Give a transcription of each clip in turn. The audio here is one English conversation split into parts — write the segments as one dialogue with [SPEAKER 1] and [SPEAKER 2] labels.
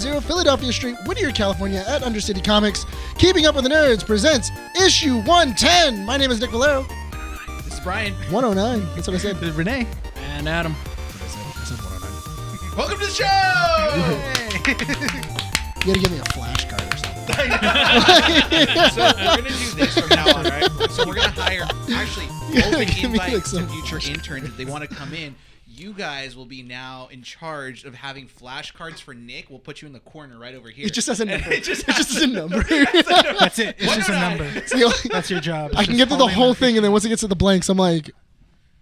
[SPEAKER 1] Philadelphia Street, Whittier, California at Undercity Comics. Keeping Up with the Nerds presents issue 110. My name is Nick Valero.
[SPEAKER 2] This is Brian.
[SPEAKER 1] 109. That's what I said.
[SPEAKER 2] This is Renee. And Adam.
[SPEAKER 1] That's what I said. I said 109.
[SPEAKER 3] Welcome to the show!
[SPEAKER 1] You gotta give me a flashcard or something.
[SPEAKER 3] so uh, we're gonna do this from now on, right? So we're gonna hire actually open
[SPEAKER 1] Give me, like,
[SPEAKER 3] invites
[SPEAKER 1] some
[SPEAKER 3] to future interns if they want to come in. You guys will be now in charge of having flashcards for Nick. We'll put you in the corner right over here.
[SPEAKER 1] It just has a number. It just,
[SPEAKER 3] just
[SPEAKER 1] has a number.
[SPEAKER 4] That's it. It's
[SPEAKER 3] Why
[SPEAKER 4] just a
[SPEAKER 3] not?
[SPEAKER 4] number.
[SPEAKER 1] It's the only-
[SPEAKER 4] That's your job.
[SPEAKER 1] I
[SPEAKER 4] It's
[SPEAKER 1] can
[SPEAKER 4] just
[SPEAKER 1] get through the
[SPEAKER 4] only
[SPEAKER 1] whole
[SPEAKER 4] numbers.
[SPEAKER 1] thing, and then once it gets to the blanks, I'm like,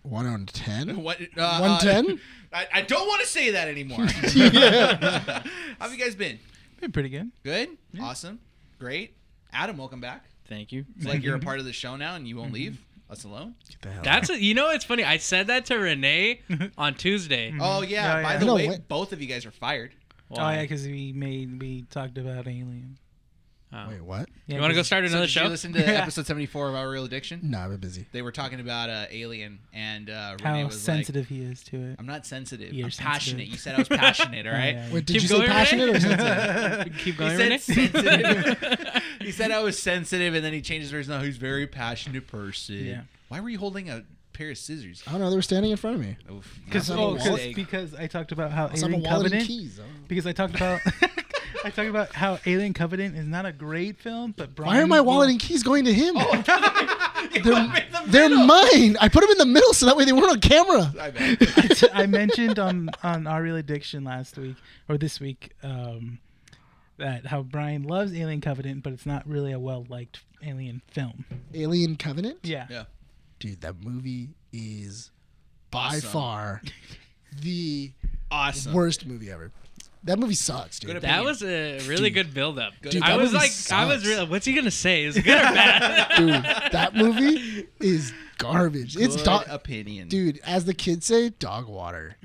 [SPEAKER 1] 110?
[SPEAKER 3] What? uh,
[SPEAKER 1] 110?
[SPEAKER 3] I, I don't want to say that anymore. How have you guys been?
[SPEAKER 4] Been pretty good.
[SPEAKER 3] Good. Awesome. Great. Adam, welcome back.
[SPEAKER 5] Thank you.
[SPEAKER 3] It's like you're a part of the show now, and you won't leave us alone.
[SPEAKER 5] That's a, you know it's funny. I said that to Renee on Tuesday.
[SPEAKER 3] Oh yeah.
[SPEAKER 4] Yeah,
[SPEAKER 3] By
[SPEAKER 4] yeah.
[SPEAKER 3] the
[SPEAKER 1] No,
[SPEAKER 3] way,
[SPEAKER 1] what-
[SPEAKER 3] both of you guys are fired.
[SPEAKER 4] Oh
[SPEAKER 5] Why?
[SPEAKER 4] yeah, because we made we talked about Alien.
[SPEAKER 5] Oh.
[SPEAKER 1] Wait, what?
[SPEAKER 4] Yeah,
[SPEAKER 5] you want to go
[SPEAKER 4] 'cause-
[SPEAKER 5] start another
[SPEAKER 3] did
[SPEAKER 5] show?
[SPEAKER 3] you listen to episode 74 of Our Real Addiction?
[SPEAKER 1] Nah, I've been busy.
[SPEAKER 3] They were talking about uh, Alien, and uh, Renee
[SPEAKER 4] How
[SPEAKER 3] was
[SPEAKER 4] sensitive he is to it.
[SPEAKER 3] Like, I'm not sensitive.
[SPEAKER 4] You're
[SPEAKER 3] I'm passionate.
[SPEAKER 4] sensitive.
[SPEAKER 3] You said I was passionate, all right?
[SPEAKER 4] Yeah,
[SPEAKER 1] Wait, did
[SPEAKER 5] Keep
[SPEAKER 1] you
[SPEAKER 5] going,
[SPEAKER 1] say
[SPEAKER 5] Renee?
[SPEAKER 1] passionate or sensitive?
[SPEAKER 5] Keep
[SPEAKER 3] He
[SPEAKER 5] going, Renee.
[SPEAKER 3] said sensitive. he said I was sensitive, and then he changed his words. Now he's a very passionate person.
[SPEAKER 4] Yeah.
[SPEAKER 3] Why were you holding a pair of scissors?
[SPEAKER 1] I don't know. They were standing in front Uh, of me.
[SPEAKER 3] Oof.
[SPEAKER 4] Because
[SPEAKER 1] I'm
[SPEAKER 4] oh,
[SPEAKER 1] a
[SPEAKER 4] 'cause-
[SPEAKER 1] wallet.
[SPEAKER 4] because I talked about how
[SPEAKER 1] Also, I'm a
[SPEAKER 4] Alien
[SPEAKER 1] wallet and
[SPEAKER 4] Covenant.
[SPEAKER 1] keys. I don't know.
[SPEAKER 4] Because I talked about I talked about how Alien Covenant is not a great film, but Brian
[SPEAKER 1] Why are my
[SPEAKER 4] will-
[SPEAKER 1] wallet and keys going to him?
[SPEAKER 3] You
[SPEAKER 1] they're,
[SPEAKER 3] put 'em in the
[SPEAKER 1] they're
[SPEAKER 3] middle.
[SPEAKER 1] mine. I put them in the middle so that way they weren't on camera.
[SPEAKER 3] I bet.
[SPEAKER 4] I mentioned on on our real addiction last week or this week um, that how Brian loves Alien Covenant, but it's not really a well liked Alien film.
[SPEAKER 1] Alien Covenant?
[SPEAKER 4] Yeah.
[SPEAKER 3] Yeah.
[SPEAKER 1] Dude, that movie is by
[SPEAKER 3] Awesome.
[SPEAKER 1] far the
[SPEAKER 3] Awesome.
[SPEAKER 1] worst movie ever. That movie sucks, dude.
[SPEAKER 3] Good
[SPEAKER 5] That was a really good build-up.
[SPEAKER 3] Dude,
[SPEAKER 5] I
[SPEAKER 1] that
[SPEAKER 5] was
[SPEAKER 1] movie
[SPEAKER 5] like, I was
[SPEAKER 1] sucks.
[SPEAKER 5] real. What's he gonna say? Is it good or bad?
[SPEAKER 1] dude, that movie is garbage. it's
[SPEAKER 3] Good
[SPEAKER 1] dog,
[SPEAKER 3] opinion.
[SPEAKER 1] dude. As the kids say, dog water.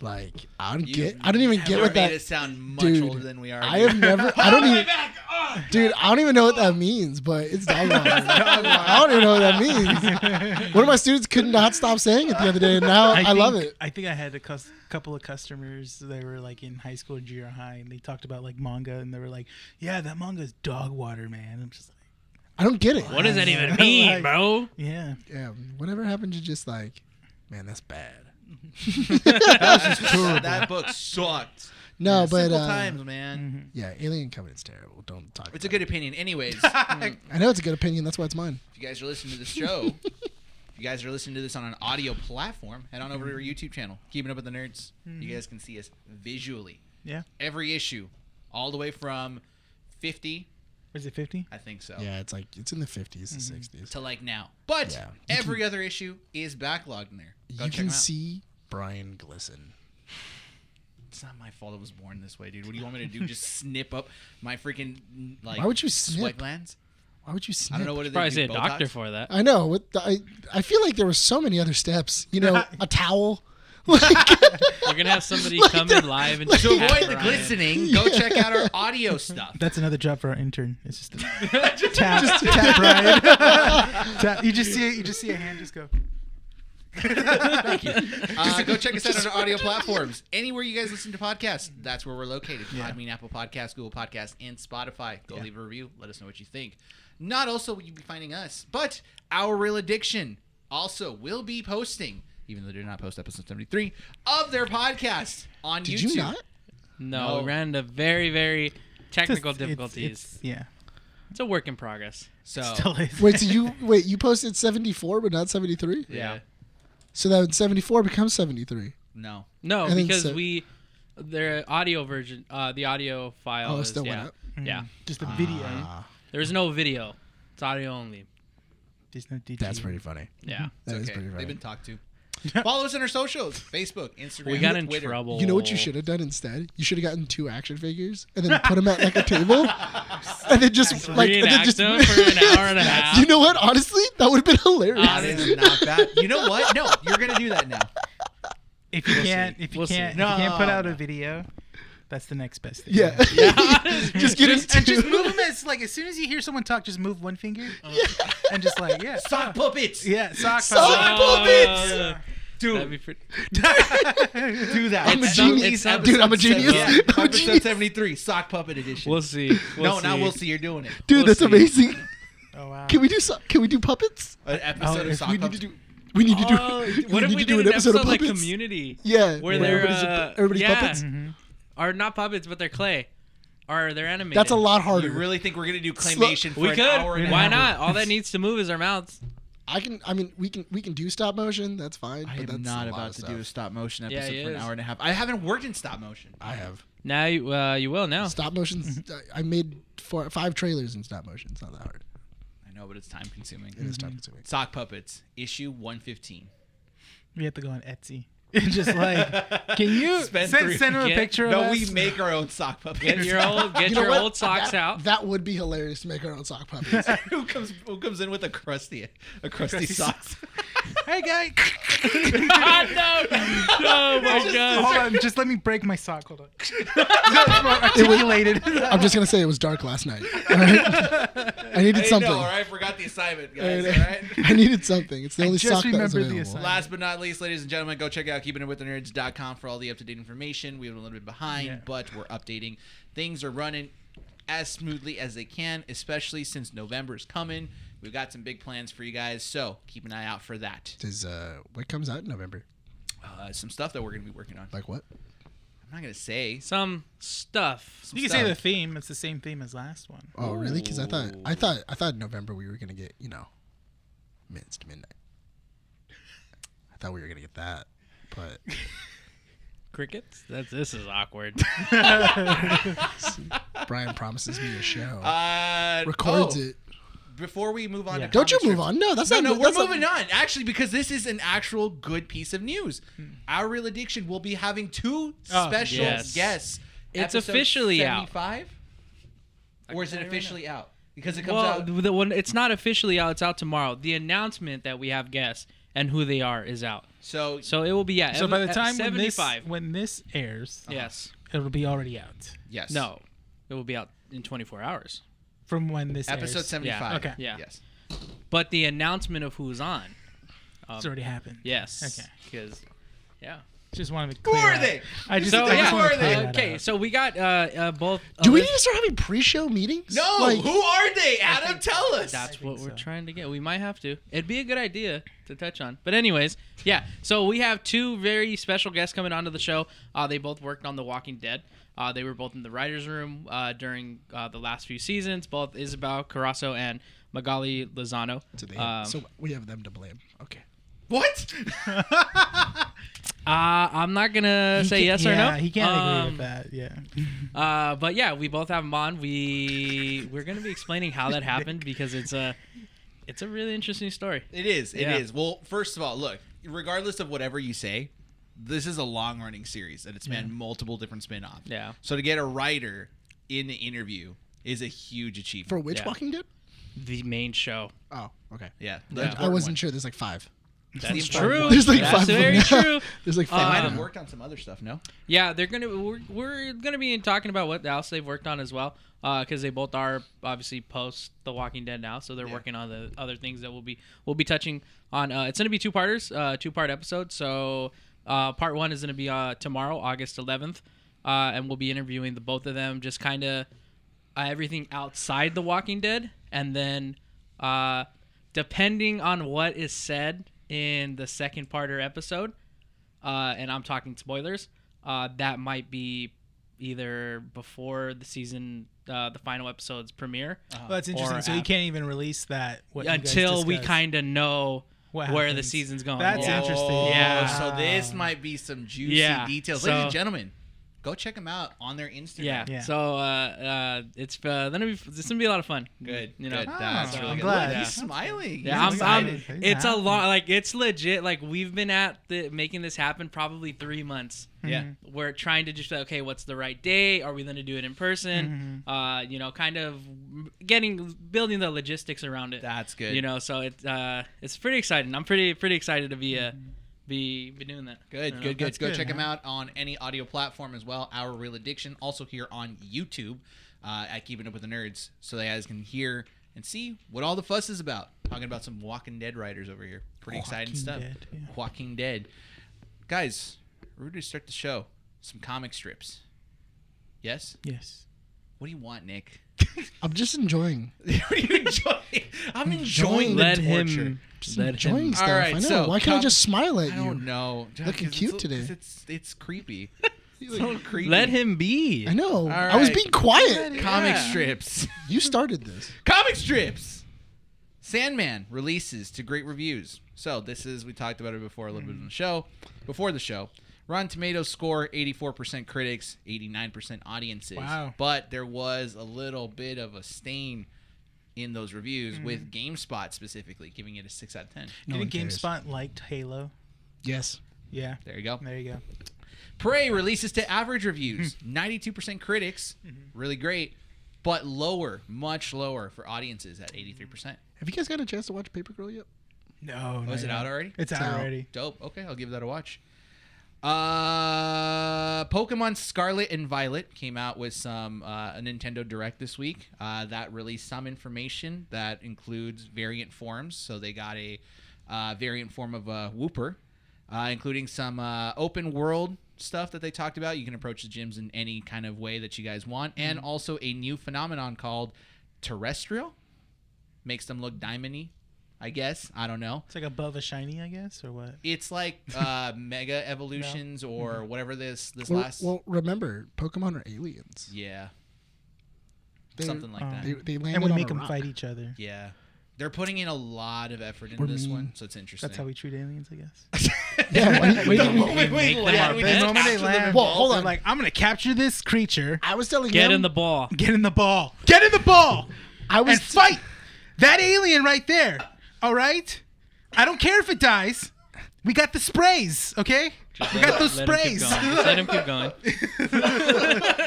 [SPEAKER 1] like I don't
[SPEAKER 3] You
[SPEAKER 1] get. I don't even get
[SPEAKER 3] Never
[SPEAKER 1] what
[SPEAKER 3] made
[SPEAKER 1] that.
[SPEAKER 3] us sound much
[SPEAKER 1] Dude,
[SPEAKER 3] older than we are.
[SPEAKER 1] I have
[SPEAKER 3] dude.
[SPEAKER 1] never. I don't
[SPEAKER 3] Oh, my
[SPEAKER 1] even.
[SPEAKER 3] back. Oh,
[SPEAKER 1] Dude, I don't even know what that means, but it's dog water. I don't even know what that means. One of my students could not stop saying it the other day, and now I, love
[SPEAKER 4] think-
[SPEAKER 1] it.
[SPEAKER 4] I think I had a cus- couple of customers that were like in high school, junior high, and they talked about like manga, and they were like, "Yeah, that manga is dog water, man." I'm just like,
[SPEAKER 1] I don't get it.
[SPEAKER 5] what does that even
[SPEAKER 4] Like-
[SPEAKER 5] mean, bro?
[SPEAKER 4] "Yeah,
[SPEAKER 1] Yeah, whatever happened to just like, man, that's bad.
[SPEAKER 3] that, that book sucked.
[SPEAKER 1] No, but
[SPEAKER 3] Simple
[SPEAKER 1] uh,
[SPEAKER 3] times,
[SPEAKER 5] Mm-hmm.
[SPEAKER 3] man.
[SPEAKER 1] yeah, Alien Covenant's terrible. Don't talk.
[SPEAKER 3] It's a
[SPEAKER 1] about
[SPEAKER 3] good opinion. Anyways, mm,
[SPEAKER 1] it. I know it's a good opinion. That's why it's mine.
[SPEAKER 3] if you guys are listening to this show, if you guys are listening to this on an audio platform, head on over
[SPEAKER 1] Mm-hmm.
[SPEAKER 3] to our YouTube channel, Keeping Up with the Nerds. You guys can see us visually.
[SPEAKER 4] yeah."
[SPEAKER 3] Every issue, all the way from 50,
[SPEAKER 4] Was it fifty?
[SPEAKER 3] I think so,
[SPEAKER 1] Yeah, it's like it's in the fifties,
[SPEAKER 3] Mm-hmm.
[SPEAKER 1] the 60s
[SPEAKER 3] to like now. But
[SPEAKER 1] Yeah. You
[SPEAKER 3] every other issue is backlogged in there. Go
[SPEAKER 1] you
[SPEAKER 3] check 'em
[SPEAKER 1] can
[SPEAKER 3] out.
[SPEAKER 1] see Brian glisten.
[SPEAKER 3] It's not my fault I was born this way, dude. What do you want me to do? Just snip up my freaking like
[SPEAKER 1] Why would you snip?
[SPEAKER 3] sweat glands?
[SPEAKER 1] Why would you snip?
[SPEAKER 3] I don't know what it is.
[SPEAKER 5] Probably say a doctor for that.
[SPEAKER 1] I know. What the, I I feel like there were so many other steps. You know, a towel. Like,
[SPEAKER 5] We're gonna have somebody
[SPEAKER 1] Like
[SPEAKER 5] come
[SPEAKER 1] that-
[SPEAKER 5] in live and
[SPEAKER 3] To
[SPEAKER 5] just
[SPEAKER 3] avoid the
[SPEAKER 5] Brian.
[SPEAKER 3] glistening, go check out our audio stuff.
[SPEAKER 4] That's another job for our intern. It's just tap, Brian. tap. You just see it. You just see a hand just go.
[SPEAKER 3] Uh, go check us out on our audio platforms. Anywhere you guys listen to podcasts, that's where we're located. I mean, Apple Podcasts, Google Podcasts, and Spotify. Go leave a review. Let us know what you think. Not also will you be finding us, but Our Real Addiction also will be posting, even though they did not post episode 73, of their podcast on
[SPEAKER 1] did
[SPEAKER 3] YouTube.
[SPEAKER 1] you not?
[SPEAKER 5] No,
[SPEAKER 3] No.
[SPEAKER 5] we ran into very, very
[SPEAKER 4] Just-
[SPEAKER 5] technical
[SPEAKER 4] it's-
[SPEAKER 5] difficulties. Oh. It's,
[SPEAKER 4] it's- yeah.
[SPEAKER 5] a work in progress.
[SPEAKER 3] So,
[SPEAKER 4] Still is.
[SPEAKER 1] Wait, so you wait. You posted seventy four, but not seventy three.
[SPEAKER 3] yeah.
[SPEAKER 1] So that seventy four becomes seventy three.
[SPEAKER 3] No.
[SPEAKER 5] No,
[SPEAKER 1] I think
[SPEAKER 5] because
[SPEAKER 1] so.
[SPEAKER 5] we the audio version, uh, the audio file.
[SPEAKER 1] Oh, it
[SPEAKER 5] is-
[SPEAKER 1] still
[SPEAKER 5] yeah,
[SPEAKER 1] went up.
[SPEAKER 5] Yeah,
[SPEAKER 4] just a
[SPEAKER 1] Ah.
[SPEAKER 4] video.
[SPEAKER 5] there's no video. It's audio only.
[SPEAKER 4] There's no detail.
[SPEAKER 1] That's pretty funny.
[SPEAKER 5] Yeah,
[SPEAKER 1] That is
[SPEAKER 3] okay.
[SPEAKER 1] pretty funny.
[SPEAKER 3] They've been talked to. Follow us on our socials Facebook, Instagram,
[SPEAKER 5] we got in
[SPEAKER 3] Twitter.
[SPEAKER 5] trouble.
[SPEAKER 1] You know what you should have done instead? You should have gotten two action figures and then put them at like a table, and then just like and then
[SPEAKER 5] Reenact
[SPEAKER 1] just
[SPEAKER 5] them for an hour and a half.
[SPEAKER 1] You know what? Honestly, that would have been hilarious.
[SPEAKER 3] That is not bad. You know what? No, you're going to do that now.
[SPEAKER 4] If you can't, if you
[SPEAKER 5] We'll see.
[SPEAKER 4] can't,
[SPEAKER 3] No,
[SPEAKER 4] if you can't put out
[SPEAKER 3] no.
[SPEAKER 4] a video, that's the next best thing.
[SPEAKER 1] yeah. just get
[SPEAKER 5] Just-
[SPEAKER 1] him
[SPEAKER 4] And
[SPEAKER 1] two.
[SPEAKER 4] just move them as like as soon as you hear someone talk, just move one finger, and just like yeah,
[SPEAKER 3] Sock puppets.
[SPEAKER 4] yeah, sock,
[SPEAKER 1] Sock
[SPEAKER 4] puppet.
[SPEAKER 1] puppets!
[SPEAKER 5] Uh, That'd be pretty.
[SPEAKER 4] Do that.
[SPEAKER 1] I'm a
[SPEAKER 5] It's
[SPEAKER 1] genius,
[SPEAKER 5] episode
[SPEAKER 1] dude. I'm a genius.
[SPEAKER 3] Yeah,
[SPEAKER 1] I'm a
[SPEAKER 3] episode
[SPEAKER 1] genius.
[SPEAKER 3] seventy three, sock puppet edition.
[SPEAKER 5] We'll see.
[SPEAKER 3] no,
[SPEAKER 5] We'll see.
[SPEAKER 3] now we'll see. You're doing it.
[SPEAKER 1] Dude,
[SPEAKER 5] We'll
[SPEAKER 1] that's
[SPEAKER 5] see.
[SPEAKER 1] amazing.
[SPEAKER 4] oh wow.
[SPEAKER 1] Can we do so- can we do puppets?
[SPEAKER 3] An episode
[SPEAKER 4] Oh,
[SPEAKER 3] of
[SPEAKER 4] if
[SPEAKER 3] sock
[SPEAKER 1] We need
[SPEAKER 3] puppets.
[SPEAKER 1] to do. We need to do.
[SPEAKER 5] Oh, what if
[SPEAKER 1] need
[SPEAKER 5] we
[SPEAKER 1] to do
[SPEAKER 5] did
[SPEAKER 1] an episode of
[SPEAKER 5] like
[SPEAKER 1] puppets?
[SPEAKER 5] Community?
[SPEAKER 1] Yeah,
[SPEAKER 5] Where
[SPEAKER 1] where
[SPEAKER 5] they're
[SPEAKER 1] everybody's, a-
[SPEAKER 5] uh,
[SPEAKER 1] everybody's
[SPEAKER 5] yeah,
[SPEAKER 1] puppets.
[SPEAKER 5] Or not puppets, but they're clay. Or they're animated.
[SPEAKER 1] That's a lot harder.
[SPEAKER 3] You really think we're gonna do claymation for
[SPEAKER 5] We
[SPEAKER 3] an
[SPEAKER 5] could.
[SPEAKER 3] hour and a
[SPEAKER 5] Why
[SPEAKER 3] half?
[SPEAKER 5] not? All that needs to move is our mouths.
[SPEAKER 1] I can. I mean, we can. We can do stop motion. That's fine.
[SPEAKER 3] I
[SPEAKER 1] but
[SPEAKER 3] am
[SPEAKER 1] that's
[SPEAKER 3] not
[SPEAKER 1] a lot
[SPEAKER 3] about
[SPEAKER 1] of
[SPEAKER 3] to do a
[SPEAKER 1] stuff.
[SPEAKER 3] stop motion
[SPEAKER 5] Yeah,
[SPEAKER 3] episode
[SPEAKER 5] he
[SPEAKER 3] for an
[SPEAKER 5] is.
[SPEAKER 3] hour and a half. I haven't worked in stop motion. Oh. Mm-hmm.
[SPEAKER 1] I have
[SPEAKER 5] Now you uh, you will now.
[SPEAKER 1] stop motions. I- I made four, five trailers in stop motion. It's not that hard.
[SPEAKER 3] I know, but it's time consuming.
[SPEAKER 1] It is time consuming.
[SPEAKER 3] Sock puppets issue one fifteen.
[SPEAKER 4] We have to go on Etsy. just like, can you
[SPEAKER 3] Spend
[SPEAKER 4] send,
[SPEAKER 3] three-
[SPEAKER 4] send him a
[SPEAKER 5] Get-
[SPEAKER 4] picture of
[SPEAKER 3] No,
[SPEAKER 4] us?
[SPEAKER 3] we make our own sock puppets.
[SPEAKER 5] Get your old get
[SPEAKER 1] You know
[SPEAKER 5] your
[SPEAKER 1] what?
[SPEAKER 5] old socks
[SPEAKER 1] That-
[SPEAKER 5] out.
[SPEAKER 1] That would be hilarious to make our own sock puppets.
[SPEAKER 3] who comes who comes in with a crusty a crusty
[SPEAKER 4] Crusty
[SPEAKER 3] socks?
[SPEAKER 4] Hey guy,
[SPEAKER 5] God, no! Oh my
[SPEAKER 4] hold
[SPEAKER 5] god!
[SPEAKER 4] on. Just let me break my sock. Hold on. Articulated.
[SPEAKER 1] I'm just gonna say it was dark last night. all right? I needed
[SPEAKER 3] I
[SPEAKER 1] something.
[SPEAKER 3] Know, all right, I forgot the assignment, guys. All
[SPEAKER 1] I,
[SPEAKER 3] right.
[SPEAKER 1] I needed something. It's the
[SPEAKER 4] I
[SPEAKER 1] only
[SPEAKER 4] just
[SPEAKER 1] sock that was
[SPEAKER 4] remembered the
[SPEAKER 1] available.
[SPEAKER 4] assignment.
[SPEAKER 3] Last but not least, ladies and gentlemen, go check out keepingitwiththenerds.com for all the up-to-date information. We've been a little bit behind,
[SPEAKER 4] Yeah.
[SPEAKER 3] but we're updating. Things are running as smoothly as they can, especially since November is coming. We've got some big plans for you guys, so keep an eye out for that.
[SPEAKER 1] Does uh, what comes out in November?
[SPEAKER 3] Uh, some stuff that we're going to be working on.
[SPEAKER 1] Like what?
[SPEAKER 3] I'm not going to say.
[SPEAKER 5] Some stuff.
[SPEAKER 4] You can say the theme. It's the same theme as last one.
[SPEAKER 1] Oh, really? Because I thought I
[SPEAKER 3] Ooh.
[SPEAKER 1] thought I thought in November we were gonna get you know, minutes to midnight. I thought we were gonna get that, but
[SPEAKER 5] Crickets. That's this is awkward.
[SPEAKER 1] Brian promises me a show,
[SPEAKER 3] Uh,
[SPEAKER 1] records
[SPEAKER 3] oh,
[SPEAKER 1] it.
[SPEAKER 3] Before we move on
[SPEAKER 4] Yeah.
[SPEAKER 3] to
[SPEAKER 1] Don't you
[SPEAKER 3] comic
[SPEAKER 1] move
[SPEAKER 3] strips-
[SPEAKER 1] on? No, that's
[SPEAKER 3] No,
[SPEAKER 1] not.
[SPEAKER 3] no, we're
[SPEAKER 1] that's not-
[SPEAKER 3] moving on. Actually, because this is an actual good piece of news. Our real addiction will be having two
[SPEAKER 4] Oh,
[SPEAKER 3] special
[SPEAKER 5] yes.
[SPEAKER 3] guests.
[SPEAKER 5] It's
[SPEAKER 3] Episode
[SPEAKER 5] officially out.
[SPEAKER 3] 75?
[SPEAKER 5] I
[SPEAKER 3] Or
[SPEAKER 5] can
[SPEAKER 3] is
[SPEAKER 5] tell
[SPEAKER 3] it
[SPEAKER 5] you right
[SPEAKER 3] officially out? Because it comes
[SPEAKER 5] well,
[SPEAKER 3] out.
[SPEAKER 5] the one it's not officially out. It's out tomorrow. The announcement that we have guests and who they are is out.
[SPEAKER 3] So,
[SPEAKER 5] So it will be at
[SPEAKER 4] So by the time when
[SPEAKER 5] seventy
[SPEAKER 4] this
[SPEAKER 5] five.
[SPEAKER 4] when this airs,
[SPEAKER 5] Yes.
[SPEAKER 4] it'll be already out
[SPEAKER 3] yes.
[SPEAKER 5] No. It will be out in twenty four hours.
[SPEAKER 4] from when this
[SPEAKER 3] Episode
[SPEAKER 4] airs.
[SPEAKER 3] 75.
[SPEAKER 4] Yeah. Okay.
[SPEAKER 5] Yeah.
[SPEAKER 3] Yes.
[SPEAKER 5] But the announcement of who's on. Um,
[SPEAKER 4] It's already happened.
[SPEAKER 5] Yes.
[SPEAKER 4] Okay.
[SPEAKER 5] Because. Yeah.
[SPEAKER 4] Just wanted to
[SPEAKER 3] Who
[SPEAKER 4] clear.
[SPEAKER 3] are
[SPEAKER 4] out.
[SPEAKER 3] they?
[SPEAKER 4] I just,
[SPEAKER 5] So
[SPEAKER 4] I
[SPEAKER 5] yeah. Uh,
[SPEAKER 4] just wanted to
[SPEAKER 3] Who are
[SPEAKER 4] clear
[SPEAKER 3] they?
[SPEAKER 4] that
[SPEAKER 5] okay.
[SPEAKER 4] out.
[SPEAKER 5] So we got uh, uh both.
[SPEAKER 1] Do we
[SPEAKER 5] Alyssa-
[SPEAKER 1] need to start having pre-show meetings?
[SPEAKER 3] No,
[SPEAKER 1] Like,
[SPEAKER 3] who are they? Adam, tell us.
[SPEAKER 5] That's
[SPEAKER 4] think
[SPEAKER 5] what we're
[SPEAKER 4] so.
[SPEAKER 5] trying to get. We might have to. It'd be a good idea to touch on. But anyways, yeah. So we have two very special guests coming onto the show. Uh, they both worked on The Walking Dead. Uh, they were both in the writers' room uh, during uh, the last few seasons. Both Isabel Carasso and Magali Lozano.
[SPEAKER 1] So, they-
[SPEAKER 5] Um,
[SPEAKER 1] so we have them to blame. Okay.
[SPEAKER 3] What?
[SPEAKER 5] uh, I'm not gonna
[SPEAKER 4] He
[SPEAKER 5] say
[SPEAKER 4] can't-
[SPEAKER 5] yes or
[SPEAKER 4] yeah,
[SPEAKER 5] no.
[SPEAKER 4] He can't
[SPEAKER 5] Um,
[SPEAKER 4] agree with that. Yeah.
[SPEAKER 5] Uh, but yeah, we both have them on. We we're gonna be explaining how that happened because it's a it's a really interesting story.
[SPEAKER 3] It is. It is.
[SPEAKER 5] Yeah.
[SPEAKER 3] Well, first of all, look, regardless of whatever you say, this is a long running series and it's been multiple different spin offs.
[SPEAKER 5] Yeah.
[SPEAKER 3] So to get a writer in the interview is a huge achievement.
[SPEAKER 1] For which
[SPEAKER 5] Yeah.
[SPEAKER 1] Walking Dead?
[SPEAKER 5] The main show.
[SPEAKER 1] Oh, okay.
[SPEAKER 3] yeah. the
[SPEAKER 5] Yeah.
[SPEAKER 1] I
[SPEAKER 3] important
[SPEAKER 1] wasn't
[SPEAKER 3] one.
[SPEAKER 1] sure. There's like five.
[SPEAKER 5] That's
[SPEAKER 3] important
[SPEAKER 5] true.
[SPEAKER 3] one.
[SPEAKER 1] There's like
[SPEAKER 5] That's
[SPEAKER 1] five. of
[SPEAKER 5] very
[SPEAKER 1] them.
[SPEAKER 5] true.
[SPEAKER 1] There's like
[SPEAKER 3] They
[SPEAKER 5] Uh,
[SPEAKER 1] five.
[SPEAKER 3] might
[SPEAKER 1] of
[SPEAKER 3] have
[SPEAKER 1] them.
[SPEAKER 3] worked on some other stuff, no?
[SPEAKER 5] Yeah, they're gonna we're, we're gonna be talking about what else they've worked on as well, because they both are obviously post The Walking Dead now, so they're
[SPEAKER 3] Yeah.
[SPEAKER 5] working on the other things that we'll be we'll be touching on. Uh, it's gonna be two parters, uh, two part episode. So uh, part one is gonna be uh, tomorrow, August 11th, uh, and we'll be interviewing the both of them, just kind of uh, everything outside The Walking Dead, and then uh, depending on what is said in the second part or episode, uh, and I'm talking spoilers, uh, that might be either before the season, uh, the final episode's premiere,
[SPEAKER 3] Uh-huh.
[SPEAKER 4] Well, that's
[SPEAKER 5] or
[SPEAKER 4] interesting. So you
[SPEAKER 5] app.
[SPEAKER 4] can't even release that what you guys
[SPEAKER 5] until we
[SPEAKER 4] discussed.
[SPEAKER 5] kind of know
[SPEAKER 4] What
[SPEAKER 5] where the
[SPEAKER 4] happens.
[SPEAKER 5] season's going.
[SPEAKER 4] That's
[SPEAKER 5] yeah.
[SPEAKER 4] interesting.
[SPEAKER 3] yeah.
[SPEAKER 5] Yeah.
[SPEAKER 3] Oh, So this might be some juicy
[SPEAKER 5] Yeah.
[SPEAKER 3] details.
[SPEAKER 5] So-
[SPEAKER 3] Ladies and gentlemen, go check them out on their Instagram.
[SPEAKER 5] Yeah.
[SPEAKER 4] Yeah.
[SPEAKER 5] So uh, uh, it's uh, gonna be it's gonna be a lot of fun.
[SPEAKER 3] Good.
[SPEAKER 5] You know.
[SPEAKER 3] Good.
[SPEAKER 4] Oh,
[SPEAKER 3] That's really
[SPEAKER 4] I'm
[SPEAKER 3] good.
[SPEAKER 4] glad.
[SPEAKER 3] Look,
[SPEAKER 5] Yeah.
[SPEAKER 3] He's smiling.
[SPEAKER 5] Yeah,
[SPEAKER 3] He's
[SPEAKER 5] I'm, I'm-
[SPEAKER 3] excited.
[SPEAKER 4] excited.
[SPEAKER 5] it's a
[SPEAKER 4] Yeah.
[SPEAKER 5] long, like it's legit. Like we've been at the, making this happen probably three months.
[SPEAKER 3] Yeah.
[SPEAKER 5] We're trying to just like, okay, what's the right day? Are we going to do it in
[SPEAKER 3] Mm-hmm.
[SPEAKER 5] person? Uh, you know, kind of getting building the logistics around it.
[SPEAKER 3] That's good.
[SPEAKER 5] You know, so it's uh, it's pretty exciting. I'm pretty pretty excited to be uh, be be doing that.
[SPEAKER 3] Mm-hmm. Good,
[SPEAKER 5] You know?
[SPEAKER 3] good, good.
[SPEAKER 4] that's
[SPEAKER 3] Go
[SPEAKER 4] good,
[SPEAKER 3] check them
[SPEAKER 4] man.
[SPEAKER 3] out on any audio platform as well. Our Real Addiction, also here on YouTube uh, at Keeping Up with the Nerds, so that you guys can hear and see what all the fuss is about. Talking about some Walking Dead writers over here. Pretty exciting
[SPEAKER 4] Walking
[SPEAKER 3] stuff.
[SPEAKER 4] Dead, yeah.
[SPEAKER 3] Walking Dead. Guys, we're going to start the show. Some comic strips. Yes?
[SPEAKER 4] Yes.
[SPEAKER 3] What do you want, Nick?
[SPEAKER 1] I'm just enjoying,
[SPEAKER 3] what do you enjoy? I'm enjoying the
[SPEAKER 5] Let
[SPEAKER 3] torture.
[SPEAKER 5] him.
[SPEAKER 1] just
[SPEAKER 5] Let
[SPEAKER 1] enjoying
[SPEAKER 5] him.
[SPEAKER 1] stuff.
[SPEAKER 3] All right,
[SPEAKER 1] I know.
[SPEAKER 3] so,
[SPEAKER 1] Why can't I
[SPEAKER 3] com-
[SPEAKER 1] just smile at
[SPEAKER 3] I
[SPEAKER 1] you?
[SPEAKER 3] don't know.
[SPEAKER 1] Looking
[SPEAKER 3] 'Cause
[SPEAKER 1] cute
[SPEAKER 3] it's,
[SPEAKER 1] today.
[SPEAKER 3] It's it's creepy. It's so creepy.
[SPEAKER 5] Let him be.
[SPEAKER 1] I know.
[SPEAKER 3] All
[SPEAKER 1] I was
[SPEAKER 3] right.
[SPEAKER 1] being quiet.
[SPEAKER 3] Comic
[SPEAKER 5] Yeah.
[SPEAKER 3] strips.
[SPEAKER 1] You started this.
[SPEAKER 3] comic strips. Sandman releases to great reviews. So this is we talked about it before a little bit on the show, before the show. Rotten Tomatoes score 84% critics, 89% audiences.
[SPEAKER 4] Wow.
[SPEAKER 3] But there was a little bit of a stain in those reviews with GameSpot specifically giving it a 6 out of 10.
[SPEAKER 1] No
[SPEAKER 4] Didn't
[SPEAKER 1] one cares.
[SPEAKER 4] GameSpot liked Halo?
[SPEAKER 1] Yes.
[SPEAKER 4] Yeah.
[SPEAKER 3] There you go.
[SPEAKER 4] There you go.
[SPEAKER 3] Prey releases to average reviews, 92% critics, really great, but lower, much lower for audiences at 83%.
[SPEAKER 1] Have you guys got a chance to watch Paper Girl yet?
[SPEAKER 4] No.
[SPEAKER 3] Oh, is
[SPEAKER 4] no,
[SPEAKER 3] it
[SPEAKER 4] no.
[SPEAKER 3] out already?
[SPEAKER 4] It's out
[SPEAKER 1] out.
[SPEAKER 4] already.
[SPEAKER 3] Dope. Okay, I'll give that a watch. Uh, Pokemon Scarlet and Violet came out with some uh, a Nintendo Direct this week. Uh, that released some information that includes variant forms. So they got a uh, variant form of a Wooper, uh, including some uh, open world stuff that they talked about. You can approach the gyms in any kind of way that you guys want, and also a new phenomenon called terrestrial. Makes them look diamondy, I guess. I don't know
[SPEAKER 4] It's like above a shiny, I guess, or what?
[SPEAKER 3] it's like uh, mega evolutions or whatever this this
[SPEAKER 1] Well,
[SPEAKER 3] last
[SPEAKER 1] well, remember, Pokemon are aliens.
[SPEAKER 3] yeah
[SPEAKER 1] They-
[SPEAKER 3] something like
[SPEAKER 4] uh,
[SPEAKER 3] that
[SPEAKER 1] They, they landed
[SPEAKER 4] And we
[SPEAKER 1] on
[SPEAKER 4] make
[SPEAKER 1] a
[SPEAKER 4] them
[SPEAKER 1] rock.
[SPEAKER 4] fight each other.
[SPEAKER 3] yeah they're putting in a lot of effort into
[SPEAKER 1] We're
[SPEAKER 3] this
[SPEAKER 1] mean.
[SPEAKER 3] one so it's interesting
[SPEAKER 4] That's how we treat aliens, I guess.
[SPEAKER 1] Yeah, why- why
[SPEAKER 3] The
[SPEAKER 1] didn't we-
[SPEAKER 3] moment we
[SPEAKER 5] Make them
[SPEAKER 3] land,
[SPEAKER 5] our
[SPEAKER 3] we
[SPEAKER 5] best.
[SPEAKER 3] just
[SPEAKER 5] The moment
[SPEAKER 3] capture them in
[SPEAKER 1] Well,
[SPEAKER 3] balls.
[SPEAKER 1] hold
[SPEAKER 4] They're
[SPEAKER 1] on.
[SPEAKER 4] like, I'm gonna capture this creature.
[SPEAKER 1] I was telling
[SPEAKER 5] Get
[SPEAKER 1] him,
[SPEAKER 5] in the ball.
[SPEAKER 4] Get in the ball. Get in the ball
[SPEAKER 1] I was
[SPEAKER 4] and fight that alien right there. All right. I don't care if it dies. We got the sprays, okay? we got those
[SPEAKER 5] Let him keep
[SPEAKER 4] sprays.
[SPEAKER 5] going. Let him keep going.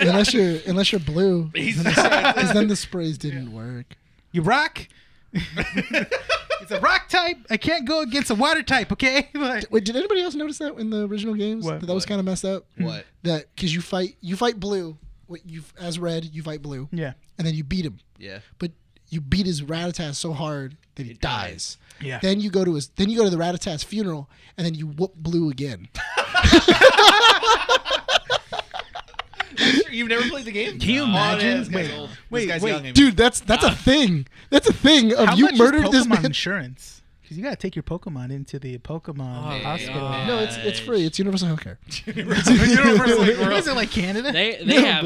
[SPEAKER 1] unless you're unless you're blue. Because then the sprays didn't work.
[SPEAKER 4] you rock. it's a rock type. I can't go against a water type, okay? Like-
[SPEAKER 1] Wait, did anybody else notice that in the original games?
[SPEAKER 4] What?
[SPEAKER 1] That, that was
[SPEAKER 3] What?
[SPEAKER 1] kind of messed up.
[SPEAKER 3] What?
[SPEAKER 1] That because you fight you fight blue, what you as red you fight blue,
[SPEAKER 4] yeah.
[SPEAKER 1] and then you beat him.
[SPEAKER 3] yeah
[SPEAKER 1] But you beat his Rattata so hard that he
[SPEAKER 3] It dies.
[SPEAKER 1] dies.
[SPEAKER 4] Yeah.
[SPEAKER 1] Then you go to his then you go to the Rattata's funeral, and then you whoop blue again.
[SPEAKER 3] you've never played the game
[SPEAKER 4] Can you imagine?
[SPEAKER 3] this guy's
[SPEAKER 4] Wait,
[SPEAKER 3] old. This
[SPEAKER 4] wait,
[SPEAKER 3] guy's
[SPEAKER 4] wait.
[SPEAKER 3] young.
[SPEAKER 1] Dude, that's that's a thing. That's a thing. Of
[SPEAKER 4] How
[SPEAKER 1] you
[SPEAKER 4] much is
[SPEAKER 1] murdered this
[SPEAKER 4] Pokemon
[SPEAKER 1] man.
[SPEAKER 4] insurance? Because you gotta take your Pokemon into the Pokemon
[SPEAKER 5] Oh,
[SPEAKER 4] hospital.
[SPEAKER 5] yeah.
[SPEAKER 1] No, it's it's free. It's universal healthcare.
[SPEAKER 4] Is it like Canada?
[SPEAKER 5] They they
[SPEAKER 1] No,
[SPEAKER 5] have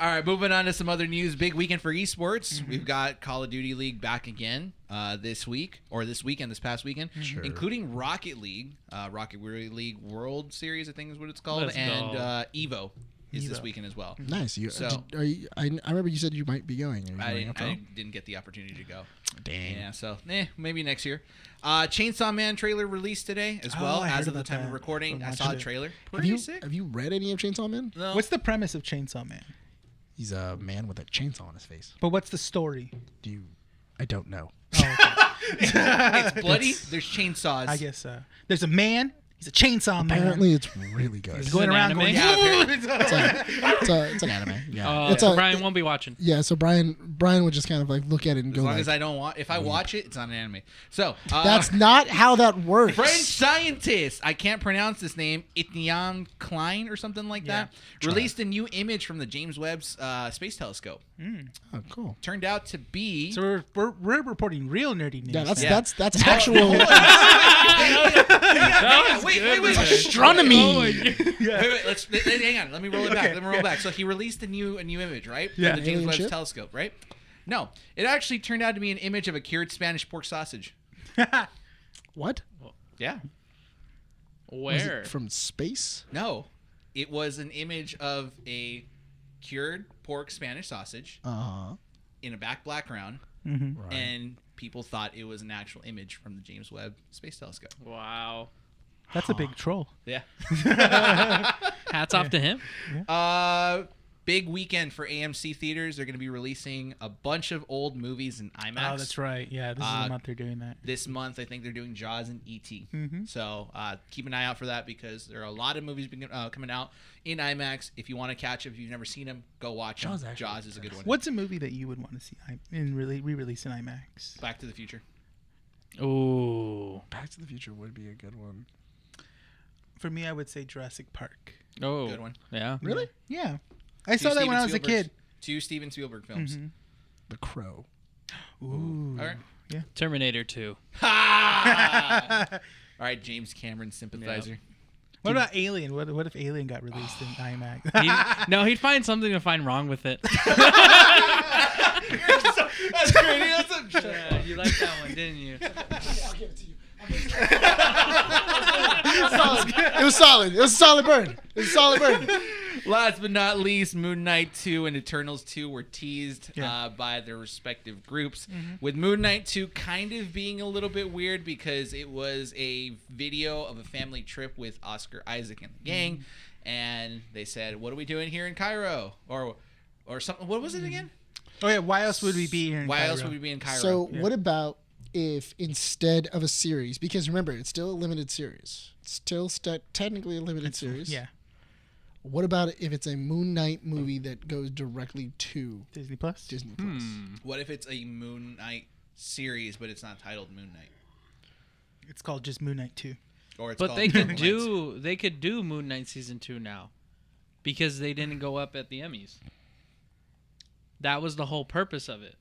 [SPEAKER 3] All right, moving on to some other news. Big weekend for esports. We've got Call of Duty League back again uh, this week, or this weekend, this past weekend, including Rocket League, uh, Rocket League World Series, I think is what it's called,
[SPEAKER 5] Let's
[SPEAKER 3] and
[SPEAKER 5] go.
[SPEAKER 3] uh, Evo is this
[SPEAKER 4] Evo.
[SPEAKER 3] weekend as well.
[SPEAKER 1] Nice. You,
[SPEAKER 3] So-
[SPEAKER 1] did- are you, I, I remember you said you might be going. Are you
[SPEAKER 3] I
[SPEAKER 1] going
[SPEAKER 3] didn't,
[SPEAKER 1] after all?
[SPEAKER 3] I didn't get the opportunity to go. Dang. Yeah, so eh, maybe next year. Uh, Chainsaw Man trailer released today as
[SPEAKER 4] Oh,
[SPEAKER 3] well
[SPEAKER 4] I
[SPEAKER 3] as
[SPEAKER 4] heard
[SPEAKER 3] of the
[SPEAKER 4] about
[SPEAKER 3] time of
[SPEAKER 4] that.
[SPEAKER 3] recording.
[SPEAKER 4] I
[SPEAKER 3] I
[SPEAKER 4] watched
[SPEAKER 3] saw the
[SPEAKER 4] it.
[SPEAKER 3] trailer.
[SPEAKER 1] have
[SPEAKER 3] Pretty
[SPEAKER 1] you
[SPEAKER 3] sick.
[SPEAKER 1] have you read any of Chainsaw Man?
[SPEAKER 3] No.
[SPEAKER 4] What's the premise of Chainsaw Man?
[SPEAKER 1] He's a man with a chainsaw on his face.
[SPEAKER 4] But what's the story? Oh,
[SPEAKER 1] Do you? I don't know.
[SPEAKER 3] it's bloody. There's chainsaws.
[SPEAKER 4] I guess uh, there's a man. He's a chainsaw man.
[SPEAKER 1] Apparently, it's really good.
[SPEAKER 4] He's going
[SPEAKER 5] An
[SPEAKER 4] around
[SPEAKER 5] anime?
[SPEAKER 4] going.
[SPEAKER 3] Yeah, apparently.
[SPEAKER 1] It's, a, it's, a, it's an anime. Yeah.
[SPEAKER 5] Uh,
[SPEAKER 1] it's a,
[SPEAKER 5] Brian won't be watching.
[SPEAKER 1] yeah. So Brian Brian would just kind of like look at it and
[SPEAKER 3] As
[SPEAKER 1] go.
[SPEAKER 3] long
[SPEAKER 1] like,
[SPEAKER 3] as I don't want, if I watch it, it's not an anime. So uh,
[SPEAKER 1] That's not how that works.
[SPEAKER 3] French scientist. I can't pronounce this name. Etienne Klein or something like
[SPEAKER 4] Yeah.
[SPEAKER 3] that. Released a new image from the James Webb's uh, Space Telescope.
[SPEAKER 1] Oh, cool.
[SPEAKER 3] Turned out to be.
[SPEAKER 4] So we're, we're, we're reporting real nerdy news.
[SPEAKER 1] Yeah, that's
[SPEAKER 4] now.
[SPEAKER 3] Yeah.
[SPEAKER 1] that's that's actual
[SPEAKER 5] That was
[SPEAKER 3] wait,
[SPEAKER 5] good,
[SPEAKER 3] wait, wait,
[SPEAKER 5] man.
[SPEAKER 3] wait.
[SPEAKER 4] Oh
[SPEAKER 1] astronomy.
[SPEAKER 3] Wait, wait, let's let- let- hang on. Let me roll it back.
[SPEAKER 4] Okay,
[SPEAKER 3] Let me roll it back. So he released a new a new image, right? From
[SPEAKER 4] Yeah.
[SPEAKER 3] the James
[SPEAKER 1] Alien
[SPEAKER 3] Webb's
[SPEAKER 1] ship?
[SPEAKER 3] telescope, right? No, it actually turned out to be an image of a cured Spanish pork sausage.
[SPEAKER 1] What?
[SPEAKER 3] Yeah.
[SPEAKER 1] Was
[SPEAKER 5] Where?
[SPEAKER 1] it from space?
[SPEAKER 3] No, it was an image of a cured pork Spanish sausage
[SPEAKER 1] Uh huh.
[SPEAKER 3] in a back background,
[SPEAKER 4] hmm
[SPEAKER 1] Right.
[SPEAKER 3] and people thought it was an actual image from the James Webb Space Telescope.
[SPEAKER 5] Wow.
[SPEAKER 4] That's a big troll.
[SPEAKER 3] Yeah.
[SPEAKER 5] Hats off to him.
[SPEAKER 3] Uh, Big weekend for AMC theaters. They're going to be releasing a bunch of old movies in IMAX.
[SPEAKER 4] Oh, that's right. Yeah, this is
[SPEAKER 3] Uh,
[SPEAKER 4] the month they're doing that.
[SPEAKER 3] This month, I think they're doing Jaws and ET.
[SPEAKER 4] Mhm.
[SPEAKER 3] So uh, keep an eye out for that because there are a lot of movies being, uh, coming out in IMAX. If you want to catch them, if you've never seen them, go watch them.
[SPEAKER 1] Jaws
[SPEAKER 3] Jaws,
[SPEAKER 1] actually
[SPEAKER 3] is a good one.
[SPEAKER 4] What's a movie that you would want to see I- in really re-release in IMAX?
[SPEAKER 3] Back to the Future.
[SPEAKER 5] Ooh.
[SPEAKER 1] Back to the Future would be a good one.
[SPEAKER 4] For me, I would say Jurassic Park.
[SPEAKER 5] Oh.
[SPEAKER 3] Good one.
[SPEAKER 5] Yeah.
[SPEAKER 1] Really?
[SPEAKER 4] Yeah, I
[SPEAKER 3] Two
[SPEAKER 4] saw that
[SPEAKER 3] Steven
[SPEAKER 4] when I was a
[SPEAKER 3] Spielberg's-
[SPEAKER 4] kid.
[SPEAKER 3] Two Steven Spielberg films.
[SPEAKER 4] Mhm.
[SPEAKER 1] The Crow.
[SPEAKER 4] Mm-hmm. Ooh.
[SPEAKER 3] All right.
[SPEAKER 5] Terminator 2.
[SPEAKER 3] Ha! All right, James Cameron sympathizer.
[SPEAKER 4] What about Alien? What, what if Alien got released in IMAX?
[SPEAKER 5] He'd- no, he'd find something to find wrong with it.
[SPEAKER 3] That's great. That's a-
[SPEAKER 5] Yeah, you liked that one, didn't you?
[SPEAKER 1] I'll give it to you. It was solid. It was a solid burn. It was a solid burn.
[SPEAKER 3] Last but not least, Moon Knight 2 and Eternals 2 were teased
[SPEAKER 4] Yeah.
[SPEAKER 3] uh, by their respective groups.
[SPEAKER 5] Mm-hmm.
[SPEAKER 3] With Moon Knight 2 kind of being a little bit weird because it was a video of a family trip with Oscar Isaac and the
[SPEAKER 5] Mm-hmm.
[SPEAKER 3] gang. And they said, What are we doing here in Cairo? Or or something. What
[SPEAKER 5] Mm-hmm.
[SPEAKER 3] was it again?
[SPEAKER 4] oh yeah, why else would we be here? In
[SPEAKER 3] Why else
[SPEAKER 4] Cairo?
[SPEAKER 3] would we be in Cairo?
[SPEAKER 1] So, what about if instead of a series, because remember, it's still a limited series, it's still st- technically a limited series.
[SPEAKER 4] Yeah,
[SPEAKER 1] What about if it's a Moon Knight movie that goes directly to
[SPEAKER 4] Disney Plus.
[SPEAKER 1] Disney Plus?
[SPEAKER 3] what if it's a Moon Knight series, but it's not titled Moon Knight?
[SPEAKER 4] It's called just Moon Knight Two.
[SPEAKER 3] Or it's
[SPEAKER 5] But
[SPEAKER 3] called
[SPEAKER 5] they
[SPEAKER 3] Moon
[SPEAKER 5] could
[SPEAKER 3] Knight.
[SPEAKER 5] do they could do Moon Knight season 2 now because they didn't go up at the Emmys. That was the whole purpose of it.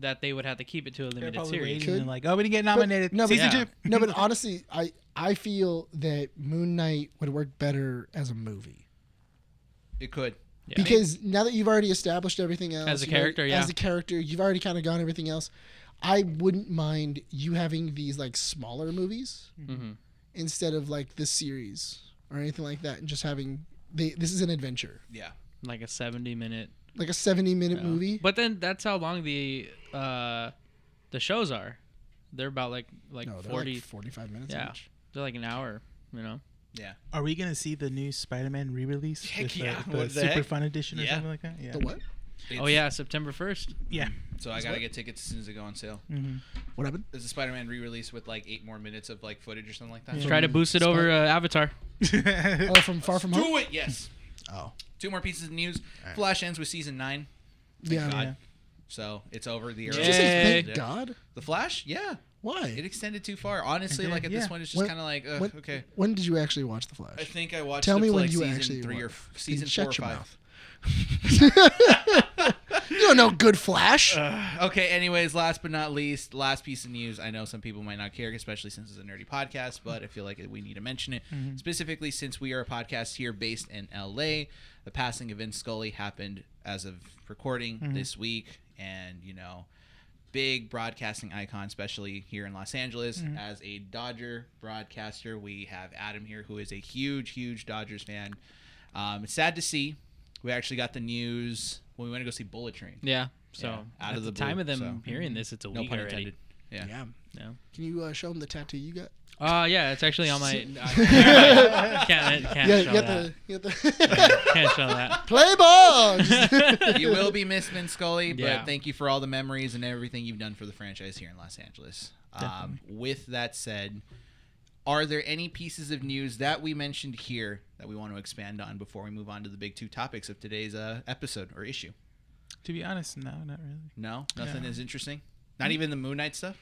[SPEAKER 5] That they would have to keep it to a
[SPEAKER 4] They're
[SPEAKER 5] limited
[SPEAKER 4] probably
[SPEAKER 5] series.
[SPEAKER 4] waiting and like, oh, we didn't get nominated.
[SPEAKER 1] no, but,
[SPEAKER 4] Season
[SPEAKER 5] yeah.
[SPEAKER 4] two.
[SPEAKER 1] no, but honestly, I I feel that Moon Knight would work better as a movie
[SPEAKER 3] It could.
[SPEAKER 5] Yeah.
[SPEAKER 1] because now that you've already established everything else
[SPEAKER 5] As a
[SPEAKER 1] you've already-
[SPEAKER 5] character, yeah.
[SPEAKER 1] as a character, you've already kind of gone everything else. I wouldn't mind you having these like smaller movies
[SPEAKER 5] Mhm.
[SPEAKER 1] instead of like this series or anything like that, and just having they, this is an adventure,
[SPEAKER 3] Yeah.
[SPEAKER 5] Like a 70 minute
[SPEAKER 1] like a seventy-minute
[SPEAKER 5] Yeah.
[SPEAKER 1] movie.
[SPEAKER 5] But then that's how long the uh the shows are. They're about like like
[SPEAKER 1] no, they're
[SPEAKER 5] 40
[SPEAKER 1] like forty-five minutes.
[SPEAKER 5] Yeah.
[SPEAKER 1] each.
[SPEAKER 5] they're like an hour, you know.
[SPEAKER 4] Are we gonna see the new Spider-Man re-release
[SPEAKER 3] Heck
[SPEAKER 4] with the-
[SPEAKER 3] yeah,
[SPEAKER 4] the,
[SPEAKER 3] what the
[SPEAKER 4] Super
[SPEAKER 3] heck?
[SPEAKER 4] Fun Edition or
[SPEAKER 3] Yeah.
[SPEAKER 4] something like that? Yeah.
[SPEAKER 1] The what?
[SPEAKER 5] oh
[SPEAKER 3] It's-
[SPEAKER 5] yeah, September 1st.
[SPEAKER 4] Yeah.
[SPEAKER 3] So I gotta get tickets as soon as they go on sale.
[SPEAKER 4] hmm
[SPEAKER 1] What happened?
[SPEAKER 3] There's a Spider-Man re-release with like eight more minutes of like footage or something like that.
[SPEAKER 4] Yeah.
[SPEAKER 5] Try to boost it over uh, Avatar.
[SPEAKER 4] Mm-hmm.
[SPEAKER 1] Oh, from Far From Home.
[SPEAKER 3] Do it, yes.
[SPEAKER 1] Oh,
[SPEAKER 3] Two more pieces of news. Flash ends with season nine,
[SPEAKER 1] yeah.
[SPEAKER 3] God.
[SPEAKER 4] yeah.
[SPEAKER 3] so it's over. The
[SPEAKER 1] Did
[SPEAKER 3] era.
[SPEAKER 1] you say
[SPEAKER 5] Yay.
[SPEAKER 1] thank God?
[SPEAKER 3] The Flash, yeah,
[SPEAKER 1] Why?
[SPEAKER 3] it extended too far. Honestly,
[SPEAKER 4] Okay,
[SPEAKER 3] like at
[SPEAKER 4] yeah.
[SPEAKER 3] this point, it's just
[SPEAKER 1] When-
[SPEAKER 3] kind of like, ugh,
[SPEAKER 1] when,
[SPEAKER 3] okay.
[SPEAKER 1] When did you actually watch The Flash?
[SPEAKER 3] I think I watched.
[SPEAKER 1] Tell
[SPEAKER 3] up
[SPEAKER 1] me
[SPEAKER 3] to,
[SPEAKER 1] when
[SPEAKER 3] like,
[SPEAKER 1] you
[SPEAKER 3] season
[SPEAKER 1] actually
[SPEAKER 3] three or
[SPEAKER 1] watched.
[SPEAKER 3] f- season
[SPEAKER 1] Then shut
[SPEAKER 3] four or
[SPEAKER 1] your
[SPEAKER 3] five.
[SPEAKER 1] mouth. you don't know good Flash.
[SPEAKER 3] Uh, Okay. Anyways, last but not least, last piece of news. I know some people might not care, especially since it's a nerdy podcast, but I feel like we need to mention it specifically since we are a podcast here based in LA. The passing of Vince Scully happened as of recording this week, and you know, big broadcasting icon, especially here in Los Angeles. As a Dodger broadcaster, we have Adam here, who is a huge, huge Dodgers fan. Um, it's sad to see. We actually got the news when we went to go see Bullet Train.
[SPEAKER 5] Yeah. So
[SPEAKER 3] Yeah, out
[SPEAKER 5] at
[SPEAKER 3] of
[SPEAKER 5] the,
[SPEAKER 3] the
[SPEAKER 5] time
[SPEAKER 3] blue,
[SPEAKER 5] of them
[SPEAKER 3] so-
[SPEAKER 5] hearing this, it's a
[SPEAKER 3] No
[SPEAKER 5] week
[SPEAKER 3] pun
[SPEAKER 5] already.
[SPEAKER 3] intended. Yeah.
[SPEAKER 1] Yeah.
[SPEAKER 5] Yeah.
[SPEAKER 1] Can you uh, show him the tattoo you got?
[SPEAKER 5] Uh yeah, it's actually on my I can't can't
[SPEAKER 1] yeah,
[SPEAKER 5] show
[SPEAKER 1] you got
[SPEAKER 5] that.
[SPEAKER 1] the, you got the
[SPEAKER 5] Can't show that.
[SPEAKER 1] play ball. Just-
[SPEAKER 3] you will be missed, Vince Scully, but
[SPEAKER 5] Yeah.
[SPEAKER 3] thank you for all the memories and everything you've done for the franchise here in Los Angeles. Um, with that said, are there any pieces of news that we mentioned here that we want to expand on before we move on to the big two topics of today's uh, episode or issue?
[SPEAKER 4] To be honest, no, not really.
[SPEAKER 3] No, nothing
[SPEAKER 4] Yeah.
[SPEAKER 3] is interesting. Not even the Moon Knight stuff.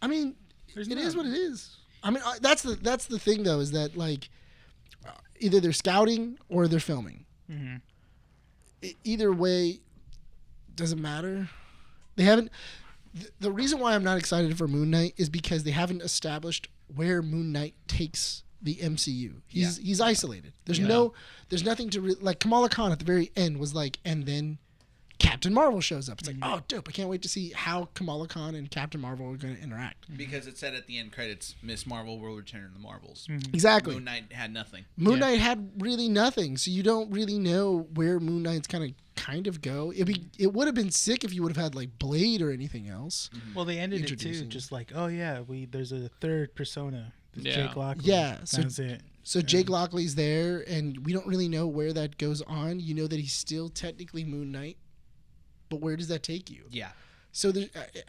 [SPEAKER 1] I mean,
[SPEAKER 4] There's
[SPEAKER 1] it
[SPEAKER 4] none.
[SPEAKER 1] is what it is. I mean, uh, that's the that's the thing though is that like uh, either they're scouting or they're filming.
[SPEAKER 4] Mhm.
[SPEAKER 1] E- Either way, doesn't matter. They haven't. th- The reason why I'm not excited for Moon Knight is because they haven't established where Moon Knight takes the MCU. He's he's isolated. There's no there's nothing to re- like Kamala Khan at the very end was like and then Captain Marvel shows up. It's like,
[SPEAKER 4] Mm-hmm.
[SPEAKER 1] "Oh, dope. I can't wait to see how Kamala Khan and Captain Marvel are going to interact."
[SPEAKER 3] Because it said at the end credits, Miss Marvel will return to the Marvels.
[SPEAKER 1] Exactly.
[SPEAKER 3] Moon Knight had nothing.
[SPEAKER 1] Moon
[SPEAKER 4] Yeah.
[SPEAKER 1] Knight had really nothing, so you don't really know where Moon Knight's kind of kind of go. It be it would have been sick if you would have had like Blade or anything else.
[SPEAKER 3] Mm-hmm.
[SPEAKER 4] Well, they ended it too,
[SPEAKER 1] Introducing.
[SPEAKER 4] just like, oh yeah, we there's a third persona. There's
[SPEAKER 5] Yeah.
[SPEAKER 4] Jake Lockley.
[SPEAKER 1] Yeah, so-
[SPEAKER 4] that's it.
[SPEAKER 1] So Jake Lockley's there, and we don't really know where that goes on. You know that he's still technically Moon Knight, but where does that take you?
[SPEAKER 3] Yeah.
[SPEAKER 1] So there, uh, uh,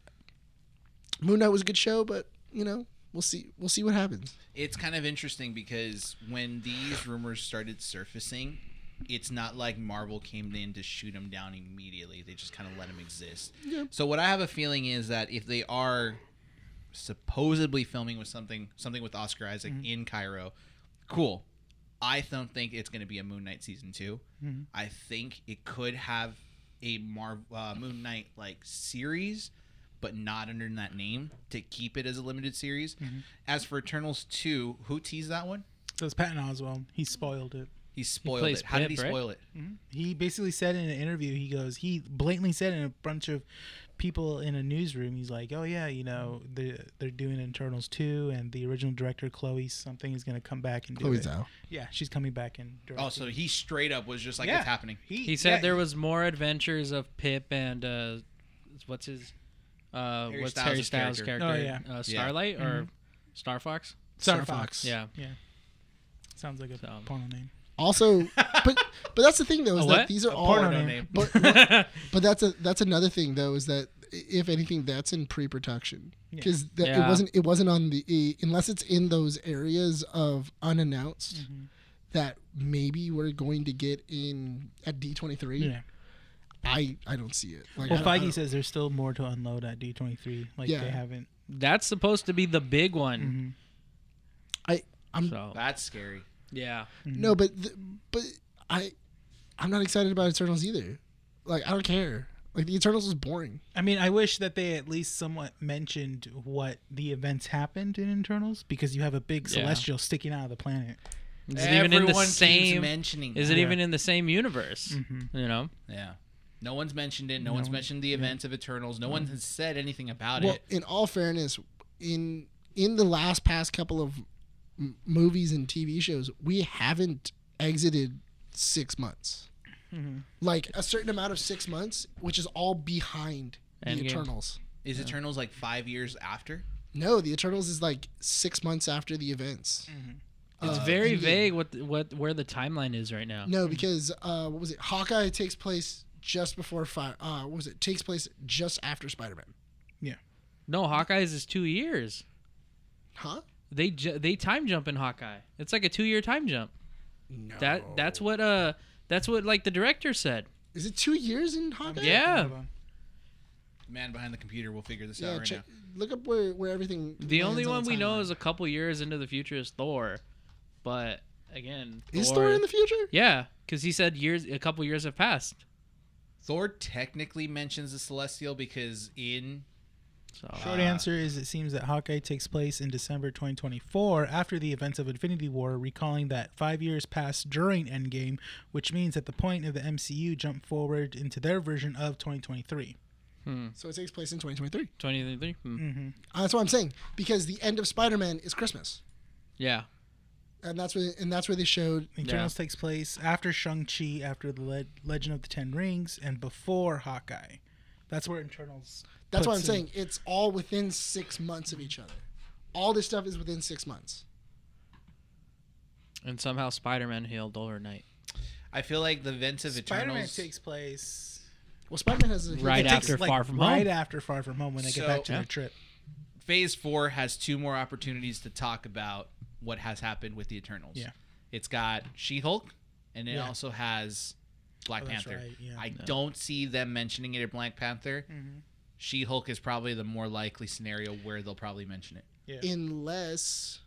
[SPEAKER 1] Moon Knight was a good show, but you know we'll see we'll see what happens.
[SPEAKER 3] It's kind of interesting because when these rumors started surfacing, it's not like Marvel came in to shoot them down immediately. They just kind of let them exist.
[SPEAKER 1] Yeah.
[SPEAKER 3] So what I have a feeling is that if they are supposedly filming with something something with Oscar Isaac in Cairo, cool. I don't think it's going to be a Moon Knight season 2 I think it could have a Mar- uh, Moon Knight like series, but not under that name to keep it as a limited series. As for Eternals two, who teased that one?
[SPEAKER 4] So it's Patton Oswald. He spoiled it.
[SPEAKER 3] He spoiled
[SPEAKER 5] plays
[SPEAKER 3] it. How did he
[SPEAKER 5] Pip, right?
[SPEAKER 3] spoil it?
[SPEAKER 4] He basically said in an interview, he goes, he blatantly said in a bunch of people in a newsroom, he's like, oh yeah, you know, they're, they're doing Internals 2, and the original director, Chloe something, is going to come back and do
[SPEAKER 1] Chloe
[SPEAKER 4] it.
[SPEAKER 1] Zhao.
[SPEAKER 4] Yeah, she's coming back and directing.
[SPEAKER 3] Oh, so he straight up was just like
[SPEAKER 4] Yeah.
[SPEAKER 3] it's happening.
[SPEAKER 5] He said
[SPEAKER 4] yeah,
[SPEAKER 5] there was more adventures of Pip and uh, what's his uh,
[SPEAKER 3] Harry
[SPEAKER 5] what's
[SPEAKER 3] Styles'
[SPEAKER 5] Harry Styles'
[SPEAKER 3] character. Mm-hmm.
[SPEAKER 5] character?
[SPEAKER 4] Oh,
[SPEAKER 5] uh, Starlight or Star Fox?
[SPEAKER 4] Star Fox.
[SPEAKER 5] Yeah.
[SPEAKER 4] Yeah. Sounds like a
[SPEAKER 5] So-
[SPEAKER 4] porno name.
[SPEAKER 1] Also, but but that's the thing though is
[SPEAKER 5] A
[SPEAKER 1] that
[SPEAKER 5] what?
[SPEAKER 1] these are
[SPEAKER 4] A
[SPEAKER 1] all
[SPEAKER 4] porno
[SPEAKER 3] Porno
[SPEAKER 4] name.
[SPEAKER 3] name.
[SPEAKER 1] but but that's a that's another thing though is that if anything that's in pre-production because it
[SPEAKER 5] Yeah.
[SPEAKER 1] wasn't it wasn't on the i- unless it's in those areas of unannounced
[SPEAKER 4] Mm-hmm.
[SPEAKER 1] that maybe we're going to get in at D23
[SPEAKER 4] Yeah.
[SPEAKER 1] I I don't see it like
[SPEAKER 4] Well,
[SPEAKER 1] I don't- I
[SPEAKER 4] Feige
[SPEAKER 1] don't-
[SPEAKER 4] says there's still more to unload at D23. Like
[SPEAKER 1] Yeah.
[SPEAKER 4] they haven't.
[SPEAKER 5] That's supposed to be the big one.
[SPEAKER 1] Mm-hmm. I I'm
[SPEAKER 5] So
[SPEAKER 3] That's scary.
[SPEAKER 5] yeah,
[SPEAKER 1] no but th- but I I'm not excited about Eternals either like I don't care like the Eternals was boring
[SPEAKER 4] I mean, I wish that they at least somewhat mentioned what the events happened in Internals because you have a big
[SPEAKER 5] Yeah.
[SPEAKER 4] celestial sticking out of the planet.
[SPEAKER 5] is it even in the
[SPEAKER 3] Everyone keeps
[SPEAKER 5] same?
[SPEAKER 3] mentioning.
[SPEAKER 5] Is
[SPEAKER 3] that.
[SPEAKER 5] it even in the same universe?
[SPEAKER 1] Mm-hmm.
[SPEAKER 5] You know,
[SPEAKER 3] Yeah. No one's mentioned it. No, one's mentioned the events of Eternals. No
[SPEAKER 5] Mm-hmm.
[SPEAKER 3] one has said anything about
[SPEAKER 1] well
[SPEAKER 3] it.
[SPEAKER 1] in all fairness in in the last past couple of m- movies and TV shows we haven't exited 6 months
[SPEAKER 5] Mm-hmm.
[SPEAKER 1] like a certain amount of 6 months which is all behind the
[SPEAKER 5] Endgame.
[SPEAKER 1] Eternals
[SPEAKER 3] Is Eternals like five years after?
[SPEAKER 1] no the Eternals is like 6 months after the events
[SPEAKER 5] Mm-hmm. it's
[SPEAKER 1] Uh,
[SPEAKER 5] very
[SPEAKER 1] Endgame.
[SPEAKER 5] vague what what where the timeline is right now.
[SPEAKER 1] no because uh what was it Hawkeye takes place just before fire uh what was it takes place just after Spider-Man
[SPEAKER 5] No, Hawkeye's is two years.
[SPEAKER 1] huh
[SPEAKER 5] They ju- they time jump in Hawkeye. It's like a two year time jump.
[SPEAKER 1] no
[SPEAKER 5] That that's what uh that's what like the director said.
[SPEAKER 1] is it 2 years in Hawkeye
[SPEAKER 5] Yeah.
[SPEAKER 4] Hold on.
[SPEAKER 3] Man behind the computer will figure this out
[SPEAKER 1] yeah
[SPEAKER 3] right
[SPEAKER 1] check, look up where where everything
[SPEAKER 5] The
[SPEAKER 1] lands
[SPEAKER 5] only
[SPEAKER 1] on
[SPEAKER 5] one we
[SPEAKER 1] timeline.
[SPEAKER 5] know is a couple years into the future is Thor, but again,
[SPEAKER 1] Is Thor in the future?
[SPEAKER 5] yeah, because he said years a couple years have passed.
[SPEAKER 3] Thor technically mentions the Celestial because in
[SPEAKER 5] So uh,
[SPEAKER 4] Short answer is it seems that Hawkeye takes place in December 2024 after the events of Infinity War, recalling that five years passed during Endgame, which means that the point of the MCU jumped forward into their version of 2023.
[SPEAKER 1] So it takes place in 2023.
[SPEAKER 5] twenty twenty three. Hmm.
[SPEAKER 1] Uh, that's what I'm saying because the end of Spider-Man is Christmas,
[SPEAKER 5] Yeah,
[SPEAKER 1] and that's where and that's where they showed.
[SPEAKER 4] Eternals takes place after Shang-Chi, after the Le- Legend of the Ten Rings, and before Hawkeye. That's where Eternals.
[SPEAKER 1] That's what I'm
[SPEAKER 4] puts in-
[SPEAKER 1] saying. It's all within six months of each other. All this stuff is within six months.
[SPEAKER 5] and somehow Spider Man healed overnight.
[SPEAKER 3] I feel like the events of
[SPEAKER 4] Spider-Man
[SPEAKER 3] Eternals
[SPEAKER 4] takes place
[SPEAKER 1] Well, Spider-Man has a,
[SPEAKER 5] Right
[SPEAKER 1] it
[SPEAKER 4] takes,
[SPEAKER 1] takes-
[SPEAKER 5] after Far From Home.
[SPEAKER 4] Right after Far From Home when they
[SPEAKER 3] So-
[SPEAKER 4] get back to
[SPEAKER 5] Yeah.
[SPEAKER 4] their trip.
[SPEAKER 3] Phase Four has two more opportunities to talk about what has happened with the Eternals.
[SPEAKER 4] Yeah.
[SPEAKER 3] It's got She Hulk and it
[SPEAKER 4] Yeah.
[SPEAKER 3] also has Black
[SPEAKER 4] Oh, that's
[SPEAKER 3] Panther.
[SPEAKER 4] right, yeah. Mm-hmm.
[SPEAKER 3] I don't see them mentioning it in Black Panther. She Hulk is probably the more likely scenario where they'll probably mention it.
[SPEAKER 4] Yeah.
[SPEAKER 1] Unless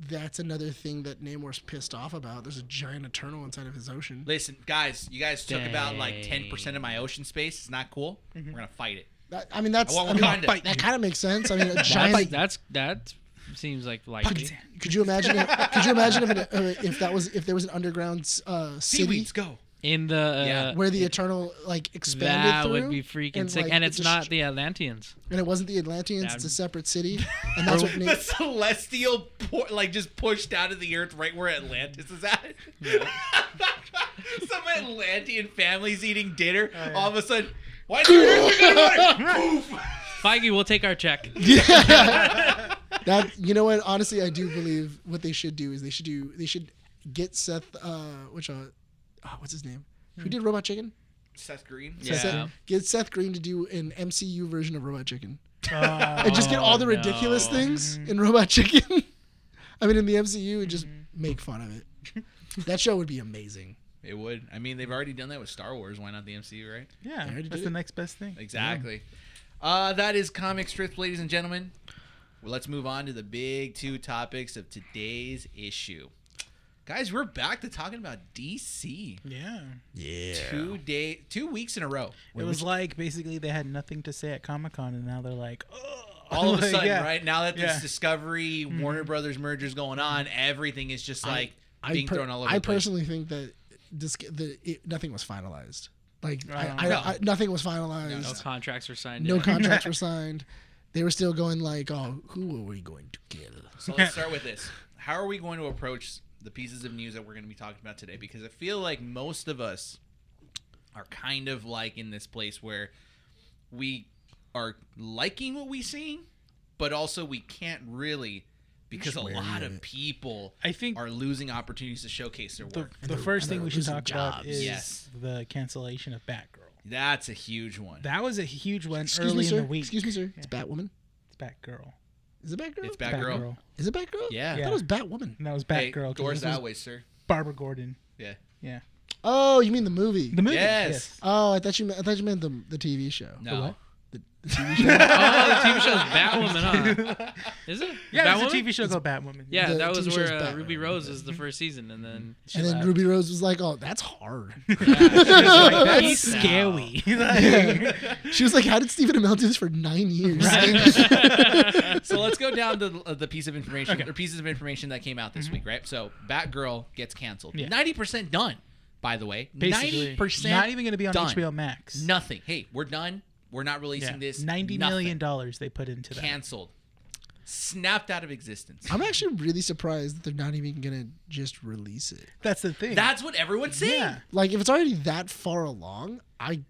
[SPEAKER 1] that's another thing that Namor's pissed off about. There's a giant Eternal inside of his ocean.
[SPEAKER 3] Listen, guys, you guys took about like ten
[SPEAKER 5] Dang.
[SPEAKER 3] percent of my ocean space. It's not cool.
[SPEAKER 4] Mm-hmm.
[SPEAKER 3] We're gonna fight it.
[SPEAKER 1] That, I mean, that's
[SPEAKER 3] I want
[SPEAKER 1] I mean,
[SPEAKER 3] Wakanda. Fight
[SPEAKER 1] that kind of makes sense. I mean, a
[SPEAKER 5] That's,
[SPEAKER 1] giant.
[SPEAKER 5] that's that seems like likely.
[SPEAKER 1] Could you imagine? If, could you imagine if, it, uh, if that was if there was an underground uh, city?
[SPEAKER 3] Seaweeds, go.
[SPEAKER 5] in the uh,
[SPEAKER 3] Yeah.
[SPEAKER 1] where the Eternal like expanded
[SPEAKER 5] that
[SPEAKER 1] through.
[SPEAKER 5] would be freaking sick.
[SPEAKER 1] like,
[SPEAKER 5] and
[SPEAKER 1] it
[SPEAKER 5] it's not
[SPEAKER 1] dist-
[SPEAKER 5] the Atlanteans.
[SPEAKER 1] and it wasn't the Atlanteans.
[SPEAKER 5] That
[SPEAKER 1] It's a
[SPEAKER 5] would-
[SPEAKER 1] separate city, and that's what
[SPEAKER 3] the
[SPEAKER 1] Nate,
[SPEAKER 3] celestial port like just pushed out of the earth right where Atlantis is at. Some Atlantean family's eating dinner.
[SPEAKER 1] Oh,
[SPEAKER 3] All of a sudden, why is the earth in water? Poof!
[SPEAKER 5] Feige, we'll take our check.
[SPEAKER 1] That you know what? Honestly, I do believe what they should do is they should do they should get Seth. Uh, which uh, oh, what's his name? Who did Robot Chicken?
[SPEAKER 3] Seth Green.
[SPEAKER 5] Hmm. Yeah.
[SPEAKER 1] Seth, get Seth Green to do an MCU version of Robot Chicken.
[SPEAKER 4] Uh,
[SPEAKER 1] and just get all the
[SPEAKER 5] Oh,
[SPEAKER 1] ridiculous
[SPEAKER 5] no.
[SPEAKER 1] things in Robot Chicken. I mean, in the MCU, and just
[SPEAKER 3] Mm-hmm.
[SPEAKER 1] make fun of it. That show would be amazing.
[SPEAKER 3] It would. I mean, they've already done that with Star Wars. Why not the MCU, right?
[SPEAKER 4] yeah,
[SPEAKER 1] already
[SPEAKER 4] that's
[SPEAKER 1] did
[SPEAKER 4] the
[SPEAKER 1] it.
[SPEAKER 4] next best thing.
[SPEAKER 3] Exactly. Uh, that is comic strips, ladies and gentlemen. Well, let's move on to the big two topics of today's issue. Guys, we're back to talking about DC.
[SPEAKER 4] Yeah,
[SPEAKER 1] Yeah.
[SPEAKER 3] Two day, two weeks in a row.
[SPEAKER 4] it was like basically they had nothing to say at Comic Con, and now they're like, oh,
[SPEAKER 3] All of a
[SPEAKER 4] Like,
[SPEAKER 3] sudden,
[SPEAKER 4] yeah.
[SPEAKER 3] right now that this
[SPEAKER 4] Yeah.
[SPEAKER 3] Discovery Warner Brothers merger is going on, everything is just like being
[SPEAKER 1] per-
[SPEAKER 3] thrown all over.
[SPEAKER 1] I
[SPEAKER 3] the place.
[SPEAKER 1] personally think that this that it, nothing was finalized. Like I, I,
[SPEAKER 3] Oh, No.
[SPEAKER 1] I, nothing was
[SPEAKER 5] No
[SPEAKER 1] finalized.
[SPEAKER 5] contracts were signed.
[SPEAKER 1] No,
[SPEAKER 5] yet.
[SPEAKER 1] contracts were signed. They were still going like, "Oh, who are we going to kill?"
[SPEAKER 3] So let's start with this. How are we going to approach the pieces of news that we're going to be talking about today? Because I feel like most of us are kind of like in this place where we are liking what we see, but also we can't really because a
[SPEAKER 1] Swearing
[SPEAKER 3] lot
[SPEAKER 1] at
[SPEAKER 3] of
[SPEAKER 1] it.
[SPEAKER 3] people
[SPEAKER 4] I think
[SPEAKER 3] are losing opportunities to showcase their
[SPEAKER 4] the,
[SPEAKER 3] work.
[SPEAKER 4] the
[SPEAKER 1] they're-
[SPEAKER 4] first
[SPEAKER 1] and
[SPEAKER 4] thing
[SPEAKER 1] they're
[SPEAKER 4] we should
[SPEAKER 1] losing
[SPEAKER 4] talk about
[SPEAKER 1] jobs.
[SPEAKER 4] is
[SPEAKER 3] Yes.
[SPEAKER 4] the cancellation of Batgirl.
[SPEAKER 3] That's a huge one.
[SPEAKER 4] That was a huge one
[SPEAKER 1] Excuse
[SPEAKER 4] early
[SPEAKER 1] me, sir.
[SPEAKER 4] in the week.
[SPEAKER 1] Excuse me, sir. It's Batwoman.
[SPEAKER 4] It's Batgirl.
[SPEAKER 1] Is it Batgirl?
[SPEAKER 3] It's Batgirl.
[SPEAKER 1] Is it Batgirl?
[SPEAKER 3] Yeah.
[SPEAKER 1] I thought it was Batwoman.
[SPEAKER 4] And that was
[SPEAKER 3] Hey,
[SPEAKER 4] Batgirl. 'cause
[SPEAKER 3] doors
[SPEAKER 4] this was
[SPEAKER 3] that way, sir.
[SPEAKER 4] Barbara Gordon.
[SPEAKER 3] Yeah.
[SPEAKER 4] Yeah.
[SPEAKER 1] Oh, you mean the movie?
[SPEAKER 4] The movie.
[SPEAKER 3] Yes.
[SPEAKER 1] oh, I thought you meant, I thought you meant the the TV show.
[SPEAKER 3] No.
[SPEAKER 1] The, the TV show.
[SPEAKER 5] Oh, the TV show's Batwoman, huh? Is it?
[SPEAKER 4] Yeah,
[SPEAKER 5] Batwoman?
[SPEAKER 4] it's a TV show called Batwoman.
[SPEAKER 5] Yeah,
[SPEAKER 1] The
[SPEAKER 5] that was
[SPEAKER 1] TV
[SPEAKER 5] where
[SPEAKER 1] show's
[SPEAKER 5] uh,
[SPEAKER 1] Batwoman.
[SPEAKER 5] Ruby Rose was the first season, and then
[SPEAKER 1] and then Ruby Rose was like, "Oh, that's hard."
[SPEAKER 4] Like,
[SPEAKER 1] That's-
[SPEAKER 4] that's scary. Like-
[SPEAKER 1] she was like, "How did Stephen Amell do this for nine years?"
[SPEAKER 3] so let's go down to the- the piece of information or pieces of information that came out this week, right? So Batgirl gets canceled.
[SPEAKER 4] Mm-hmm. Yeah.
[SPEAKER 3] Ninety percent done, by the way.
[SPEAKER 4] Basically,
[SPEAKER 3] Ninety percent.
[SPEAKER 4] not even going to be on
[SPEAKER 3] done.
[SPEAKER 4] HBO Max.
[SPEAKER 3] Nothing. Hey, we're done. We're not releasing
[SPEAKER 4] yeah.
[SPEAKER 3] this.
[SPEAKER 4] ninety
[SPEAKER 3] Nothing.
[SPEAKER 4] million dollars they put into that.
[SPEAKER 3] canceled, snapped out of existence.
[SPEAKER 1] I'm actually really surprised that they're not even gonna just release it.
[SPEAKER 4] That's the thing.
[SPEAKER 3] That's what everyone's saying.
[SPEAKER 4] yeah.
[SPEAKER 1] Like, if it's already that far along, I,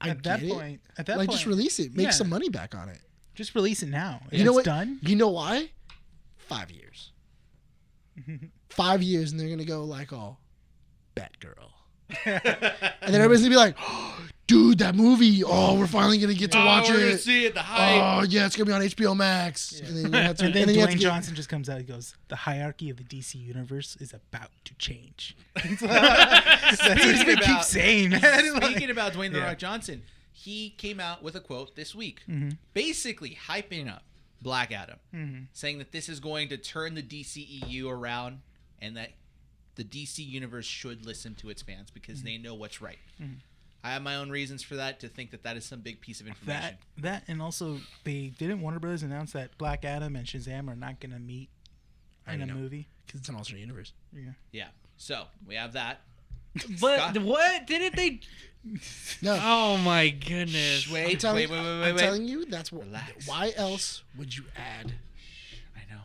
[SPEAKER 1] I
[SPEAKER 4] At that
[SPEAKER 1] get it.
[SPEAKER 4] point, at that
[SPEAKER 1] like,
[SPEAKER 4] point,
[SPEAKER 1] just release it. Make
[SPEAKER 4] yeah.
[SPEAKER 1] some money back on it.
[SPEAKER 4] Just release it now. If
[SPEAKER 1] You know
[SPEAKER 4] it's
[SPEAKER 1] what?
[SPEAKER 4] Done.
[SPEAKER 1] You know why? Five years. Five years, and they're gonna go like, "Oh, Batgirl," and then everybody's gonna be like, oh, "Dude, that movie! Oh, we're finally gonna get to
[SPEAKER 3] Oh,
[SPEAKER 1] watch
[SPEAKER 3] we're gonna
[SPEAKER 1] it!
[SPEAKER 3] see it. The hype.
[SPEAKER 1] Oh, yeah, it's gonna be on HBO Max." And then you have to,
[SPEAKER 4] And then
[SPEAKER 1] and then you have to
[SPEAKER 4] Dwayne
[SPEAKER 1] get-
[SPEAKER 4] Johnson just comes out and goes, The hierarchy of the DC universe is about to change. That's what they keep
[SPEAKER 3] about-
[SPEAKER 4] saying, man. Like-
[SPEAKER 3] Speaking about Dwayne the
[SPEAKER 4] Yeah.
[SPEAKER 3] Rock Johnson, he came out with a quote this week,
[SPEAKER 1] Mm-hmm.
[SPEAKER 3] basically hyping up Black Adam, saying that this is going to turn the DCEU around and that the DC universe should listen to its fans because
[SPEAKER 1] Mm-hmm.
[SPEAKER 3] they know what's right. I have my own reasons for that to think that that is some big piece of information.
[SPEAKER 4] that that and also they didn't Warner Brothers announce that Black Adam and Shazam are not gonna meet in a
[SPEAKER 3] know.
[SPEAKER 4] movie.
[SPEAKER 1] because it's an alternate universe.
[SPEAKER 4] Yeah.
[SPEAKER 3] Yeah. So we have that.
[SPEAKER 5] But what didn't they?
[SPEAKER 1] No,
[SPEAKER 5] Oh my goodness!
[SPEAKER 3] Wait,
[SPEAKER 1] I'm telling,
[SPEAKER 3] wait, wait, wait, wait,
[SPEAKER 1] I'm
[SPEAKER 3] wait.
[SPEAKER 1] telling you, that's what.
[SPEAKER 3] Relax.
[SPEAKER 1] Why else would you add?
[SPEAKER 3] I know.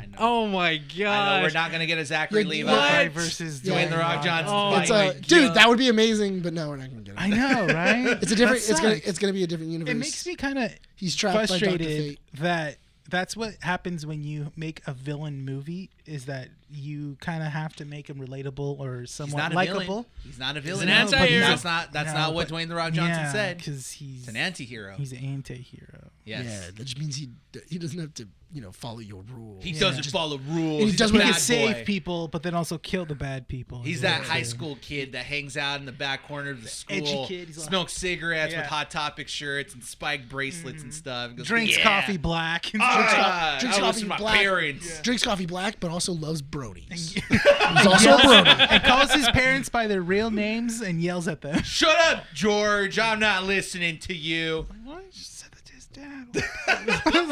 [SPEAKER 3] I know.
[SPEAKER 5] Oh my
[SPEAKER 3] I know. We're
[SPEAKER 5] god!
[SPEAKER 3] not going to get a Zachary
[SPEAKER 1] You're-
[SPEAKER 3] Levi.
[SPEAKER 1] What?
[SPEAKER 4] Levi versus
[SPEAKER 1] Yeah.
[SPEAKER 4] Dwayne
[SPEAKER 3] Dwayne The Rock Johnson.
[SPEAKER 5] Oh
[SPEAKER 3] fight.
[SPEAKER 1] It's
[SPEAKER 5] my
[SPEAKER 1] a, dude,
[SPEAKER 5] God.
[SPEAKER 1] that would be amazing, but no, we're not gonna get it.
[SPEAKER 4] I know, right?
[SPEAKER 1] it's a
[SPEAKER 4] That
[SPEAKER 1] different. It's gonna.
[SPEAKER 4] sucks.
[SPEAKER 1] It's gonna be a different universe.
[SPEAKER 4] It makes me kind of
[SPEAKER 1] He's trapped by Doctor
[SPEAKER 4] frustrated
[SPEAKER 1] Fate.
[SPEAKER 4] that that's what happens when you make a villain movie is that you kind of have to make him relatable or
[SPEAKER 3] He's
[SPEAKER 4] somewhat
[SPEAKER 3] not a villain.
[SPEAKER 4] likable.
[SPEAKER 3] He's not a villain.
[SPEAKER 5] an
[SPEAKER 3] No, but
[SPEAKER 5] anti-hero.
[SPEAKER 3] That's not that's
[SPEAKER 4] No,
[SPEAKER 3] not what
[SPEAKER 4] but-
[SPEAKER 3] Dwayne the Rock Johnson said.
[SPEAKER 4] because he's
[SPEAKER 3] It's an anti-hero.
[SPEAKER 4] he's an anti-hero.
[SPEAKER 3] yes.
[SPEAKER 1] Yeah, that just means he he doesn't have to you know follow your rules.
[SPEAKER 3] He doesn't follow rules.
[SPEAKER 1] he
[SPEAKER 3] He's
[SPEAKER 1] does
[SPEAKER 3] a
[SPEAKER 1] what
[SPEAKER 4] He
[SPEAKER 1] he
[SPEAKER 3] bad
[SPEAKER 1] Bad
[SPEAKER 4] can save
[SPEAKER 3] save people.
[SPEAKER 4] people, but then also kill the bad people.
[SPEAKER 3] He's
[SPEAKER 4] Is
[SPEAKER 3] that
[SPEAKER 4] what
[SPEAKER 3] high
[SPEAKER 4] it is.
[SPEAKER 3] school kid that hangs out in the back corner of the school,
[SPEAKER 4] edgy kid, he's like-
[SPEAKER 3] smokes cigarettes with
[SPEAKER 4] Yeah.
[SPEAKER 3] hot topic shirts and spiked bracelets and stuff. and goes,
[SPEAKER 4] drinks
[SPEAKER 3] "Yeah,
[SPEAKER 4] coffee black.
[SPEAKER 3] all right,
[SPEAKER 1] drinks
[SPEAKER 3] I
[SPEAKER 1] coffee
[SPEAKER 3] listen to my
[SPEAKER 1] black."
[SPEAKER 3] parents.
[SPEAKER 1] Drinks coffee black, but also loves bronies.
[SPEAKER 4] And-
[SPEAKER 1] He's also a brony.
[SPEAKER 4] and calls his parents by their real names and yells at them.
[SPEAKER 3] Shut up, George. I'm not listening to you.
[SPEAKER 4] What? Just said that to his dad. I was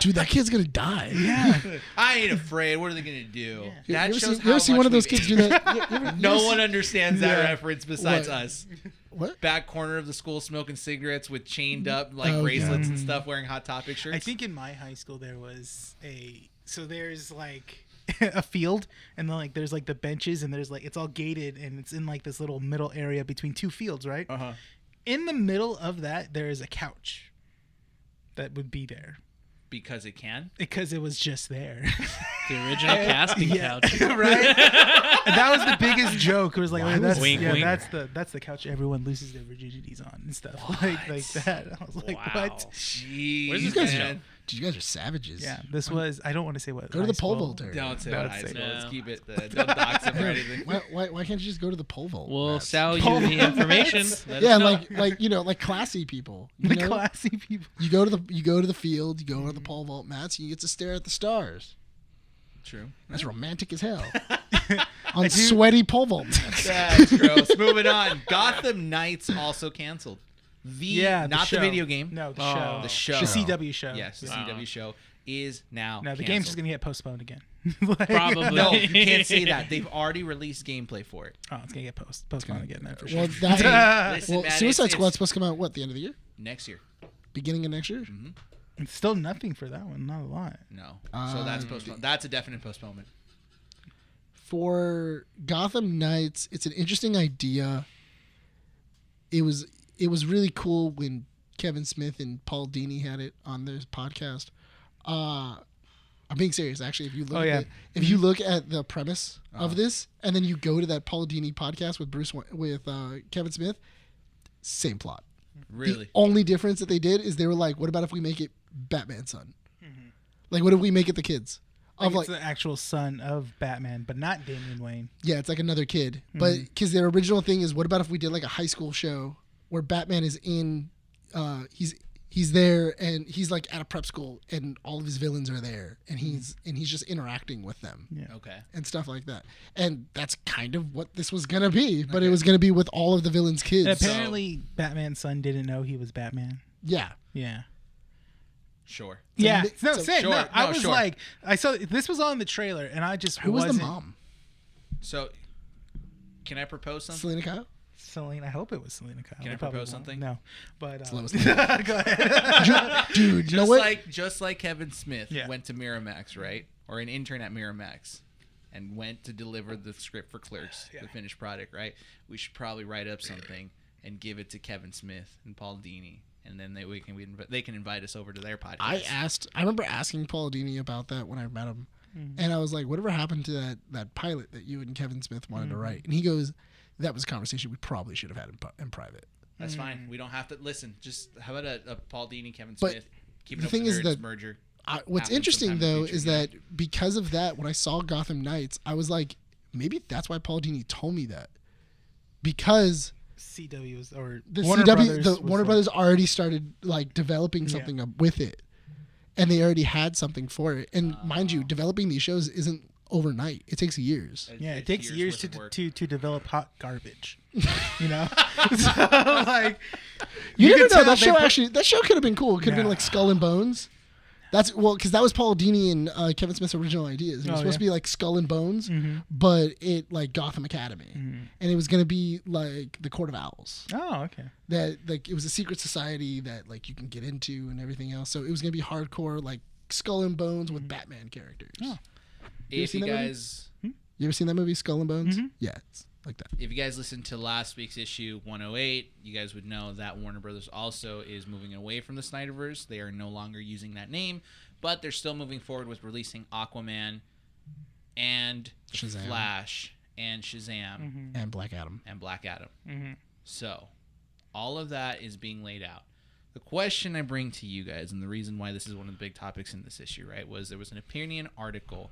[SPEAKER 1] Dude, that kid's gonna die.
[SPEAKER 4] yeah.
[SPEAKER 3] I ain't afraid. What are they gonna do?
[SPEAKER 1] You,
[SPEAKER 3] That
[SPEAKER 1] you ever
[SPEAKER 3] shows
[SPEAKER 1] see,
[SPEAKER 3] how
[SPEAKER 1] you ever see
[SPEAKER 3] much
[SPEAKER 1] one of those
[SPEAKER 3] we've
[SPEAKER 1] kids do
[SPEAKER 3] aged.
[SPEAKER 1] that? You- you ever- you
[SPEAKER 3] No
[SPEAKER 1] ever
[SPEAKER 3] one
[SPEAKER 1] see-
[SPEAKER 3] underwesides that
[SPEAKER 1] Yeah.
[SPEAKER 3] reference besides
[SPEAKER 1] What?
[SPEAKER 3] us.
[SPEAKER 1] What?
[SPEAKER 3] back corner of the school smoking cigarettes with chained up like
[SPEAKER 1] Oh,
[SPEAKER 3] bracelets and stuff wearing hot topic shirts.
[SPEAKER 4] I think in my high school there was a so there's like a field and then like there's like the benches and there's like it's all gated and it's in like this little middle area between two fields, right?
[SPEAKER 1] Oh.
[SPEAKER 3] Uh-huh.
[SPEAKER 4] In the middle of that there is a couch that would be there.
[SPEAKER 3] because it can.
[SPEAKER 4] because it was just there.
[SPEAKER 5] The original casting
[SPEAKER 4] yeah,
[SPEAKER 5] couch.
[SPEAKER 4] right. And that was the biggest joke. It was like, oh, that's
[SPEAKER 5] Wink,
[SPEAKER 4] yeah,
[SPEAKER 5] wink.
[SPEAKER 4] that's the that's the couch everyone loses their virginities on and stuff like like that. I was like, what?
[SPEAKER 5] Wow.
[SPEAKER 3] Jeez,
[SPEAKER 5] Where's this
[SPEAKER 1] guys
[SPEAKER 3] man.
[SPEAKER 1] Dude, you guys are savages.
[SPEAKER 4] Yeah, this was. I don't want to say what.
[SPEAKER 1] Go to the
[SPEAKER 4] high
[SPEAKER 1] pole
[SPEAKER 4] school.
[SPEAKER 1] vault area.
[SPEAKER 3] Don't say
[SPEAKER 4] Don't
[SPEAKER 3] what I
[SPEAKER 4] say
[SPEAKER 3] said.
[SPEAKER 5] that.
[SPEAKER 3] Let's keep it. Uh, don't dox him or anything.
[SPEAKER 1] Why, why, why can't you just go to the pole vault?
[SPEAKER 5] We'll
[SPEAKER 1] Matt?
[SPEAKER 5] sell you
[SPEAKER 4] Paul
[SPEAKER 5] the
[SPEAKER 4] Matt's.
[SPEAKER 5] information. Let us
[SPEAKER 1] Yeah,
[SPEAKER 5] know.
[SPEAKER 1] like like you know, like classy people. You,
[SPEAKER 4] The Mm-hmm.
[SPEAKER 1] know?
[SPEAKER 4] classy people.
[SPEAKER 1] you go to the you go to the field, you go on the pole vault mats, and you get to stare at the stars.
[SPEAKER 3] True.
[SPEAKER 1] That's romantic as hell. on sweaty pole vault mats.
[SPEAKER 3] That's gross. Moving on. Gotham Knights also canceled. The
[SPEAKER 4] Yeah,
[SPEAKER 3] E, not the,
[SPEAKER 4] show.
[SPEAKER 3] video game.
[SPEAKER 4] No, the
[SPEAKER 5] Oh.
[SPEAKER 4] show.
[SPEAKER 3] the show.
[SPEAKER 4] The CW show.
[SPEAKER 3] Yes, the
[SPEAKER 4] Yeah.
[SPEAKER 5] Wow.
[SPEAKER 3] CW show is now.
[SPEAKER 4] No, the
[SPEAKER 3] canceled.
[SPEAKER 4] game's just gonna get postponed again. Like-
[SPEAKER 5] Probably.
[SPEAKER 3] No, you can't say that. They've already released gameplay for it.
[SPEAKER 4] Oh, it's gonna get post postponed again. Then for sure.
[SPEAKER 1] Well, that
[SPEAKER 3] Listen,
[SPEAKER 1] well,
[SPEAKER 3] man,
[SPEAKER 1] Suicide
[SPEAKER 3] it's-
[SPEAKER 1] Squad's
[SPEAKER 3] it's
[SPEAKER 1] supposed to come out what the end of the year,
[SPEAKER 3] next year.
[SPEAKER 1] beginning of next year.
[SPEAKER 4] It's still nothing for that one. Not a lot.
[SPEAKER 3] No, so that's postponed. That's a definite postponement.
[SPEAKER 1] for Gotham Knights, it's an interesting idea. It was it was really cool when Kevin Smith and Paul Dini had it on their podcast. Uh I'm being serious actually. If you look
[SPEAKER 4] Oh,
[SPEAKER 1] at
[SPEAKER 4] yeah.
[SPEAKER 1] it- if you look at the premise of this and then you go to that Paul Dini podcast with Bruce Wa- with uh, Kevin Smith, same plot.
[SPEAKER 3] Really,
[SPEAKER 1] The only difference that they did is they were like, what about if we make it Batman's son? Like what if we make it the kids?
[SPEAKER 4] Mm-hmm. Like,
[SPEAKER 1] Of like,
[SPEAKER 4] it's the actual son of Batman, but not Damian Wayne.
[SPEAKER 1] yeah, it's like another kid.
[SPEAKER 4] Mm-hmm.
[SPEAKER 1] But because their original thing is, what about if we did like a high school show where Batman is in, uh, he's he's there and he's like at a prep school and all of his villains are there and
[SPEAKER 4] Mm-hmm.
[SPEAKER 1] he's and he's just interacting with them
[SPEAKER 3] okay.
[SPEAKER 1] and stuff like that. And that's kind of what this was gonna be, but it was gonna be with all of the villains'
[SPEAKER 4] And
[SPEAKER 1] kids.
[SPEAKER 4] apparently, Batman's son didn't know he was Batman.
[SPEAKER 1] yeah,
[SPEAKER 4] Yeah.
[SPEAKER 3] Sure.
[SPEAKER 4] Yeah,
[SPEAKER 1] mi-
[SPEAKER 4] no,
[SPEAKER 1] so-
[SPEAKER 4] same.
[SPEAKER 3] Sure,
[SPEAKER 4] no, I
[SPEAKER 3] no,
[SPEAKER 4] was
[SPEAKER 3] sure.
[SPEAKER 4] like, I saw this was on the trailer, and I just
[SPEAKER 1] who was
[SPEAKER 4] wasn't,
[SPEAKER 1] the mom?
[SPEAKER 3] So, can I propose something?
[SPEAKER 1] Selena Kyle.
[SPEAKER 4] Selena. I hope it was Selena Kyle.
[SPEAKER 3] Can I
[SPEAKER 4] It probably
[SPEAKER 3] propose
[SPEAKER 4] won't.
[SPEAKER 3] something?
[SPEAKER 4] No, but uh,
[SPEAKER 1] Lois
[SPEAKER 4] go ahead.
[SPEAKER 1] Dude, you know
[SPEAKER 3] Just
[SPEAKER 1] what?
[SPEAKER 3] like just like Kevin Smith
[SPEAKER 4] Yeah.
[SPEAKER 3] went to Miramax, right, or an intern at Miramax, and went to deliver the script for Clerks, the finished product, right? We should probably write up something and give it to Kevin Smith and Paul Dini, and then they we can we, inv- they can invite us over to their podcast.
[SPEAKER 1] I asked. I remember asking Paul Dini about that when I met him, and I was like, "Whatever happened to that that pilot that you and Kevin Smith wanted to write?" And he goes, "That was a conversation we probably should have had in, pu- in private."
[SPEAKER 3] That's fine. We don't have to listen. Just how about a, a Paul Dini, Kevin
[SPEAKER 1] But
[SPEAKER 3] Smith? Keep
[SPEAKER 1] the
[SPEAKER 3] up with
[SPEAKER 1] thing is
[SPEAKER 3] nerds
[SPEAKER 1] that-
[SPEAKER 3] merger.
[SPEAKER 1] I, what's
[SPEAKER 3] Happen
[SPEAKER 1] interesting
[SPEAKER 3] sometime in the
[SPEAKER 1] though
[SPEAKER 3] future,
[SPEAKER 1] is
[SPEAKER 3] yeah.
[SPEAKER 1] that because of that, when I saw Gotham Knights, I was like, maybe that's why Paul Dini told me that, because
[SPEAKER 4] CW was or
[SPEAKER 1] the
[SPEAKER 4] Warner
[SPEAKER 1] CW,
[SPEAKER 4] Brothers
[SPEAKER 1] the
[SPEAKER 4] was
[SPEAKER 1] Warner
[SPEAKER 4] like-
[SPEAKER 1] Brothers already started like developing
[SPEAKER 4] Yeah.
[SPEAKER 1] something up with it, and they already had something for it. And mind you, developing these shows isn't overnight; it takes years.
[SPEAKER 4] Yeah, it
[SPEAKER 3] It's
[SPEAKER 4] takes years,
[SPEAKER 3] worth of
[SPEAKER 4] to,
[SPEAKER 3] work.
[SPEAKER 4] to to develop hot garbage. you know, so, like
[SPEAKER 1] You,
[SPEAKER 4] You
[SPEAKER 1] never
[SPEAKER 4] could
[SPEAKER 1] know.
[SPEAKER 4] tell
[SPEAKER 1] That
[SPEAKER 4] they
[SPEAKER 1] show
[SPEAKER 4] put-
[SPEAKER 1] actually, that show could have been cool. It could have been
[SPEAKER 4] Nah.
[SPEAKER 1] like Skull and Bones. That's well, because that was Paul Dini and uh, Kevin Smith's original ideas. It was supposed
[SPEAKER 4] Oh,
[SPEAKER 1] to
[SPEAKER 4] yeah. Mm-hmm.
[SPEAKER 1] be like Skull and Bones, but it like Gotham Academy, and it was gonna be like the Court of Owls.
[SPEAKER 4] oh okay,
[SPEAKER 1] That like it was a secret society that like you can get into and everything else. So it was gonna be hardcore like Skull and Bones
[SPEAKER 4] Mm-hmm.
[SPEAKER 1] with Batman characters.
[SPEAKER 4] Oh.
[SPEAKER 1] You
[SPEAKER 3] If
[SPEAKER 1] seen
[SPEAKER 3] you
[SPEAKER 1] that movie?
[SPEAKER 3] guys,
[SPEAKER 1] You ever seen that movie Skull and Bones?
[SPEAKER 4] Mm-hmm.
[SPEAKER 1] Yeah, it's like that.
[SPEAKER 3] if you guys listened to last week's issue 108, you guys would know that Warner Brothers also is moving away from the Snyderverse. They are no longer using that name, but they're still moving forward with releasing Aquaman and The
[SPEAKER 1] Shazam.
[SPEAKER 3] Flash and Shazam
[SPEAKER 1] And Black Adam.
[SPEAKER 3] and Black Adam. So, all of that is being laid out. The question I bring to you guys, and the reason why this is one of the big topics in this issue, right, was there was an opinion article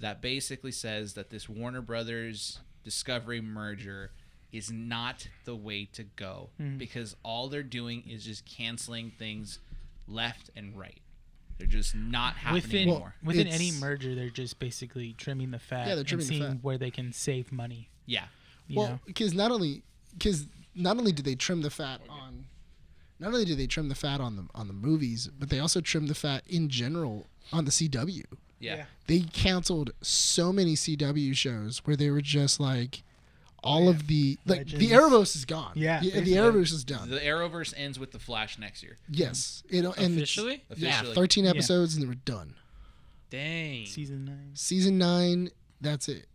[SPEAKER 3] that basically says that this Warner Brothers Discovery merger is not the way to go because all they're doing is just canceling things left and right. They're just not happening
[SPEAKER 4] within
[SPEAKER 3] anymore.
[SPEAKER 4] within any
[SPEAKER 1] It's-
[SPEAKER 4] merger, they're just basically trimming the fat.
[SPEAKER 1] Yeah, they're trimming
[SPEAKER 4] and
[SPEAKER 1] the
[SPEAKER 4] seeing
[SPEAKER 1] fat.
[SPEAKER 4] where they can save money.
[SPEAKER 3] Yeah.
[SPEAKER 4] You
[SPEAKER 1] Well,
[SPEAKER 4] know?
[SPEAKER 1] because not only because not only did they trim the fat on, not only did they trim the fat on the on the movies, but they also trimmed the fat in general on the CW.
[SPEAKER 3] Yeah.
[SPEAKER 4] Yeah.
[SPEAKER 1] They canceled so many CW shows where they were just like, all of the like the
[SPEAKER 4] Legends.
[SPEAKER 1] Arrowverse is gone.
[SPEAKER 4] Yeah,
[SPEAKER 1] the, the
[SPEAKER 4] basically.
[SPEAKER 1] Arrowverse is done.
[SPEAKER 3] The Arrowverse ends with The Flash next year.
[SPEAKER 1] yes, it and
[SPEAKER 5] Officially?
[SPEAKER 1] yeah,
[SPEAKER 3] Officially.
[SPEAKER 1] thirteen episodes and they were done.
[SPEAKER 5] Dang.
[SPEAKER 4] Season nine.
[SPEAKER 1] Season nine, that's it.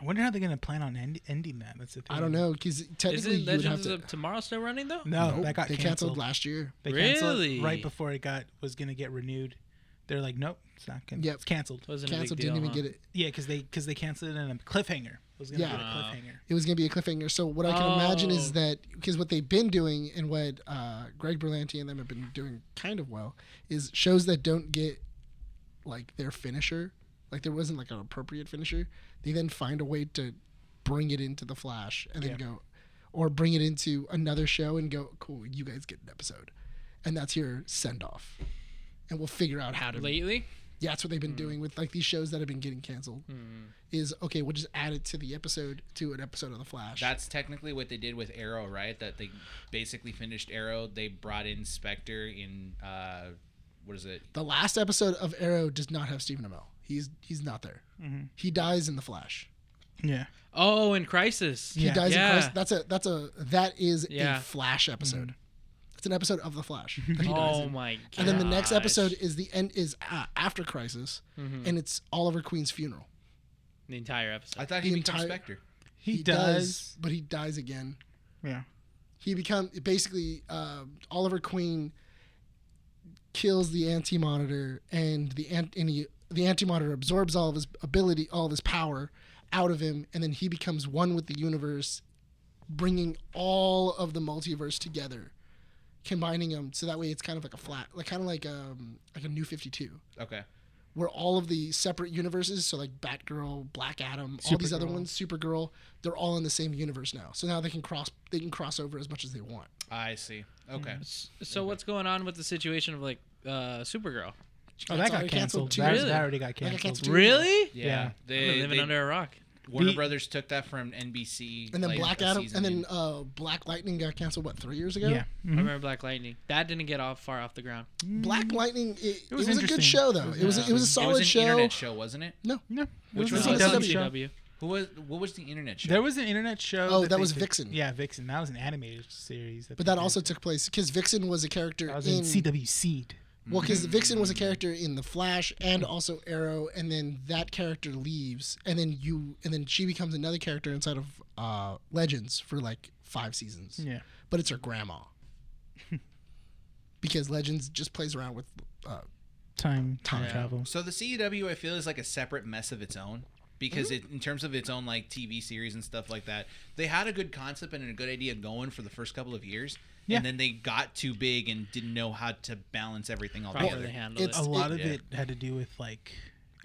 [SPEAKER 4] I wonder how they're gonna plan on end, ending that. That's the thing.
[SPEAKER 1] I don't know because technically
[SPEAKER 5] Isn't
[SPEAKER 1] you would have
[SPEAKER 5] Legends
[SPEAKER 1] to.
[SPEAKER 5] of Tomorrow still running though?
[SPEAKER 4] No,
[SPEAKER 1] Nope,
[SPEAKER 4] Oh, that got
[SPEAKER 1] they
[SPEAKER 4] canceled.
[SPEAKER 1] last year.
[SPEAKER 4] They canceled it
[SPEAKER 5] Really?
[SPEAKER 4] right before it got was gonna get renewed. they're like, nope, it's not gonna,
[SPEAKER 1] Yep.
[SPEAKER 4] it's canceled.
[SPEAKER 5] Wasn't a big
[SPEAKER 1] Canceled.
[SPEAKER 5] deal,
[SPEAKER 1] Didn't even
[SPEAKER 5] huh?
[SPEAKER 1] get it.
[SPEAKER 4] Yeah, because they because they canceled it in a cliffhanger. It was gonna
[SPEAKER 1] Yeah.
[SPEAKER 4] be a
[SPEAKER 5] Wow.
[SPEAKER 4] cliffhanger.
[SPEAKER 1] It was gonna be a cliffhanger. So what I can imagine
[SPEAKER 5] Oh.
[SPEAKER 1] is that because what they've been doing and what uh, Greg Berlanti and them have been doing kind of well is shows that don't get like their finisher, like there wasn't like an appropriate finisher. They then find a way to bring it into the Flash and then
[SPEAKER 4] Yeah.
[SPEAKER 1] go, or bring it into another show and go, cool, you guys get an episode, and that's your send off, and we'll figure out how to
[SPEAKER 5] Lately,
[SPEAKER 1] yeah, that's what they've
[SPEAKER 5] Hmm.
[SPEAKER 1] been doing with like these shows that have been getting canceled. Is okay, we'll just add it to the episode to an episode of The Flash.
[SPEAKER 3] That's technically what they did with Arrow, right? That they basically finished Arrow. They brought in Spectre in uh, what is it?
[SPEAKER 1] the last episode of Arrow does not have Stephen Amell. He's he's not there.
[SPEAKER 3] Ah.
[SPEAKER 1] He dies in The Flash.
[SPEAKER 4] Mm-hmm. Yeah,
[SPEAKER 5] oh, in Crisis,
[SPEAKER 1] He
[SPEAKER 4] Yeah.
[SPEAKER 1] dies
[SPEAKER 5] Yeah.
[SPEAKER 1] in Christ. That's a that's a that is
[SPEAKER 5] Yeah. Hmm.
[SPEAKER 1] a Flash episode. It's an episode of The Flash. that he dies
[SPEAKER 5] Oh
[SPEAKER 1] in.
[SPEAKER 5] my god!
[SPEAKER 1] And then the next episode is the end is uh, after Crisis,
[SPEAKER 5] Mm-hmm.
[SPEAKER 1] and it's Oliver Queen's funeral.
[SPEAKER 5] the entire episode.
[SPEAKER 3] I thought
[SPEAKER 1] The
[SPEAKER 3] he became
[SPEAKER 1] entire-
[SPEAKER 3] Spectre.
[SPEAKER 4] he, does.
[SPEAKER 1] but he dies again.
[SPEAKER 4] Yeah,
[SPEAKER 1] he become basically uh, Oliver Queen kills the Anti Monitor, and the ant and he, the Anti Monitor absorbs all of his ability, all of his power out of him, and then he becomes one with the universe, bringing all of the multiverse together, combining them. So that way, it's kind of like a flat, like kind of like um like a New Fifty Two.
[SPEAKER 3] Okay.
[SPEAKER 1] Where all of the separate universes, so like Batgirl, Black Adam, all these other
[SPEAKER 4] Supergirl.
[SPEAKER 1] ones, Supergirl, they're all in the same universe now. So now they can cross, they can cross over as much as they want.
[SPEAKER 3] I see. Okay.
[SPEAKER 5] so what's going on with the situation of like uh,
[SPEAKER 4] oh,
[SPEAKER 5] Supergirl?
[SPEAKER 1] That's
[SPEAKER 4] that got
[SPEAKER 1] already canceled
[SPEAKER 4] canceled.
[SPEAKER 1] too.
[SPEAKER 4] That,
[SPEAKER 5] Really?
[SPEAKER 4] that already got
[SPEAKER 1] got
[SPEAKER 4] canceled.
[SPEAKER 1] canceled too.
[SPEAKER 5] Really?
[SPEAKER 3] Yeah.
[SPEAKER 4] Yeah.
[SPEAKER 5] I've been
[SPEAKER 3] They,
[SPEAKER 5] living
[SPEAKER 3] they-
[SPEAKER 5] under a
[SPEAKER 1] Hmm?
[SPEAKER 5] rock.
[SPEAKER 3] Warner
[SPEAKER 4] The-
[SPEAKER 3] Brothers took that from NBC.
[SPEAKER 1] And then
[SPEAKER 3] like,
[SPEAKER 1] Black
[SPEAKER 3] a
[SPEAKER 1] Adam,
[SPEAKER 3] season
[SPEAKER 1] and then
[SPEAKER 3] in.
[SPEAKER 1] uh, Black Lightning got canceled what three years ago.
[SPEAKER 4] Yeah,
[SPEAKER 5] I
[SPEAKER 4] Mhm.
[SPEAKER 5] remember Black Lightning. That didn't get off far off the ground.
[SPEAKER 4] Mm-hmm.
[SPEAKER 1] Black Lightning. It, it was,
[SPEAKER 4] was
[SPEAKER 1] a
[SPEAKER 4] interesting.
[SPEAKER 1] good show though. It was, it was a
[SPEAKER 3] it
[SPEAKER 1] solid
[SPEAKER 3] was an
[SPEAKER 1] show.
[SPEAKER 3] internet show, wasn't it?
[SPEAKER 4] no.
[SPEAKER 3] Which
[SPEAKER 4] it
[SPEAKER 3] was
[SPEAKER 4] was a
[SPEAKER 3] on
[SPEAKER 4] CW
[SPEAKER 1] CW.
[SPEAKER 4] show.
[SPEAKER 5] CW.
[SPEAKER 3] Who was what was the internet show?
[SPEAKER 4] There was an internet show.
[SPEAKER 1] Oh, that
[SPEAKER 4] they
[SPEAKER 1] was
[SPEAKER 4] did-
[SPEAKER 1] Vixen.
[SPEAKER 4] Yeah, Vixen. That was an animated series. that
[SPEAKER 1] But
[SPEAKER 4] they
[SPEAKER 1] that
[SPEAKER 4] did.
[SPEAKER 1] also took place because Vixen was a character
[SPEAKER 4] that was in
[SPEAKER 1] in,
[SPEAKER 4] CW Seed.
[SPEAKER 1] well, because Vixen was a character in The Flash and also Arrow, and then that character leaves, and then you, and then she becomes another character inside of uh, Legends for like five seasons.
[SPEAKER 4] Yeah.
[SPEAKER 1] But it's her grandma. because Legends just plays around with uh,
[SPEAKER 4] Time time
[SPEAKER 1] Yeah.
[SPEAKER 4] travel.
[SPEAKER 3] So the CW I feel is like a separate mess of its own because
[SPEAKER 1] Mm-hmm.
[SPEAKER 3] it, in terms of its own like TV series and stuff like that, they had a good concept and a good idea going for the first couple of years,
[SPEAKER 4] Yeah.
[SPEAKER 3] and then they got too big and didn't know how to balance everything all
[SPEAKER 5] Properly
[SPEAKER 3] together.
[SPEAKER 5] handled
[SPEAKER 1] it's-
[SPEAKER 4] a
[SPEAKER 5] it.
[SPEAKER 4] lot of
[SPEAKER 3] Yeah.
[SPEAKER 4] it had to do with like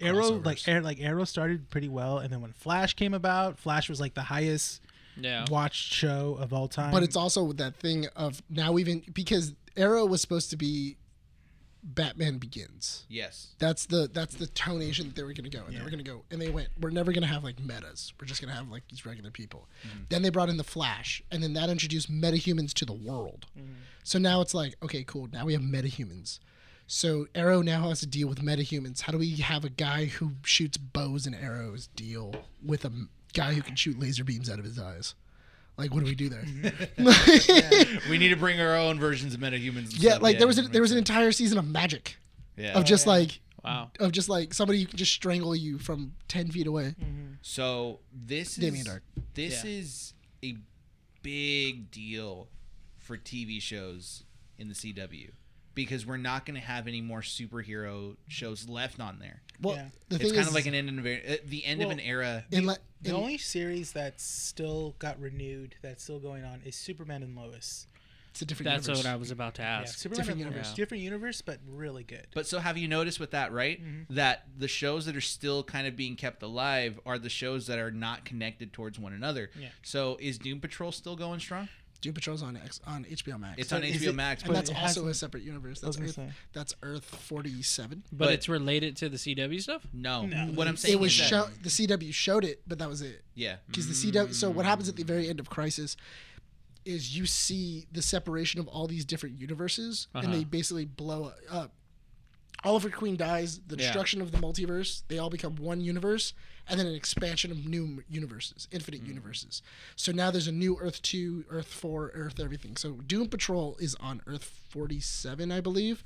[SPEAKER 4] Arrow, like
[SPEAKER 1] Crossovers.
[SPEAKER 4] Air, like Arrow started pretty well, and then when Flash came about, Flash was like the highest
[SPEAKER 5] Yeah.
[SPEAKER 4] watched show of all time.
[SPEAKER 1] But it's also that thing of now even because Arrow was supposed to be Batman Begins.
[SPEAKER 3] Yes,
[SPEAKER 1] That's the that's the tonation that they were gonna go, and they
[SPEAKER 4] Yeah.
[SPEAKER 1] were gonna go, and they went. We're never gonna have like metas. We're just gonna have like these regular people. Then they brought in the Flash, and then that introduced metahumans to the world. So now it's like, okay, cool. Now we have metahumans. So Arrow now has to deal with metahumans. How do we have a guy who shoots bows and arrows deal with a m- guy who can shoot laser beams out of his eyes? Like, what do we do there?
[SPEAKER 3] we need to bring our own versions of metahumans. and
[SPEAKER 1] Yeah,
[SPEAKER 3] stuff.
[SPEAKER 1] like there was a,
[SPEAKER 3] that
[SPEAKER 1] there was an
[SPEAKER 3] makes
[SPEAKER 1] entire season of magic
[SPEAKER 3] sense. yeah.
[SPEAKER 1] of just like
[SPEAKER 5] Wow.
[SPEAKER 1] of just like somebody who can just strangle you from ten feet away.
[SPEAKER 3] So this
[SPEAKER 1] Damien
[SPEAKER 3] is
[SPEAKER 1] Dark.
[SPEAKER 3] this
[SPEAKER 5] Yeah.
[SPEAKER 3] is a big deal for TV shows in the CW because we're not going to have any more superhero shows left on there.
[SPEAKER 1] Well,
[SPEAKER 4] Yeah.
[SPEAKER 1] the thing
[SPEAKER 3] It's kind
[SPEAKER 1] is,
[SPEAKER 3] of like an end of a- uh, the end of
[SPEAKER 4] Well,
[SPEAKER 3] an era.
[SPEAKER 1] in le-
[SPEAKER 4] the
[SPEAKER 1] in-
[SPEAKER 4] only series that's still got renewed, that's still going on, is Superman and Lois.
[SPEAKER 1] it's a different.
[SPEAKER 5] That's
[SPEAKER 1] universe.
[SPEAKER 5] what I was about to
[SPEAKER 4] Yeah,
[SPEAKER 5] ask.
[SPEAKER 4] Superman
[SPEAKER 1] different
[SPEAKER 4] and Lois,
[SPEAKER 5] universe.
[SPEAKER 4] different universe, but really good.
[SPEAKER 3] But so have you noticed with that, right?
[SPEAKER 4] Mm-hmm.
[SPEAKER 3] That the shows that are still kind of being kept alive are the shows that are not connected towards one another.
[SPEAKER 4] Yeah.
[SPEAKER 3] So is Doom Patrol still going strong?
[SPEAKER 1] Doom Patrol's on X, on HBO Max.
[SPEAKER 3] It's
[SPEAKER 4] So
[SPEAKER 3] on
[SPEAKER 4] is
[SPEAKER 3] HBO
[SPEAKER 4] it-
[SPEAKER 3] Max,
[SPEAKER 1] and
[SPEAKER 3] but
[SPEAKER 1] that's
[SPEAKER 4] it
[SPEAKER 1] also
[SPEAKER 4] hasn't-
[SPEAKER 1] a separate universe. That's
[SPEAKER 4] I was
[SPEAKER 1] Earth,
[SPEAKER 4] gonna say.
[SPEAKER 1] that's Earth forty seven.
[SPEAKER 5] But,
[SPEAKER 3] but-
[SPEAKER 5] it's related to the CW stuff.
[SPEAKER 3] no.
[SPEAKER 4] No.
[SPEAKER 3] What I'm saying
[SPEAKER 1] It was
[SPEAKER 3] is that-
[SPEAKER 1] show the CW showed it, but that was it.
[SPEAKER 3] yeah.
[SPEAKER 1] Because the CW. So what happens at the very end of Crisis is you see the separation of all these different universes, and
[SPEAKER 5] Uh-huh.
[SPEAKER 1] they basically blow up. Oliver Queen dies, the
[SPEAKER 5] Yeah.
[SPEAKER 1] destruction of the multiverse, they all become one universe, and then an expansion of new m- universes, infinite
[SPEAKER 5] Mm.
[SPEAKER 1] universes. So now there's a new Earth 2, Earth 4, Earth everything. So Doom Patrol is on Earth 47, I believe.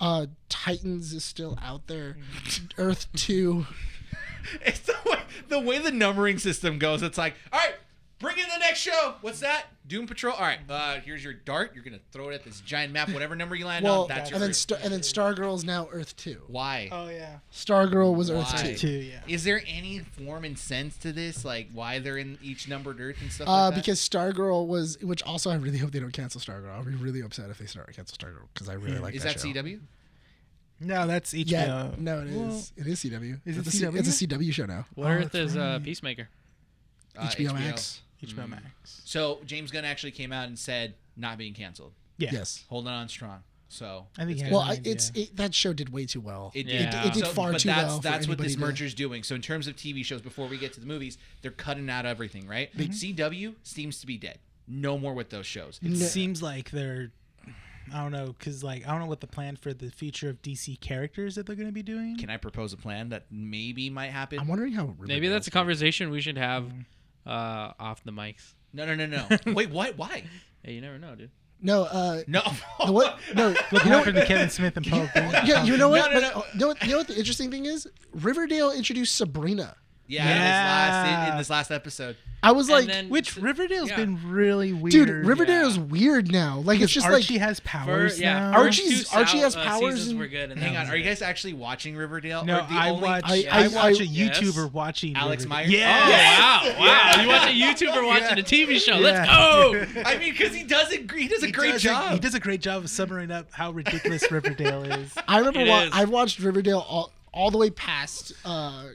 [SPEAKER 1] Uh, Titans is still out there.
[SPEAKER 5] Mm.
[SPEAKER 1] Earth 2.
[SPEAKER 3] It's the way, the way the numbering system goes. It's like, all right, Bring in the next show. What's that? Doom Patrol. All right. Uh, here's your dart. You're gonna throw it at this giant map. Whatever number you land
[SPEAKER 1] Well,
[SPEAKER 3] on, that's your.
[SPEAKER 1] and then
[SPEAKER 3] fruit.
[SPEAKER 1] Star- and then Stargirl's now Earth Two.
[SPEAKER 3] Why?
[SPEAKER 4] Oh yeah.
[SPEAKER 1] Stargirl was Earth
[SPEAKER 3] Why?
[SPEAKER 1] Two.
[SPEAKER 4] Two, yeah.
[SPEAKER 3] Is there any form and sense to this? Like why they're in each numbered Earth and stuff?
[SPEAKER 1] Uh,
[SPEAKER 3] like that?
[SPEAKER 1] because Stargirl was, which also I really hope they don't cancel Stargirl. I'll be really upset if they start cancel Stargirl because I really like
[SPEAKER 3] is
[SPEAKER 1] that,
[SPEAKER 3] that
[SPEAKER 1] show.
[SPEAKER 3] CW?
[SPEAKER 4] No, that's HBO.
[SPEAKER 1] Yeah, no, it is. it
[SPEAKER 4] Well,
[SPEAKER 1] is CW.
[SPEAKER 4] Is it
[SPEAKER 1] it's, a C-
[SPEAKER 4] CW?
[SPEAKER 1] it's a CW show now.
[SPEAKER 5] What
[SPEAKER 4] Oh,
[SPEAKER 5] Earth
[SPEAKER 4] that's
[SPEAKER 5] is uh,
[SPEAKER 4] right.
[SPEAKER 5] Peacemaker?
[SPEAKER 3] Uh,
[SPEAKER 1] HBO, Max.
[SPEAKER 4] HBO Max.
[SPEAKER 3] So James Gunn actually came out and said not being canceled,
[SPEAKER 4] Yeah.
[SPEAKER 1] Yes.
[SPEAKER 3] holding on strong. So
[SPEAKER 4] I think. he had
[SPEAKER 1] Well,
[SPEAKER 4] an
[SPEAKER 1] I,
[SPEAKER 4] idea.
[SPEAKER 1] it's it, that show did way too well.
[SPEAKER 3] It,
[SPEAKER 5] Yeah.
[SPEAKER 3] did
[SPEAKER 5] It- it did
[SPEAKER 1] far
[SPEAKER 3] but
[SPEAKER 1] too
[SPEAKER 3] that's,
[SPEAKER 1] well for
[SPEAKER 3] That's what this
[SPEAKER 1] anybody to-
[SPEAKER 3] merger's doing. So in terms of TV shows, before we get to the movies, they're cutting out everything, right? CW seems to be dead. No more with those shows.
[SPEAKER 4] It
[SPEAKER 1] No.
[SPEAKER 4] seems like they're. I don't know, cause like I don't know what the plan for the future of DC characters that they're gonna be doing.
[SPEAKER 3] Can I propose a plan that maybe might happen?
[SPEAKER 1] I'm wondering how Riverdale
[SPEAKER 5] Maybe that's a
[SPEAKER 1] is gonna-
[SPEAKER 5] conversation we should have uh, off the mics.
[SPEAKER 3] No, no, no, no. Wait, what? Why?
[SPEAKER 5] Hey, you never know, dude.
[SPEAKER 1] No, uh,
[SPEAKER 3] No.
[SPEAKER 1] the what? No,
[SPEAKER 4] Look
[SPEAKER 1] you
[SPEAKER 4] what
[SPEAKER 1] know
[SPEAKER 4] happened to Kevin Smith and Poe.
[SPEAKER 1] what- Yeah, you know what?
[SPEAKER 3] No, no, no.
[SPEAKER 1] But, uh, you know what- you know what the interesting thing is? Riverdale introduced Sabrina.
[SPEAKER 3] Yeah, It was last, in, in
[SPEAKER 4] Yeah.
[SPEAKER 3] this last episode.
[SPEAKER 1] I was
[SPEAKER 5] And
[SPEAKER 1] like,
[SPEAKER 5] then-
[SPEAKER 4] Which Riverdale's
[SPEAKER 5] Yeah.
[SPEAKER 4] been really weird.
[SPEAKER 1] dude, Riverdale is
[SPEAKER 5] Yeah.
[SPEAKER 1] weird now. Like it's just
[SPEAKER 4] Archie
[SPEAKER 1] like
[SPEAKER 4] has
[SPEAKER 5] For,
[SPEAKER 4] powers
[SPEAKER 5] yeah,
[SPEAKER 4] now.
[SPEAKER 1] Archie's-
[SPEAKER 5] first two
[SPEAKER 1] Archie
[SPEAKER 5] sou-
[SPEAKER 1] has
[SPEAKER 5] uh,
[SPEAKER 1] powers
[SPEAKER 5] seasons
[SPEAKER 1] and-
[SPEAKER 5] were good. And
[SPEAKER 3] Hang
[SPEAKER 5] that
[SPEAKER 3] on,
[SPEAKER 5] was
[SPEAKER 3] are you
[SPEAKER 5] it.
[SPEAKER 3] guys actually watching Riverdale?
[SPEAKER 4] No,
[SPEAKER 3] Or the
[SPEAKER 4] I
[SPEAKER 3] only-
[SPEAKER 4] watch. I,
[SPEAKER 1] I- I-
[SPEAKER 4] watch a
[SPEAKER 1] I-
[SPEAKER 5] Yes.
[SPEAKER 4] YouTuber watching
[SPEAKER 3] Alex
[SPEAKER 4] Riverdale.
[SPEAKER 3] Myers?
[SPEAKER 4] Yeah.
[SPEAKER 5] Oh, wow, wow! You watch a YouTuber watching a TV show. Let's
[SPEAKER 4] Yeah.
[SPEAKER 5] go.
[SPEAKER 3] I mean, because he does a he does a
[SPEAKER 4] He
[SPEAKER 3] great
[SPEAKER 4] does a-
[SPEAKER 3] job.
[SPEAKER 4] he does a great job of summarizing up how ridiculous Riverdale is.
[SPEAKER 1] I remember
[SPEAKER 5] It
[SPEAKER 1] wa-
[SPEAKER 5] is.
[SPEAKER 1] I've watched Riverdale all, all the way past uh,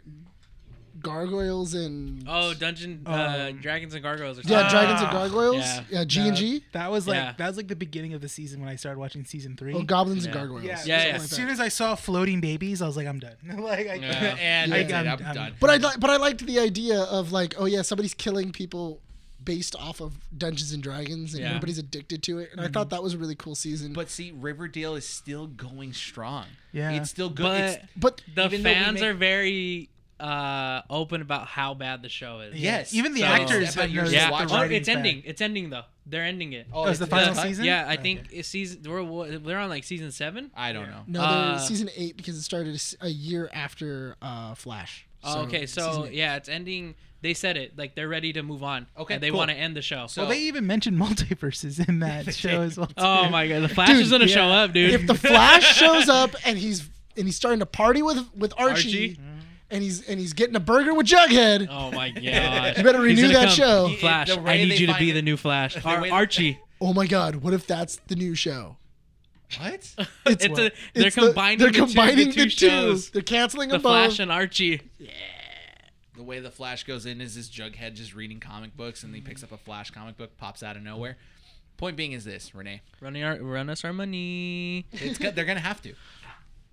[SPEAKER 1] Gargoyles and
[SPEAKER 5] Oh, Dungeon uh, Dragons and Gargoyles. Or
[SPEAKER 1] yeah,
[SPEAKER 5] something.
[SPEAKER 1] Dragons and
[SPEAKER 4] Ah.
[SPEAKER 1] Gargoyles,
[SPEAKER 5] Yeah.
[SPEAKER 1] yeah, G and G,
[SPEAKER 4] Uh, That, that was like
[SPEAKER 5] Yeah.
[SPEAKER 4] that was like the beginning of the season when I started watching season three.
[SPEAKER 1] oh, Goblins and
[SPEAKER 5] Yeah.
[SPEAKER 1] Gargoyles.
[SPEAKER 4] Yeah,
[SPEAKER 5] Yeah,
[SPEAKER 1] something
[SPEAKER 5] yeah.
[SPEAKER 1] like
[SPEAKER 4] As
[SPEAKER 1] that.
[SPEAKER 4] soon as I saw floating babies, I was like, I'm done. like, I,
[SPEAKER 5] Uh, Yeah.
[SPEAKER 3] and I
[SPEAKER 1] Yeah.
[SPEAKER 3] did. I'm,
[SPEAKER 4] I'm-
[SPEAKER 3] done.
[SPEAKER 1] But I li- but I liked the idea of like, oh yeah, somebody's killing people based off of Dungeons and Dragons, and
[SPEAKER 5] Yeah. Mm-hmm.
[SPEAKER 1] everybody's addicted to it. And I thought that was a really cool season.
[SPEAKER 3] But see, Riverdale is still going strong.
[SPEAKER 4] Yeah.
[SPEAKER 3] it's still good.
[SPEAKER 5] But
[SPEAKER 3] It's-
[SPEAKER 1] but
[SPEAKER 5] the
[SPEAKER 3] Even though we
[SPEAKER 5] fans
[SPEAKER 3] make-
[SPEAKER 5] are very uh, open about how bad the show is.
[SPEAKER 3] Yeah. Yes.
[SPEAKER 4] Even the
[SPEAKER 5] So-
[SPEAKER 4] actors
[SPEAKER 3] Step out
[SPEAKER 4] have
[SPEAKER 3] your
[SPEAKER 4] noticed
[SPEAKER 5] Yeah.
[SPEAKER 3] Just
[SPEAKER 4] the
[SPEAKER 3] watch
[SPEAKER 5] Oh,
[SPEAKER 4] writing's
[SPEAKER 5] it's ending.
[SPEAKER 4] bad.
[SPEAKER 5] It's ending though. They're ending it.
[SPEAKER 4] Oh, it's the
[SPEAKER 3] it's
[SPEAKER 4] final
[SPEAKER 3] done.
[SPEAKER 4] season.
[SPEAKER 5] Yeah, I
[SPEAKER 4] Okay.
[SPEAKER 5] think it's season. We're, we're on like season seven.
[SPEAKER 3] I don't know.
[SPEAKER 1] no,
[SPEAKER 5] Uh,
[SPEAKER 1] they're season eight because it started a s- a year after uh, Flash.
[SPEAKER 5] Oh, okay, so
[SPEAKER 1] season eight.
[SPEAKER 5] yeah, it's ending. They said it like they're ready to move on.
[SPEAKER 3] Okay,
[SPEAKER 5] and they
[SPEAKER 3] cool.
[SPEAKER 5] want to end the show.
[SPEAKER 3] So-
[SPEAKER 4] Well, they even mentioned multiverses in that show as well.
[SPEAKER 5] oh
[SPEAKER 4] too.
[SPEAKER 5] my god, the Flash
[SPEAKER 1] Dude,
[SPEAKER 5] is gonna
[SPEAKER 1] yeah.
[SPEAKER 5] show up, dude.
[SPEAKER 1] if the Flash shows up and he's and he's starting to party with with Archie,
[SPEAKER 5] Archie?
[SPEAKER 1] and he's and he's getting a burger with Jughead.
[SPEAKER 5] oh my god,
[SPEAKER 1] You better
[SPEAKER 5] He's
[SPEAKER 1] renew
[SPEAKER 5] gonna
[SPEAKER 1] that
[SPEAKER 5] come.
[SPEAKER 1] show.
[SPEAKER 5] He- Flash,
[SPEAKER 3] The
[SPEAKER 5] I
[SPEAKER 3] way
[SPEAKER 5] need
[SPEAKER 3] they
[SPEAKER 5] you to
[SPEAKER 3] find
[SPEAKER 5] be
[SPEAKER 3] it-
[SPEAKER 5] the new Flash.
[SPEAKER 3] the
[SPEAKER 5] Ar-
[SPEAKER 3] way-
[SPEAKER 5] Archie.
[SPEAKER 1] Oh my God! What if that's the new show?
[SPEAKER 3] What?
[SPEAKER 5] It's,
[SPEAKER 4] what?
[SPEAKER 5] a, they're
[SPEAKER 1] It's the-
[SPEAKER 5] combining.
[SPEAKER 1] they're
[SPEAKER 5] the two-
[SPEAKER 1] combining
[SPEAKER 5] the two, shows.
[SPEAKER 1] They're canceling
[SPEAKER 5] The
[SPEAKER 1] them both.
[SPEAKER 5] Flash and Archie.
[SPEAKER 3] the way the Flash goes in is this Jughead just reading comic books, and he picks up a Flash comic book, pops out of nowhere. Point being is this, Renee.
[SPEAKER 5] Running our, run us our money.
[SPEAKER 3] It's good. they're gonna have to.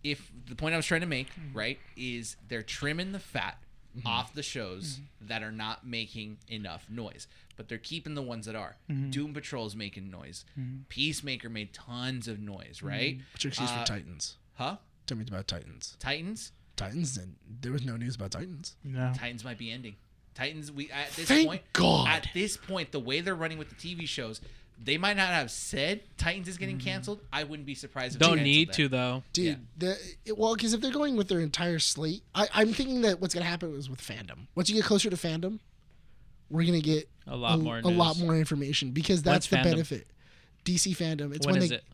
[SPEAKER 3] If the point I was trying to make, right, is they're trimming the fat
[SPEAKER 1] Mm-hmm.
[SPEAKER 3] off the shows that are not making enough noise, but they're keeping the ones that are.
[SPEAKER 1] Mm-hmm.
[SPEAKER 3] Doom Patrol's making noise. Peacemaker made tons of noise, right?
[SPEAKER 1] What's your Mm-hmm. excuse
[SPEAKER 3] Uh,
[SPEAKER 1] for Titans?
[SPEAKER 3] Huh?
[SPEAKER 1] Tell me about Titans.
[SPEAKER 3] Titans?
[SPEAKER 1] Titans, and there was no news about Titans.
[SPEAKER 4] No.
[SPEAKER 3] Titans might be ending. Titans, we at this
[SPEAKER 1] Thank
[SPEAKER 3] point,
[SPEAKER 1] God.
[SPEAKER 3] at this point, the way they're running with the TV shows, they might not have said Titans is getting canceled. I wouldn't be surprised. if they
[SPEAKER 5] Mm. Don't
[SPEAKER 3] canceled
[SPEAKER 5] need
[SPEAKER 3] that.
[SPEAKER 5] to though.
[SPEAKER 1] Dude, the, it, well, because if they're going with their entire slate, I, I'm thinking that what's gonna happen is with fandom. Once you get closer to fandom, we're gonna get
[SPEAKER 5] A lot more.
[SPEAKER 1] a
[SPEAKER 5] news.
[SPEAKER 1] lot more information because that's
[SPEAKER 5] When's
[SPEAKER 1] the
[SPEAKER 5] fandom?
[SPEAKER 1] benefit. DC fandom. It's
[SPEAKER 5] When
[SPEAKER 1] when
[SPEAKER 5] is
[SPEAKER 1] they
[SPEAKER 5] it?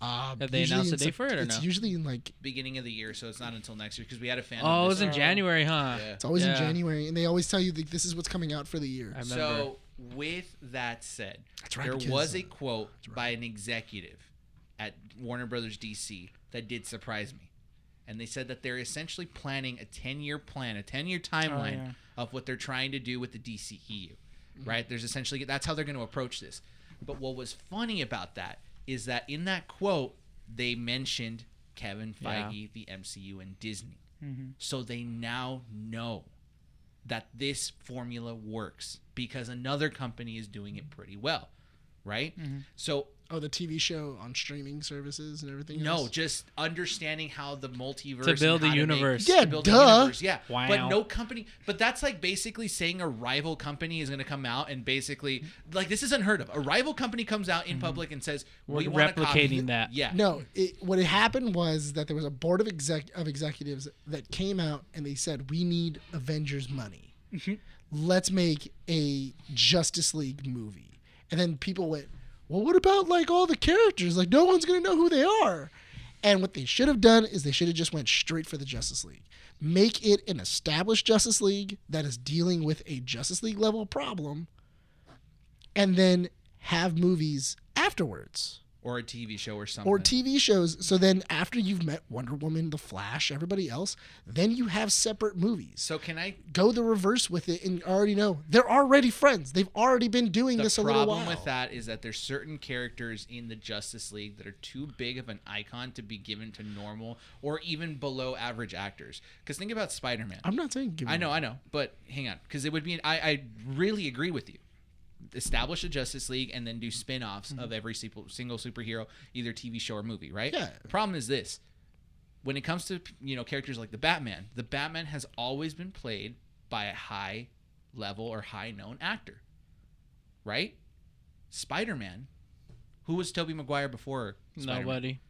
[SPEAKER 1] Uh,
[SPEAKER 5] Have they
[SPEAKER 1] usually
[SPEAKER 5] announced
[SPEAKER 1] in
[SPEAKER 5] a date
[SPEAKER 1] Sep-
[SPEAKER 5] for it or
[SPEAKER 1] It's
[SPEAKER 5] no?
[SPEAKER 1] usually in like
[SPEAKER 3] Beginning of the year, so it's not until next year because we had a fan.
[SPEAKER 5] Oh, it was in January, huh?
[SPEAKER 3] Yeah.
[SPEAKER 1] it's always in
[SPEAKER 5] Yeah.
[SPEAKER 1] January, and they always tell you that this is what's coming out for the year.
[SPEAKER 5] I remember.
[SPEAKER 3] So, with that said,
[SPEAKER 1] That's right,
[SPEAKER 3] there
[SPEAKER 1] because,
[SPEAKER 3] was a
[SPEAKER 1] uh,
[SPEAKER 3] quote by an executive at Warner Brothers DC that did surprise me. And they said that they're essentially planning a 10 year plan, a 10
[SPEAKER 5] Oh,
[SPEAKER 3] year timeline
[SPEAKER 4] yeah.
[SPEAKER 3] of what they're trying to do with the E DCEU, Mm-hmm. right? There's essentially, that's how they're going to approach this. But what was funny about that is that in that quote, they mentioned Kevin
[SPEAKER 5] Yeah.
[SPEAKER 3] Feige, the MCU, and Disney. So they now know that this formula works because another company is doing it pretty well, right? So
[SPEAKER 1] Oh, the TV show on streaming services and everything.
[SPEAKER 3] no,
[SPEAKER 1] else?
[SPEAKER 3] just understanding how the multiverse
[SPEAKER 5] To build
[SPEAKER 3] and how to
[SPEAKER 5] a
[SPEAKER 3] make-
[SPEAKER 5] universe.
[SPEAKER 1] Yeah,
[SPEAKER 3] to build a
[SPEAKER 1] duh.
[SPEAKER 3] universe, yeah.
[SPEAKER 5] Wow.
[SPEAKER 3] But no company. But that's like basically saying a rival company is going to come out and basically like this is unheard of. A rival company comes out in public and says
[SPEAKER 5] Mm-hmm. We're
[SPEAKER 3] we want
[SPEAKER 5] replicating that.
[SPEAKER 3] Yeah.
[SPEAKER 1] No, it, what had happened was that there was a board of exec of executives that came out and they said we need Avengers money. let's make a Justice League movie. And then people went, well, what about like all the characters? Like no one's gonna know who they are. And what they should have done is they should have just went straight for the Justice League. Make it an established Justice League that is dealing with a Justice League level problem, and then have movies afterwards
[SPEAKER 3] or a TV show or something.
[SPEAKER 1] or TV shows. So then after you've met Wonder Woman, The Flash, everybody else, then you have separate movies.
[SPEAKER 3] so can I?
[SPEAKER 1] Go the reverse with it, and you already know they're already friends. They've already been doing
[SPEAKER 3] The
[SPEAKER 1] this a little
[SPEAKER 3] problem
[SPEAKER 1] while.
[SPEAKER 3] with that is that there's certain characters in the Justice League that are too big of an icon to be given to normal or even below average actors. Because think about Spider-Man.
[SPEAKER 1] I'm not saying give
[SPEAKER 3] I
[SPEAKER 1] it-
[SPEAKER 3] know, I know, but hang on, because it would be. I, I really agree with you. Establish a Justice League and then do spin-offs of every sequel- single superhero, either TV show or movie, right?
[SPEAKER 1] Mm-hmm. Yeah.
[SPEAKER 3] The problem is this: when it comes to you know characters like the Batman, the Batman has always been played by a high level or high known actor, right? Spider-Man, who was Tobey Maguire before? Spider-Man?
[SPEAKER 5] Nobody.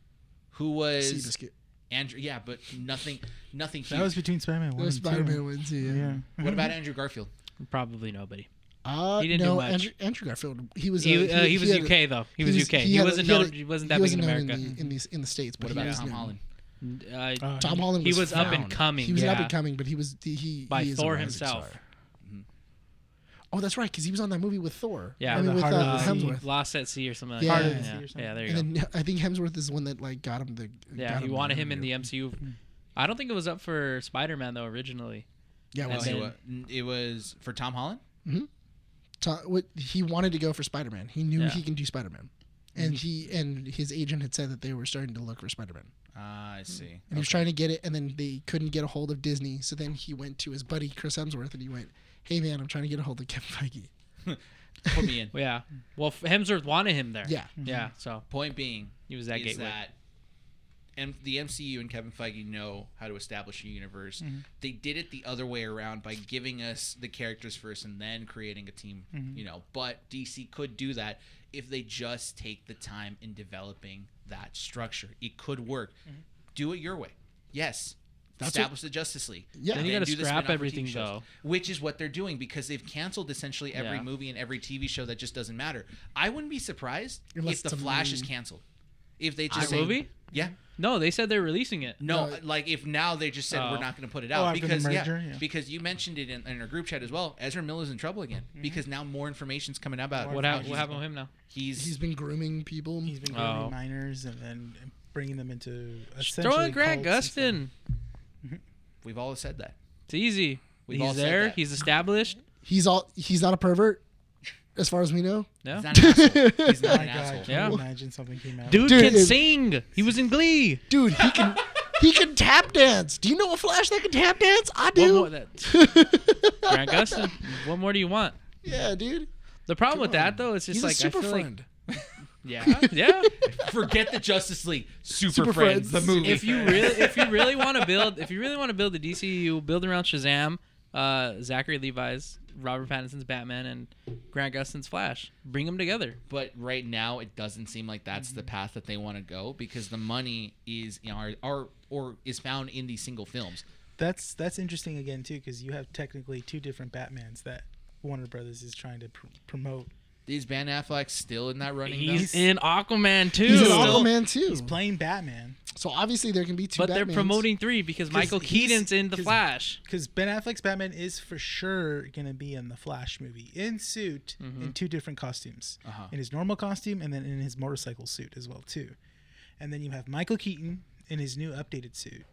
[SPEAKER 3] Who was
[SPEAKER 1] Seabiscuit.
[SPEAKER 3] Andrew? Yeah, but nothing, nothing.
[SPEAKER 4] That was
[SPEAKER 3] huge.
[SPEAKER 4] between Spider-Man
[SPEAKER 1] That
[SPEAKER 4] one
[SPEAKER 1] was
[SPEAKER 4] and
[SPEAKER 1] Spider Man
[SPEAKER 4] two.
[SPEAKER 1] wins, yeah.
[SPEAKER 4] Yeah.
[SPEAKER 3] What about Andrew Garfield?
[SPEAKER 5] Probably nobody.
[SPEAKER 1] Uh,
[SPEAKER 5] He didn't
[SPEAKER 1] no,
[SPEAKER 5] do much.
[SPEAKER 1] Andrew, Andrew Garfield. He was.
[SPEAKER 5] He,
[SPEAKER 1] uh,
[SPEAKER 5] uh, he was
[SPEAKER 1] had a-
[SPEAKER 5] UK though. He was UK. He,
[SPEAKER 1] had a-
[SPEAKER 5] wasn't
[SPEAKER 1] had a-
[SPEAKER 5] known. He wasn't that big in
[SPEAKER 1] wasn't known
[SPEAKER 5] America.
[SPEAKER 1] in the, in the, in the states. But
[SPEAKER 3] What
[SPEAKER 1] he
[SPEAKER 3] about
[SPEAKER 1] was
[SPEAKER 3] Tom
[SPEAKER 1] known.
[SPEAKER 3] Holland?
[SPEAKER 5] Uh,
[SPEAKER 4] Uh,
[SPEAKER 1] Tom Holland
[SPEAKER 5] he
[SPEAKER 1] was.
[SPEAKER 5] was up and
[SPEAKER 3] found.
[SPEAKER 5] coming.
[SPEAKER 1] He was
[SPEAKER 5] yeah.
[SPEAKER 1] an up and coming, but he was he, he
[SPEAKER 5] By
[SPEAKER 1] he is a
[SPEAKER 5] Thor
[SPEAKER 1] rising
[SPEAKER 5] himself.
[SPEAKER 1] star. Oh, that's right, because he was on that movie with Thor.
[SPEAKER 5] Yeah,
[SPEAKER 1] I mean,
[SPEAKER 4] the
[SPEAKER 1] with
[SPEAKER 4] Heart
[SPEAKER 1] uh,
[SPEAKER 4] of the Sea.
[SPEAKER 1] Hemsworth.
[SPEAKER 5] Lost at Sea or something like
[SPEAKER 1] Yeah. Heart
[SPEAKER 5] that.
[SPEAKER 1] of the
[SPEAKER 4] Sea or
[SPEAKER 5] yeah.
[SPEAKER 4] something.
[SPEAKER 5] yeah, there you go.
[SPEAKER 1] And then I think Hemsworth is the one that like got him the.
[SPEAKER 5] Yeah,
[SPEAKER 1] got
[SPEAKER 5] he wanted him in the MCU. I don't think it was up for Spider Man though originally.
[SPEAKER 1] Yeah, well,
[SPEAKER 5] and
[SPEAKER 3] Tell you
[SPEAKER 5] then-
[SPEAKER 1] he,
[SPEAKER 3] what, n- it was for Tom Holland.
[SPEAKER 1] Tom, what, he wanted to go for Spider Man. He knew
[SPEAKER 5] Yeah. Mm-hmm.
[SPEAKER 1] he can do Spider Man, and he and his agent had said that they were starting to look for Spider Man,
[SPEAKER 3] Ah, I see.
[SPEAKER 1] and he was trying to get it, and then they couldn't get a hold of Disney. So then he went to his buddy Chris Hemsworth, and he went, "Hey man, I'm trying to get a hold of Kevin Feige."
[SPEAKER 3] Put me in.
[SPEAKER 5] Well, yeah. Well, F- Hemsworth wanted him there.
[SPEAKER 1] Yeah. Mm-hmm.
[SPEAKER 5] Yeah. So
[SPEAKER 3] Point being,
[SPEAKER 5] he was that
[SPEAKER 3] is
[SPEAKER 5] gateway.
[SPEAKER 3] that and the MCU and Kevin Feige know how to establish a universe.
[SPEAKER 5] Mm-hmm.
[SPEAKER 3] They did it the other way around by giving us the characters first and then creating a team.
[SPEAKER 5] Mm-hmm.
[SPEAKER 3] You know, but DC could do that if they just take the time in developing that structure. It could work.
[SPEAKER 5] Mm-hmm.
[SPEAKER 3] Do it your way. Yes.
[SPEAKER 1] That's what-
[SPEAKER 3] Establish the Justice League.
[SPEAKER 1] Yeah. Then
[SPEAKER 5] you gotta
[SPEAKER 3] do the
[SPEAKER 5] scrap
[SPEAKER 3] spin-off or
[SPEAKER 5] everything,
[SPEAKER 3] TV shows,
[SPEAKER 5] though.
[SPEAKER 3] Which is what they're doing because they've canceled essentially every
[SPEAKER 5] Yeah.
[SPEAKER 3] movie and every TV show that just doesn't matter. I wouldn't be surprised
[SPEAKER 1] Unless
[SPEAKER 3] if The
[SPEAKER 1] it's a
[SPEAKER 3] Flash
[SPEAKER 1] main-
[SPEAKER 3] is canceled. If they
[SPEAKER 5] The
[SPEAKER 3] just say,
[SPEAKER 5] movie?
[SPEAKER 3] yeah.
[SPEAKER 5] No, they said they're releasing it.
[SPEAKER 3] No, uh,
[SPEAKER 1] No.
[SPEAKER 3] like if now they just said
[SPEAKER 5] Oh.
[SPEAKER 3] we're not going to put it
[SPEAKER 4] Oh,
[SPEAKER 3] out
[SPEAKER 4] after the
[SPEAKER 3] because
[SPEAKER 4] merger,
[SPEAKER 3] yeah,
[SPEAKER 4] yeah.
[SPEAKER 3] because you mentioned it in, in our group chat as well. Ezra Miller's in trouble again because now more information's coming out about
[SPEAKER 5] Mm-hmm. What,
[SPEAKER 3] how
[SPEAKER 5] hap-
[SPEAKER 3] he's-
[SPEAKER 5] what happened with him now?
[SPEAKER 3] He's,
[SPEAKER 1] He's been grooming people.
[SPEAKER 4] He's been
[SPEAKER 5] Oh.
[SPEAKER 4] growing minors and then bringing them into essentially
[SPEAKER 5] Throw in Greg
[SPEAKER 4] cults and
[SPEAKER 5] Gustin.
[SPEAKER 3] we've all said that.
[SPEAKER 5] It's easy.
[SPEAKER 3] We've all
[SPEAKER 5] he's
[SPEAKER 3] said
[SPEAKER 5] there.
[SPEAKER 3] that.
[SPEAKER 5] He's established.
[SPEAKER 1] He's all. He's not a pervert, as far as we know.
[SPEAKER 5] No.
[SPEAKER 3] He's not an asshole. He's not
[SPEAKER 4] stuff. Oh
[SPEAKER 3] an
[SPEAKER 4] my God,
[SPEAKER 3] asshole.
[SPEAKER 4] can you
[SPEAKER 5] Yeah.
[SPEAKER 4] imagine something came out?
[SPEAKER 5] Dude,
[SPEAKER 1] Dude,
[SPEAKER 5] can
[SPEAKER 1] it-
[SPEAKER 5] sing. He was in Glee.
[SPEAKER 1] Dude, he can. he can tap dance. Do you know a Flash that can tap dance? I
[SPEAKER 5] What
[SPEAKER 1] do.
[SPEAKER 5] more that Grant Gustin. What more do you want?
[SPEAKER 1] yeah, dude.
[SPEAKER 5] The problem with that though is just
[SPEAKER 1] He's
[SPEAKER 5] like
[SPEAKER 1] a super
[SPEAKER 5] I feel
[SPEAKER 1] friend.
[SPEAKER 5] like yeah, yeah.
[SPEAKER 3] Forget the Justice League, Super,
[SPEAKER 1] Super
[SPEAKER 3] Friends,
[SPEAKER 1] Friends.
[SPEAKER 3] the movie.
[SPEAKER 5] if you really if you really want to build if you really want to build the DCU, build around Shazam, uh, Zachary Levi's, Robert Pattinson's Batman, and Grant Gustin's Flash. Bring them together.
[SPEAKER 3] but right now it doesn't seem like that's
[SPEAKER 5] Mm-hmm.
[SPEAKER 3] the path that they want to go because the money is you know, are, are or is found in these single films.
[SPEAKER 4] That's that's interesting again too because you have technically two different Batmans that Warner Brothers is trying to pr- promote.
[SPEAKER 3] Is Ben Affleck still in that running?
[SPEAKER 5] He's
[SPEAKER 3] though?
[SPEAKER 5] in Aquaman too.
[SPEAKER 1] He's an
[SPEAKER 4] Still-
[SPEAKER 1] Aquaman too.
[SPEAKER 4] He's playing Batman
[SPEAKER 1] so obviously there can be two.
[SPEAKER 5] but they're
[SPEAKER 1] Batmans.
[SPEAKER 5] promoting three because Michael
[SPEAKER 4] he's-
[SPEAKER 5] Keaton's in the
[SPEAKER 4] 'cause-
[SPEAKER 5] Flash.
[SPEAKER 4] because Ben Affleck's Batman is for sure gonna be in the Flash movie in suit in two different costumes,
[SPEAKER 3] Uh-huh.
[SPEAKER 4] in his normal costume and then in his motorcycle suit as well too, and then you have Michael Keaton in his new updated suit.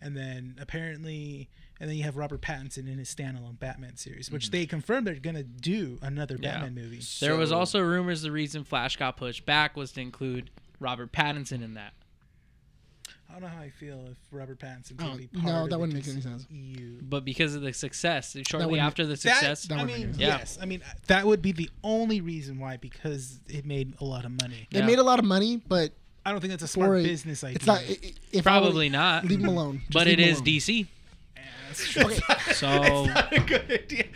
[SPEAKER 4] And then apparently, and then you have Robert Pattinson in his standalone Batman series, which they confirmed they're gonna do another
[SPEAKER 5] Yeah.
[SPEAKER 4] Batman movie.
[SPEAKER 5] There was
[SPEAKER 3] So-
[SPEAKER 5] also rumors the reason Flash got pushed back was to include Robert Pattinson in that.
[SPEAKER 4] I don't know how I feel if Robert Pattinson could
[SPEAKER 1] Oh,
[SPEAKER 4] be
[SPEAKER 1] no,
[SPEAKER 4] part of
[SPEAKER 1] that
[SPEAKER 4] the
[SPEAKER 1] wouldn't make any
[SPEAKER 4] DC
[SPEAKER 1] sense.
[SPEAKER 4] EU.
[SPEAKER 5] But because of the success, shortly
[SPEAKER 1] wouldn't-
[SPEAKER 5] after the
[SPEAKER 4] That-
[SPEAKER 5] success,
[SPEAKER 1] That
[SPEAKER 4] I
[SPEAKER 1] wouldn't
[SPEAKER 4] mean,
[SPEAKER 1] make
[SPEAKER 5] any
[SPEAKER 4] yes. I mean, that would be the only reason why because it made a lot of money.
[SPEAKER 1] They
[SPEAKER 5] Yeah.
[SPEAKER 1] made a lot of money, but
[SPEAKER 4] I don't think that's a
[SPEAKER 1] for
[SPEAKER 4] smart
[SPEAKER 1] a-
[SPEAKER 4] business idea.
[SPEAKER 1] It's not. i- i- if I were-
[SPEAKER 5] probably not.
[SPEAKER 1] Leave him alone. Just
[SPEAKER 5] But
[SPEAKER 1] leave
[SPEAKER 5] it
[SPEAKER 1] him
[SPEAKER 5] is
[SPEAKER 1] alone.
[SPEAKER 5] DC.
[SPEAKER 3] It's
[SPEAKER 5] So
[SPEAKER 3] not a good idea.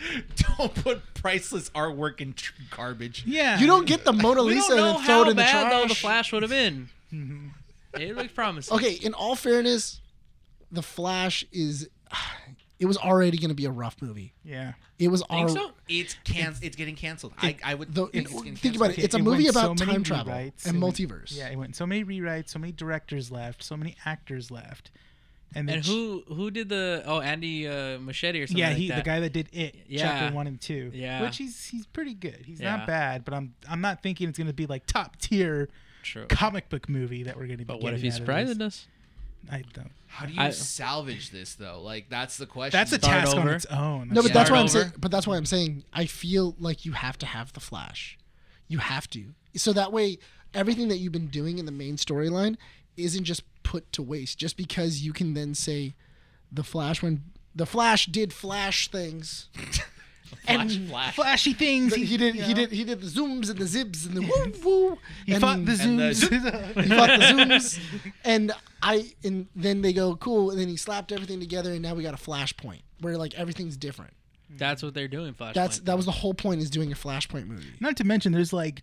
[SPEAKER 3] Don't put priceless artwork in tr- garbage.
[SPEAKER 4] yeah.
[SPEAKER 1] You don't get the Mona
[SPEAKER 5] we
[SPEAKER 1] Lisa
[SPEAKER 5] don't know
[SPEAKER 1] and then throw
[SPEAKER 5] how
[SPEAKER 1] it in the
[SPEAKER 5] bad
[SPEAKER 1] trash.
[SPEAKER 5] though the Flash would have been. it looked promising.
[SPEAKER 1] Okay, in all fairness, the Flash is. It was already going to be a rough movie.
[SPEAKER 4] Yeah.
[SPEAKER 1] It was
[SPEAKER 5] Think
[SPEAKER 1] already.
[SPEAKER 5] so?
[SPEAKER 3] It's can it's getting canceled. I, I would
[SPEAKER 1] Though,
[SPEAKER 3] think, it's getting
[SPEAKER 1] think
[SPEAKER 3] canceled.
[SPEAKER 1] about it. It's a
[SPEAKER 4] It
[SPEAKER 1] movie
[SPEAKER 4] went so
[SPEAKER 1] about
[SPEAKER 4] many
[SPEAKER 1] time travel and
[SPEAKER 4] rewrites and-
[SPEAKER 1] multiverse.
[SPEAKER 4] Yeah, it went so many rewrites, so many directors left, so many actors left. And, then
[SPEAKER 5] And who who did the oh Andy uh, Machete or something?
[SPEAKER 4] Yeah,
[SPEAKER 5] like
[SPEAKER 4] he
[SPEAKER 5] that.
[SPEAKER 4] the guy that did it,
[SPEAKER 5] Yeah.
[SPEAKER 4] chapter one and two.
[SPEAKER 5] Yeah.
[SPEAKER 4] Which he's he's pretty good. He's
[SPEAKER 5] Yeah.
[SPEAKER 4] not bad, but I'm I'm not thinking it's gonna be like top tier
[SPEAKER 5] True.
[SPEAKER 4] comic book movie that we're gonna be.
[SPEAKER 5] But what if
[SPEAKER 4] getting
[SPEAKER 5] he
[SPEAKER 4] out of
[SPEAKER 5] surprises
[SPEAKER 4] this.
[SPEAKER 5] us?
[SPEAKER 4] I don't
[SPEAKER 3] How do you
[SPEAKER 5] I-
[SPEAKER 3] salvage this though? Like that's the question.
[SPEAKER 4] that's a
[SPEAKER 5] Start
[SPEAKER 4] task on
[SPEAKER 5] over.
[SPEAKER 4] its own.
[SPEAKER 1] No, but that's why I'm
[SPEAKER 5] Start over.
[SPEAKER 1] saying. But that's why I'm saying I feel like you have to have the Flash. You have to. So that way, everything that you've been doing in the main storyline isn't just put to waste. Just because you can then say, the Flash when the Flash did Flash things.
[SPEAKER 3] flash,
[SPEAKER 1] and
[SPEAKER 3] flash.
[SPEAKER 4] flashy things.
[SPEAKER 1] But he did. He did. He did the zooms and the zibs and the woo woo.
[SPEAKER 4] He
[SPEAKER 1] and
[SPEAKER 4] fought the
[SPEAKER 3] and the-
[SPEAKER 4] zooms.
[SPEAKER 1] he fought the zooms and i and then they go cool and then he slapped everything together and now we got a flashpoint where like everything's different
[SPEAKER 5] That's what they're doing. Flashpoint.
[SPEAKER 1] that's that was the whole point is doing a flashpoint movie
[SPEAKER 4] Not to mention, there's like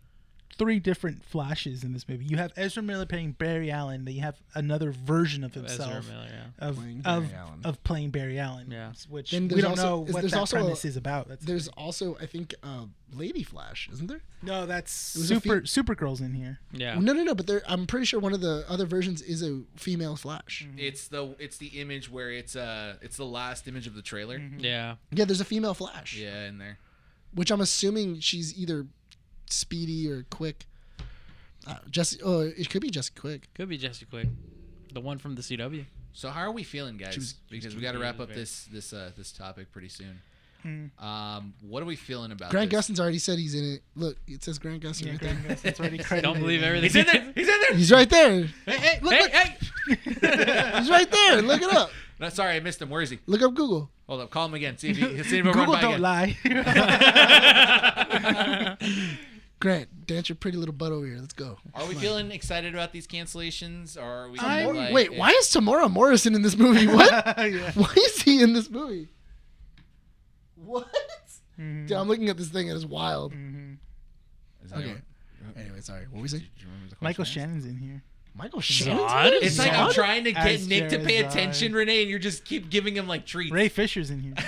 [SPEAKER 4] three different flashes in this movie. You have Ezra Miller playing Barry Allen. Then you have another version of
[SPEAKER 5] Ezra
[SPEAKER 4] himself
[SPEAKER 5] Miller, yeah.
[SPEAKER 4] of
[SPEAKER 1] Playing Barry
[SPEAKER 4] of,
[SPEAKER 1] Allen.
[SPEAKER 4] of playing Barry Allen.
[SPEAKER 5] Yeah.
[SPEAKER 4] which
[SPEAKER 1] Then
[SPEAKER 4] we
[SPEAKER 1] there's
[SPEAKER 4] don't
[SPEAKER 1] also-
[SPEAKER 4] know
[SPEAKER 1] is-
[SPEAKER 4] what
[SPEAKER 1] there's
[SPEAKER 4] that
[SPEAKER 1] also a-
[SPEAKER 4] premise is about. That's,
[SPEAKER 1] there's also i think uh lady flash isn't there
[SPEAKER 4] no, that's
[SPEAKER 1] was a
[SPEAKER 4] super Supergirl's in here.
[SPEAKER 5] yeah.
[SPEAKER 1] no no no but there i'm pretty sure one of the other versions is a female flash
[SPEAKER 3] It's the it's the image where it's uh it's the last image of the trailer.
[SPEAKER 5] Yeah.
[SPEAKER 1] yeah there's a female flash
[SPEAKER 3] Yeah, in there.
[SPEAKER 1] which i'm assuming she's either speedy or quick uh, Jesse, oh, it could be Jesse Quick.
[SPEAKER 5] Could be Jesse Quick, the one from the CW.
[SPEAKER 3] So how are we feeling, guys?
[SPEAKER 1] Choose-
[SPEAKER 3] because we got to
[SPEAKER 5] choose
[SPEAKER 3] wrap up
[SPEAKER 5] very-
[SPEAKER 3] this this uh this topic pretty soon. Um, what are we feeling about?
[SPEAKER 1] Grant
[SPEAKER 3] this?
[SPEAKER 1] Gustin's already said he's in it. Look, it says Grant Gustin right there.
[SPEAKER 4] It's already
[SPEAKER 5] Don't
[SPEAKER 4] credited.
[SPEAKER 5] believe everything.
[SPEAKER 3] He's in there. He's in there.
[SPEAKER 1] He's right there.
[SPEAKER 3] Hey, hey, look,
[SPEAKER 5] Hey,
[SPEAKER 3] look.
[SPEAKER 5] hey!
[SPEAKER 1] He's right there. Look it up.
[SPEAKER 3] No, sorry, I missed him. Where is he?
[SPEAKER 1] Look up Google.
[SPEAKER 3] Hold up. Call him again. See if he, see if he'll run
[SPEAKER 4] Google
[SPEAKER 3] by
[SPEAKER 4] don't
[SPEAKER 3] again.
[SPEAKER 4] lie.
[SPEAKER 1] Grant, dance your pretty little butt over here. Let's go.
[SPEAKER 3] Are we feeling excited about these cancellations, or are we?
[SPEAKER 4] I'm-
[SPEAKER 3] kinda like,
[SPEAKER 1] Wait,
[SPEAKER 3] eh,
[SPEAKER 1] why is Tamara Morrison in this movie? What?
[SPEAKER 4] Yeah.
[SPEAKER 1] why is he in this movie? What?
[SPEAKER 3] Mm-hmm.
[SPEAKER 1] Dude, I'm looking at this thing and it's wild.
[SPEAKER 3] Is that
[SPEAKER 1] Okay.
[SPEAKER 3] what-
[SPEAKER 1] Anyway, sorry. What were we
[SPEAKER 3] Mm-hmm. do
[SPEAKER 1] saying?
[SPEAKER 3] you remember the
[SPEAKER 4] Michael
[SPEAKER 3] question I
[SPEAKER 4] Shannon's in here.
[SPEAKER 1] Michael Shannon's in
[SPEAKER 5] Zod?
[SPEAKER 1] it?
[SPEAKER 3] asked? It's like I'm
[SPEAKER 4] Zod?
[SPEAKER 3] trying to get
[SPEAKER 4] As
[SPEAKER 3] Nick to pay
[SPEAKER 4] Jared Zod.
[SPEAKER 3] attention, Renee, and you just keep giving him like treats.
[SPEAKER 4] Ray Fisher's in here.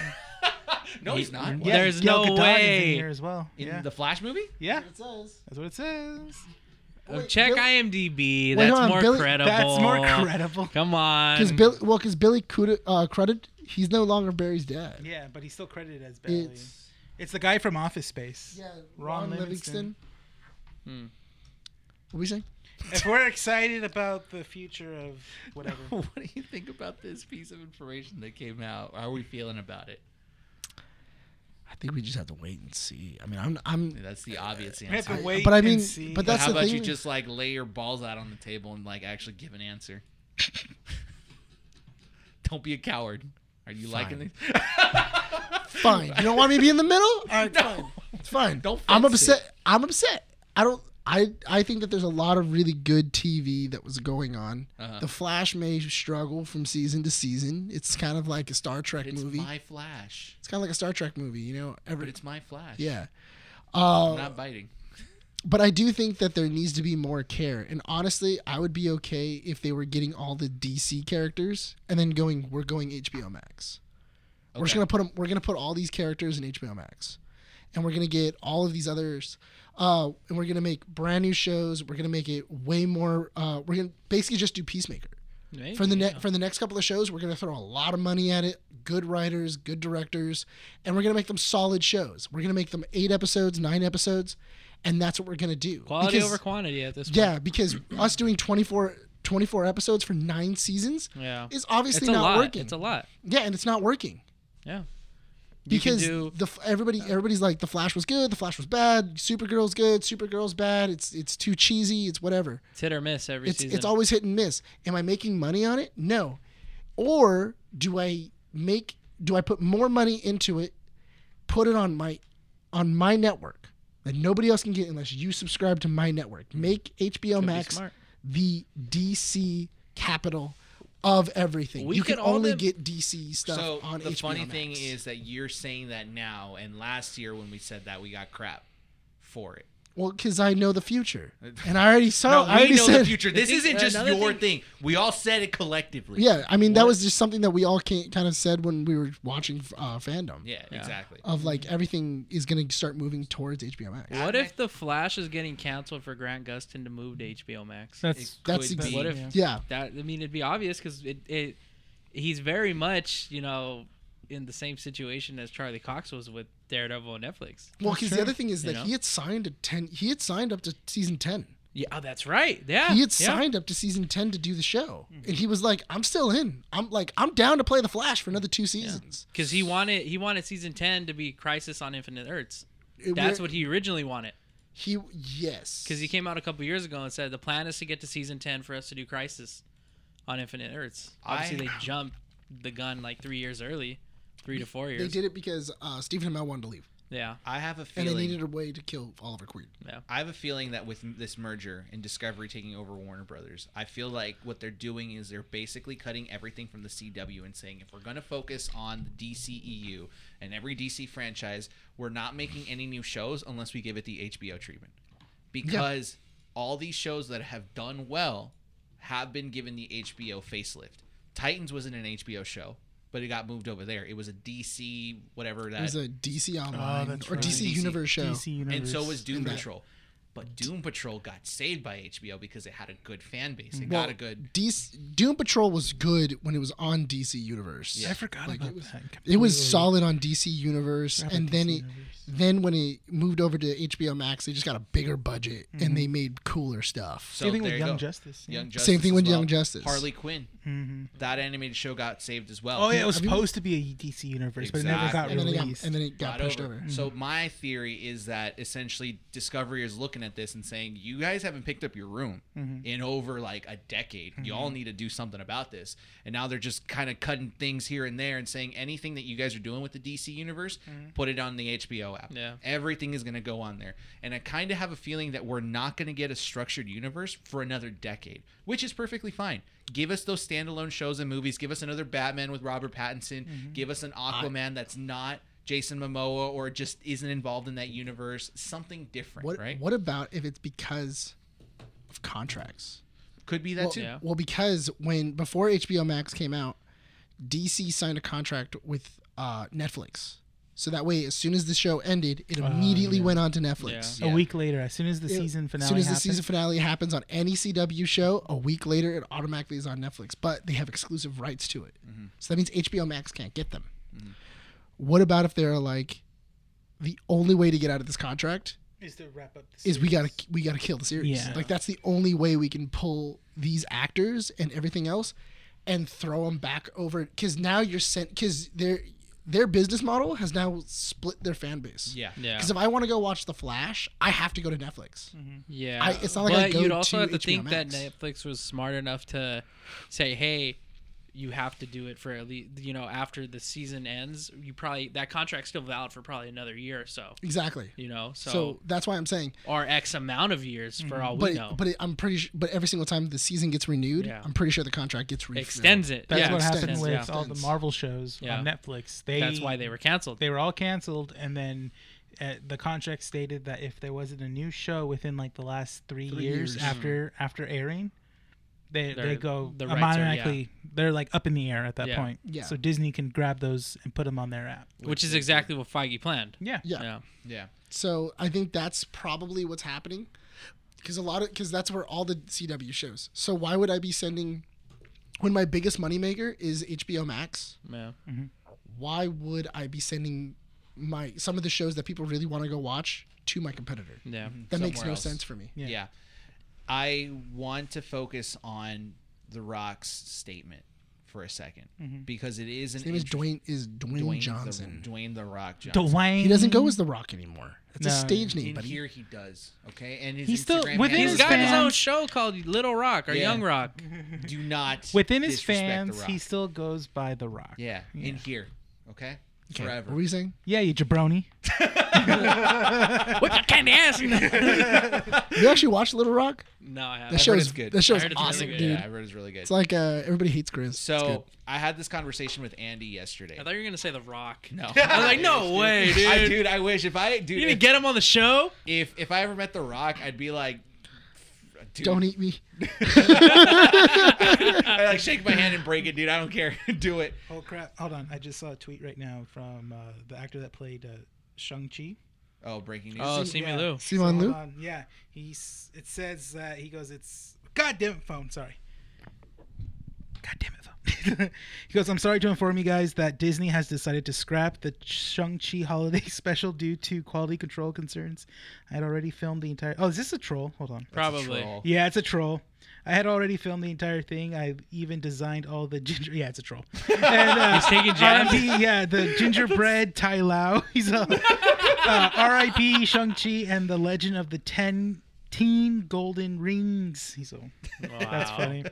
[SPEAKER 3] No, he's not.
[SPEAKER 5] Yeah. There's
[SPEAKER 4] Gal
[SPEAKER 5] no
[SPEAKER 4] Gadot is
[SPEAKER 5] way.
[SPEAKER 4] in here as well.
[SPEAKER 3] In
[SPEAKER 4] yeah.
[SPEAKER 3] the Flash movie?
[SPEAKER 4] yeah,
[SPEAKER 1] It says.
[SPEAKER 4] that's what it says.
[SPEAKER 5] Oh,
[SPEAKER 1] Wait,
[SPEAKER 5] Check
[SPEAKER 1] Bill-
[SPEAKER 5] IMDb.
[SPEAKER 1] Wait,
[SPEAKER 5] That's
[SPEAKER 1] hold on,
[SPEAKER 5] more
[SPEAKER 1] Billy-
[SPEAKER 5] credible.
[SPEAKER 4] That's more credible.
[SPEAKER 5] Come
[SPEAKER 1] Because
[SPEAKER 5] on.
[SPEAKER 1] Billy, well, because Billy Crudup, uh, Crudup, he's no longer Barry's dad.
[SPEAKER 4] Yeah, but he's still credited as Bailey. It's,
[SPEAKER 1] It's
[SPEAKER 4] the guy from Office Space.
[SPEAKER 1] yeah,
[SPEAKER 4] Ron
[SPEAKER 1] Ron,
[SPEAKER 4] Livingston.
[SPEAKER 1] Livingston. Hmm. What were we saying?
[SPEAKER 4] if we're excited about the future of whatever,
[SPEAKER 3] what do you think about this piece of information that came out? How are we feeling about it?
[SPEAKER 1] I think we just have to wait and see. I mean, I'm, I'm
[SPEAKER 3] That's the obvious
[SPEAKER 4] we have
[SPEAKER 3] answer.
[SPEAKER 4] to wait
[SPEAKER 1] but I
[SPEAKER 4] and
[SPEAKER 1] mean,
[SPEAKER 4] see.
[SPEAKER 1] but
[SPEAKER 3] But
[SPEAKER 1] that's
[SPEAKER 3] how
[SPEAKER 1] the
[SPEAKER 3] about
[SPEAKER 1] thing.
[SPEAKER 3] you just like lay your balls out on the table and like actually give an answer? Don't be a coward. Are you liking
[SPEAKER 1] Fine.
[SPEAKER 3] this?
[SPEAKER 1] fine. You don't want me to be in the middle? All right,
[SPEAKER 3] No.
[SPEAKER 1] fine. It's fine.
[SPEAKER 3] Don't
[SPEAKER 1] I'm
[SPEAKER 3] fix
[SPEAKER 1] upset. I'm upset. I don't. I I think that there's a lot of really good TV that was going on.
[SPEAKER 3] Uh-huh.
[SPEAKER 1] The Flash may struggle from season to season. It's kind of like a Star Trek
[SPEAKER 3] It's
[SPEAKER 1] movie.
[SPEAKER 3] my flash.
[SPEAKER 1] it's kind of like a Star Trek movie, you know.
[SPEAKER 3] But
[SPEAKER 1] Every
[SPEAKER 3] it's my flash.
[SPEAKER 1] yeah.
[SPEAKER 3] I'm
[SPEAKER 1] Uh,
[SPEAKER 3] not biting.
[SPEAKER 1] but I do think that there needs to be more care. And honestly, I would be okay if they were getting all the DC characters and then going, we're going HBO Max. We're just
[SPEAKER 3] Okay.
[SPEAKER 1] gonna put 'em- We're gonna put all these characters in HBO Max, and we're gonna get all of these others, uh, and we're gonna make brand new shows. We're gonna make it way more. Uh, we're gonna basically just do Peacemaker
[SPEAKER 5] Maybe,
[SPEAKER 1] for the
[SPEAKER 5] yeah.
[SPEAKER 1] ne- for the next couple of shows. We're gonna throw a lot of money at it. Good writers, good directors, and we're gonna make them solid shows. We're gonna make them eight episodes, nine episodes, and that's what we're gonna do.
[SPEAKER 5] Quality
[SPEAKER 1] Because-
[SPEAKER 5] over quantity at this point.
[SPEAKER 1] Yeah, because us doing 24, 24 episodes for nine seasons
[SPEAKER 5] Yeah.
[SPEAKER 1] is obviously
[SPEAKER 5] It's a
[SPEAKER 1] not
[SPEAKER 5] lot.
[SPEAKER 1] working.
[SPEAKER 5] It's a lot.
[SPEAKER 1] Yeah, and it's not working
[SPEAKER 5] Yeah. You can
[SPEAKER 1] because
[SPEAKER 5] do-
[SPEAKER 1] the f- everybody everybody's like the Flash was good, the Flash was bad, Supergirl's good, Supergirl's bad. It's it's too cheesy. It's whatever.
[SPEAKER 5] It's hit or miss every
[SPEAKER 1] It's
[SPEAKER 5] season.
[SPEAKER 1] it's always hit and miss. Am I making money on it? No. Or do I make do I put more money into it, put it on my on my network that nobody else can get unless you subscribe to my network. Make HBO
[SPEAKER 5] be
[SPEAKER 1] Max
[SPEAKER 5] smart.
[SPEAKER 1] the DC capital of everything.
[SPEAKER 5] We
[SPEAKER 1] you
[SPEAKER 5] could
[SPEAKER 1] can
[SPEAKER 5] all
[SPEAKER 1] only
[SPEAKER 5] live-
[SPEAKER 1] get DC stuff
[SPEAKER 3] So
[SPEAKER 1] on
[SPEAKER 3] the
[SPEAKER 1] HBO
[SPEAKER 3] funny
[SPEAKER 1] Max.
[SPEAKER 3] thing is that you're saying that now, and last year when we said that, we got crap for it.
[SPEAKER 1] Well, because I know the future, and I already saw.
[SPEAKER 3] No,
[SPEAKER 1] I
[SPEAKER 3] we
[SPEAKER 1] already
[SPEAKER 3] know
[SPEAKER 1] said,
[SPEAKER 3] the future. This
[SPEAKER 5] think
[SPEAKER 3] isn't just
[SPEAKER 5] another
[SPEAKER 3] your
[SPEAKER 5] thing-
[SPEAKER 3] thing. We all said it collectively.
[SPEAKER 1] Yeah, I mean that was just something that we all can, kind of said when we were watching uh, fandom.
[SPEAKER 3] Yeah, exactly.
[SPEAKER 1] Of like everything is going to start moving towards HBO Max.
[SPEAKER 5] What if the Flash is getting canceled for Grant Gustin to move to HBO Max?
[SPEAKER 4] That's
[SPEAKER 1] That's
[SPEAKER 3] Could
[SPEAKER 1] ex-
[SPEAKER 3] be.
[SPEAKER 5] what if
[SPEAKER 1] Yeah,
[SPEAKER 5] that? I mean, it'd be obvious because it, it he's very much you know in the same situation as Charlie Cox was with Daredevil on Netflix.
[SPEAKER 1] well, because
[SPEAKER 4] Sure.
[SPEAKER 1] the other thing is
[SPEAKER 5] You
[SPEAKER 1] that
[SPEAKER 5] know?
[SPEAKER 1] he had signed a ten. He had signed up to season ten.
[SPEAKER 5] Yeah, oh, that's right. Yeah,
[SPEAKER 1] He had
[SPEAKER 5] yeah.
[SPEAKER 1] signed up to season ten to do the show,
[SPEAKER 3] Mm-hmm.
[SPEAKER 1] and he was like, "I'm still in. I'm like, I'm down to play the Flash for another two seasons."
[SPEAKER 5] because he wanted he wanted season ten to be Crisis on Infinite Earths.
[SPEAKER 1] It-
[SPEAKER 5] That's
[SPEAKER 1] we're-
[SPEAKER 5] what he originally wanted.
[SPEAKER 1] he yes,
[SPEAKER 5] Because he came out a couple years ago and said the plan is to get to season ten for us to do Crisis on Infinite Earths. Obviously, they jumped the gun like three years early, three to four
[SPEAKER 1] they
[SPEAKER 5] years.
[SPEAKER 1] did it because uh, Stephen Amell wanted to leave,
[SPEAKER 5] Yeah,
[SPEAKER 3] I have a
[SPEAKER 1] and
[SPEAKER 3] feeling.
[SPEAKER 1] they needed a way to kill Oliver Queen.
[SPEAKER 3] I have a feeling that with m- this merger and Discovery taking over Warner Brothers, I feel like what they're doing is they're basically cutting everything from the CW and saying if we're going to focus on the DCEU and every DC franchise, we're not making any new shows unless we give it the HBO treatment. Because all these shows that have done well have been given the HBO facelift. Titans wasn't an HBO show, but it got moved over there. It was a DC whatever that
[SPEAKER 1] It was a DC Online
[SPEAKER 4] Oh, that's
[SPEAKER 1] or
[SPEAKER 4] right.
[SPEAKER 1] DC,
[SPEAKER 3] DC.
[SPEAKER 1] Universe show.
[SPEAKER 4] DC Universe.
[SPEAKER 3] and so was Doom
[SPEAKER 1] And that-
[SPEAKER 3] Patrol. But Doom Patrol got saved by HBO because it had a good fan base. It
[SPEAKER 1] Well,
[SPEAKER 3] got a good.
[SPEAKER 1] DC, Doom Patrol was good when it was on DC Universe.
[SPEAKER 4] I forgot
[SPEAKER 1] Like,
[SPEAKER 4] about
[SPEAKER 1] it was-
[SPEAKER 4] that.
[SPEAKER 1] It was
[SPEAKER 4] completely.
[SPEAKER 1] solid on DC Universe,
[SPEAKER 4] Forgot about
[SPEAKER 1] and then
[SPEAKER 4] DC
[SPEAKER 1] it,
[SPEAKER 4] Universe.
[SPEAKER 1] then when it moved over to HBO Max, they just got a bigger budget and
[SPEAKER 4] Mm-hmm.
[SPEAKER 1] they made cooler stuff.
[SPEAKER 3] So
[SPEAKER 4] Same thing
[SPEAKER 3] there
[SPEAKER 4] with
[SPEAKER 3] you go.
[SPEAKER 4] Young Justice. yeah.
[SPEAKER 3] Young Justice.
[SPEAKER 1] Same thing
[SPEAKER 3] as
[SPEAKER 1] with
[SPEAKER 3] well.
[SPEAKER 1] Young Justice.
[SPEAKER 3] Harley Quinn.
[SPEAKER 4] Mhm.
[SPEAKER 3] That animated show got saved as well.
[SPEAKER 4] Oh yeah, it was
[SPEAKER 1] I mean-
[SPEAKER 4] supposed to be a DC universe, but it never got
[SPEAKER 1] and then it got,
[SPEAKER 4] released.
[SPEAKER 1] and then it got
[SPEAKER 3] Got
[SPEAKER 1] pushed
[SPEAKER 3] over.
[SPEAKER 1] over.
[SPEAKER 3] So my theory is that essentially Discovery is looking at this and saying, "You guys haven't picked up your room in over like a decade. You all need to do something about this." And now they're just kind of cutting things here and there and saying anything that you guys are doing with the DC universe, put it on the HBO app.
[SPEAKER 5] Yeah.
[SPEAKER 3] Everything is going to go on there. And I kind of have a feeling that we're not going to get a structured universe for another decade, which is perfectly fine. Give us those standalone shows and movies. Give us another Batman with Robert Pattinson.
[SPEAKER 1] Mm-hmm.
[SPEAKER 3] Give us an Aquaman that's not Jason Momoa or just isn't involved in that universe. Something different,
[SPEAKER 1] What
[SPEAKER 3] right?
[SPEAKER 1] What about if it's because of contracts?
[SPEAKER 3] Could be that
[SPEAKER 1] Well,
[SPEAKER 3] too.
[SPEAKER 5] Yeah.
[SPEAKER 1] well, because when before HBO Max came out, DC signed a contract with uh, Netflix, so that way, as soon as the show ended, it immediately went on to Netflix.
[SPEAKER 4] a
[SPEAKER 3] Yeah.
[SPEAKER 4] week later, as soon as the
[SPEAKER 1] It-
[SPEAKER 4] season finale
[SPEAKER 1] As soon as
[SPEAKER 4] happened,
[SPEAKER 1] the season finale happens on any CW show, a week later it automatically is on Netflix, but they have exclusive rights to it.
[SPEAKER 3] Mm-hmm.
[SPEAKER 1] So that means HBO Max can't get them. What about if they're like, the only way to get out of this contract
[SPEAKER 4] is to wrap up. The
[SPEAKER 1] is we gotta we gotta kill the series.
[SPEAKER 4] Yeah.
[SPEAKER 1] Like that's the only way we can pull these actors and everything else, and throw them back over. Because now you're sent. Because their their business model has now split their fan base.
[SPEAKER 3] Yeah.
[SPEAKER 5] yeah. Mm-hmm.
[SPEAKER 1] Because if I want to go watch The Flash, I have to go to Netflix.
[SPEAKER 5] Yeah,
[SPEAKER 1] I- it's not like
[SPEAKER 5] but
[SPEAKER 1] I go
[SPEAKER 5] you'd also
[SPEAKER 1] to
[SPEAKER 5] have to
[SPEAKER 1] HBO
[SPEAKER 5] think that
[SPEAKER 1] Max.
[SPEAKER 5] Netflix was smart enough to say, "Hey, you have to do it for at least you know after the season ends. You probably that contract's still valid for probably another year or so.
[SPEAKER 1] Exactly.
[SPEAKER 5] You know, so,
[SPEAKER 1] So, that's why I'm saying.
[SPEAKER 5] or X amount of years for all we
[SPEAKER 1] But
[SPEAKER 5] know.
[SPEAKER 1] but it, I'm pretty. Sure, but every single time the season gets renewed,
[SPEAKER 5] Yeah.
[SPEAKER 1] I'm pretty sure the contract gets refilled.
[SPEAKER 5] extends it.
[SPEAKER 4] That's
[SPEAKER 5] yeah,
[SPEAKER 4] what
[SPEAKER 1] extends,
[SPEAKER 4] happened with
[SPEAKER 5] yeah.
[SPEAKER 4] all the
[SPEAKER 1] extends.
[SPEAKER 4] Marvel shows
[SPEAKER 5] Yeah.
[SPEAKER 4] on Netflix. They
[SPEAKER 5] That's why they were canceled.
[SPEAKER 4] they were all canceled, and then uh, the contract stated that if there wasn't a new show within like the last three,
[SPEAKER 1] Three
[SPEAKER 4] years,
[SPEAKER 1] years.
[SPEAKER 4] after after airing, they
[SPEAKER 5] They're-
[SPEAKER 4] they go
[SPEAKER 5] the rights are- yeah.
[SPEAKER 4] automatically. They're like up in the air at that
[SPEAKER 5] Yeah.
[SPEAKER 4] point.
[SPEAKER 1] Yeah.
[SPEAKER 4] So Disney can grab those and put them on their app.
[SPEAKER 5] which is exactly what Feige planned.
[SPEAKER 4] Yeah.
[SPEAKER 1] Yeah.
[SPEAKER 5] Yeah,
[SPEAKER 3] Yeah.
[SPEAKER 1] So I think that's probably what's happening, because a lot of because that's where all the CW shows. So why would I be sending, when my biggest moneymaker is HBO Max?
[SPEAKER 5] yeah.
[SPEAKER 1] Why would I be sending my some of the shows that people really want to go watch to my competitor?
[SPEAKER 5] yeah.
[SPEAKER 1] That makes
[SPEAKER 3] Somewhere
[SPEAKER 1] no
[SPEAKER 3] else.
[SPEAKER 1] sense for me.
[SPEAKER 4] Yeah.
[SPEAKER 3] Yeah. I want to focus on The Rock's statement for a 2nd because it is an
[SPEAKER 1] Mm-hmm. His name is
[SPEAKER 3] inter-
[SPEAKER 1] Dwayne is Dwayne,
[SPEAKER 3] Dwayne the-
[SPEAKER 1] Johnson.
[SPEAKER 3] Dwayne The Rock Johnson.
[SPEAKER 4] Dwayne.
[SPEAKER 1] He doesn't go as The Rock anymore. It's a
[SPEAKER 4] No,
[SPEAKER 1] stage
[SPEAKER 3] In
[SPEAKER 1] name, buddy.
[SPEAKER 3] here he does. Okay. And his
[SPEAKER 4] He's still-
[SPEAKER 3] Instagram
[SPEAKER 4] within
[SPEAKER 3] handle
[SPEAKER 5] He's
[SPEAKER 4] his
[SPEAKER 3] is
[SPEAKER 5] got his own
[SPEAKER 4] fans-
[SPEAKER 5] show called Little Rock or
[SPEAKER 3] Yeah.
[SPEAKER 5] Young Rock.
[SPEAKER 3] do not
[SPEAKER 4] within his
[SPEAKER 3] disrespect The
[SPEAKER 4] fans.
[SPEAKER 3] Rock.
[SPEAKER 4] He still goes by The Rock.
[SPEAKER 3] yeah, in here. Okay. forever.
[SPEAKER 1] What were you saying?
[SPEAKER 4] Yeah, you jabroni.
[SPEAKER 5] What your candy ass?
[SPEAKER 1] You actually watched Little Rock?
[SPEAKER 5] no, I haven't.
[SPEAKER 1] That show's
[SPEAKER 3] it's good.
[SPEAKER 1] That
[SPEAKER 5] I
[SPEAKER 1] show's
[SPEAKER 5] heard it's really
[SPEAKER 1] awesome,
[SPEAKER 5] good.
[SPEAKER 1] dude.
[SPEAKER 3] Yeah, I heard it's really good.
[SPEAKER 1] It's like uh, everybody hates Chris. It's good.
[SPEAKER 3] so I had this conversation with Andy yesterday.
[SPEAKER 5] I thought you were gonna say The Rock.
[SPEAKER 3] no,
[SPEAKER 5] I was like, no way, dude.
[SPEAKER 3] I, dude, I wish if I
[SPEAKER 5] You
[SPEAKER 3] dude
[SPEAKER 5] didn't
[SPEAKER 3] if,
[SPEAKER 5] get him on the show.
[SPEAKER 3] if if I ever met The Rock, I'd be like, dude,
[SPEAKER 1] don't eat me.
[SPEAKER 3] I like shake my hand and break it, dude. I don't care. Do it.
[SPEAKER 4] Oh crap! Hold on, I just saw a tweet right now from uh, the actor that played uh, Shang Chi.
[SPEAKER 3] Oh, breaking news.
[SPEAKER 5] Oh,
[SPEAKER 4] Sim-
[SPEAKER 5] see me,
[SPEAKER 4] yeah.
[SPEAKER 5] Lou.
[SPEAKER 1] Simon Lu.
[SPEAKER 4] Yeah, he's. It says that he goes. It's goddamn phone. Sorry. Goddamn it, phone. he goes. I'm sorry to inform you guys that Disney has decided to scrap the Shang Chi holiday special due to quality control concerns. I had already filmed the entire. Oh, is this a troll? Hold on.
[SPEAKER 5] Probably.
[SPEAKER 3] troll.
[SPEAKER 4] Yeah, it's a troll. I had already filmed the entire thing. I even designed all the ginger. Yeah, it's a troll. And, uh,
[SPEAKER 5] He's taking jabs?
[SPEAKER 4] R.I.P., yeah, the gingerbread Tai Lao. He's a uh, R.I.P. Shang Chi and the Legend of the Ten Teen Golden Rings. He's all. That's
[SPEAKER 5] Wow.
[SPEAKER 4] funny.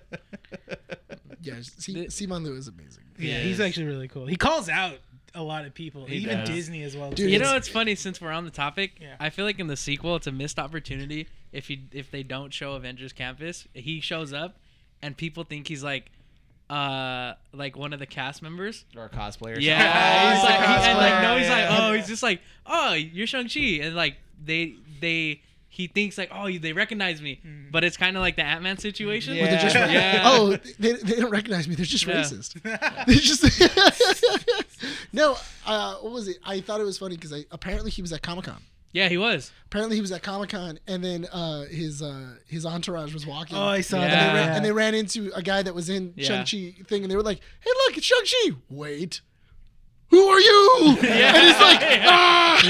[SPEAKER 1] Yeah,
[SPEAKER 5] The-
[SPEAKER 1] Si- Simon Lu is amazing.
[SPEAKER 4] Yeah, he's
[SPEAKER 5] Yes.
[SPEAKER 4] actually really cool. He calls out a lot of people,
[SPEAKER 5] He
[SPEAKER 4] even
[SPEAKER 5] does.
[SPEAKER 4] Disney as well.
[SPEAKER 1] Dude,
[SPEAKER 4] too.
[SPEAKER 5] You know, it's funny since we're on the topic.
[SPEAKER 4] Yeah.
[SPEAKER 5] I feel like in the sequel, it's a missed opportunity if you if they don't show Avengers Campus. He shows up, and people think he's like, uh, like one of the cast members.
[SPEAKER 3] Or a cosplayer. or
[SPEAKER 5] Yeah, he's
[SPEAKER 4] he's a
[SPEAKER 5] like, he- and like no,
[SPEAKER 4] cosplayer,
[SPEAKER 5] he's like,
[SPEAKER 4] yeah.
[SPEAKER 5] oh, he's just like, oh, you're Shang Chi, and like they they he thinks like, oh, they recognize me, but it's kind of like the Ant Man situation.
[SPEAKER 1] Where they're just
[SPEAKER 3] Yeah.
[SPEAKER 1] ra-
[SPEAKER 5] Yeah.
[SPEAKER 1] oh, they, they don't recognize me. They're just
[SPEAKER 5] Yeah.
[SPEAKER 1] racist. They're just no. Uh, what was it? I thought it was funny because apparently he was at Comic Con.
[SPEAKER 5] Yeah, he was.
[SPEAKER 1] Apparently he was at Comic Con, and then uh, his uh, his entourage was walking.
[SPEAKER 4] oh, I saw
[SPEAKER 5] Yeah.
[SPEAKER 1] and,
[SPEAKER 4] that.
[SPEAKER 1] they ran,
[SPEAKER 4] yeah.
[SPEAKER 1] and they ran into a guy that was in
[SPEAKER 5] Yeah.
[SPEAKER 1] Shang Chi thing, and they were like, "Hey, look, it's Shang Chi." Wait, who are you? And he's like, "Ah!"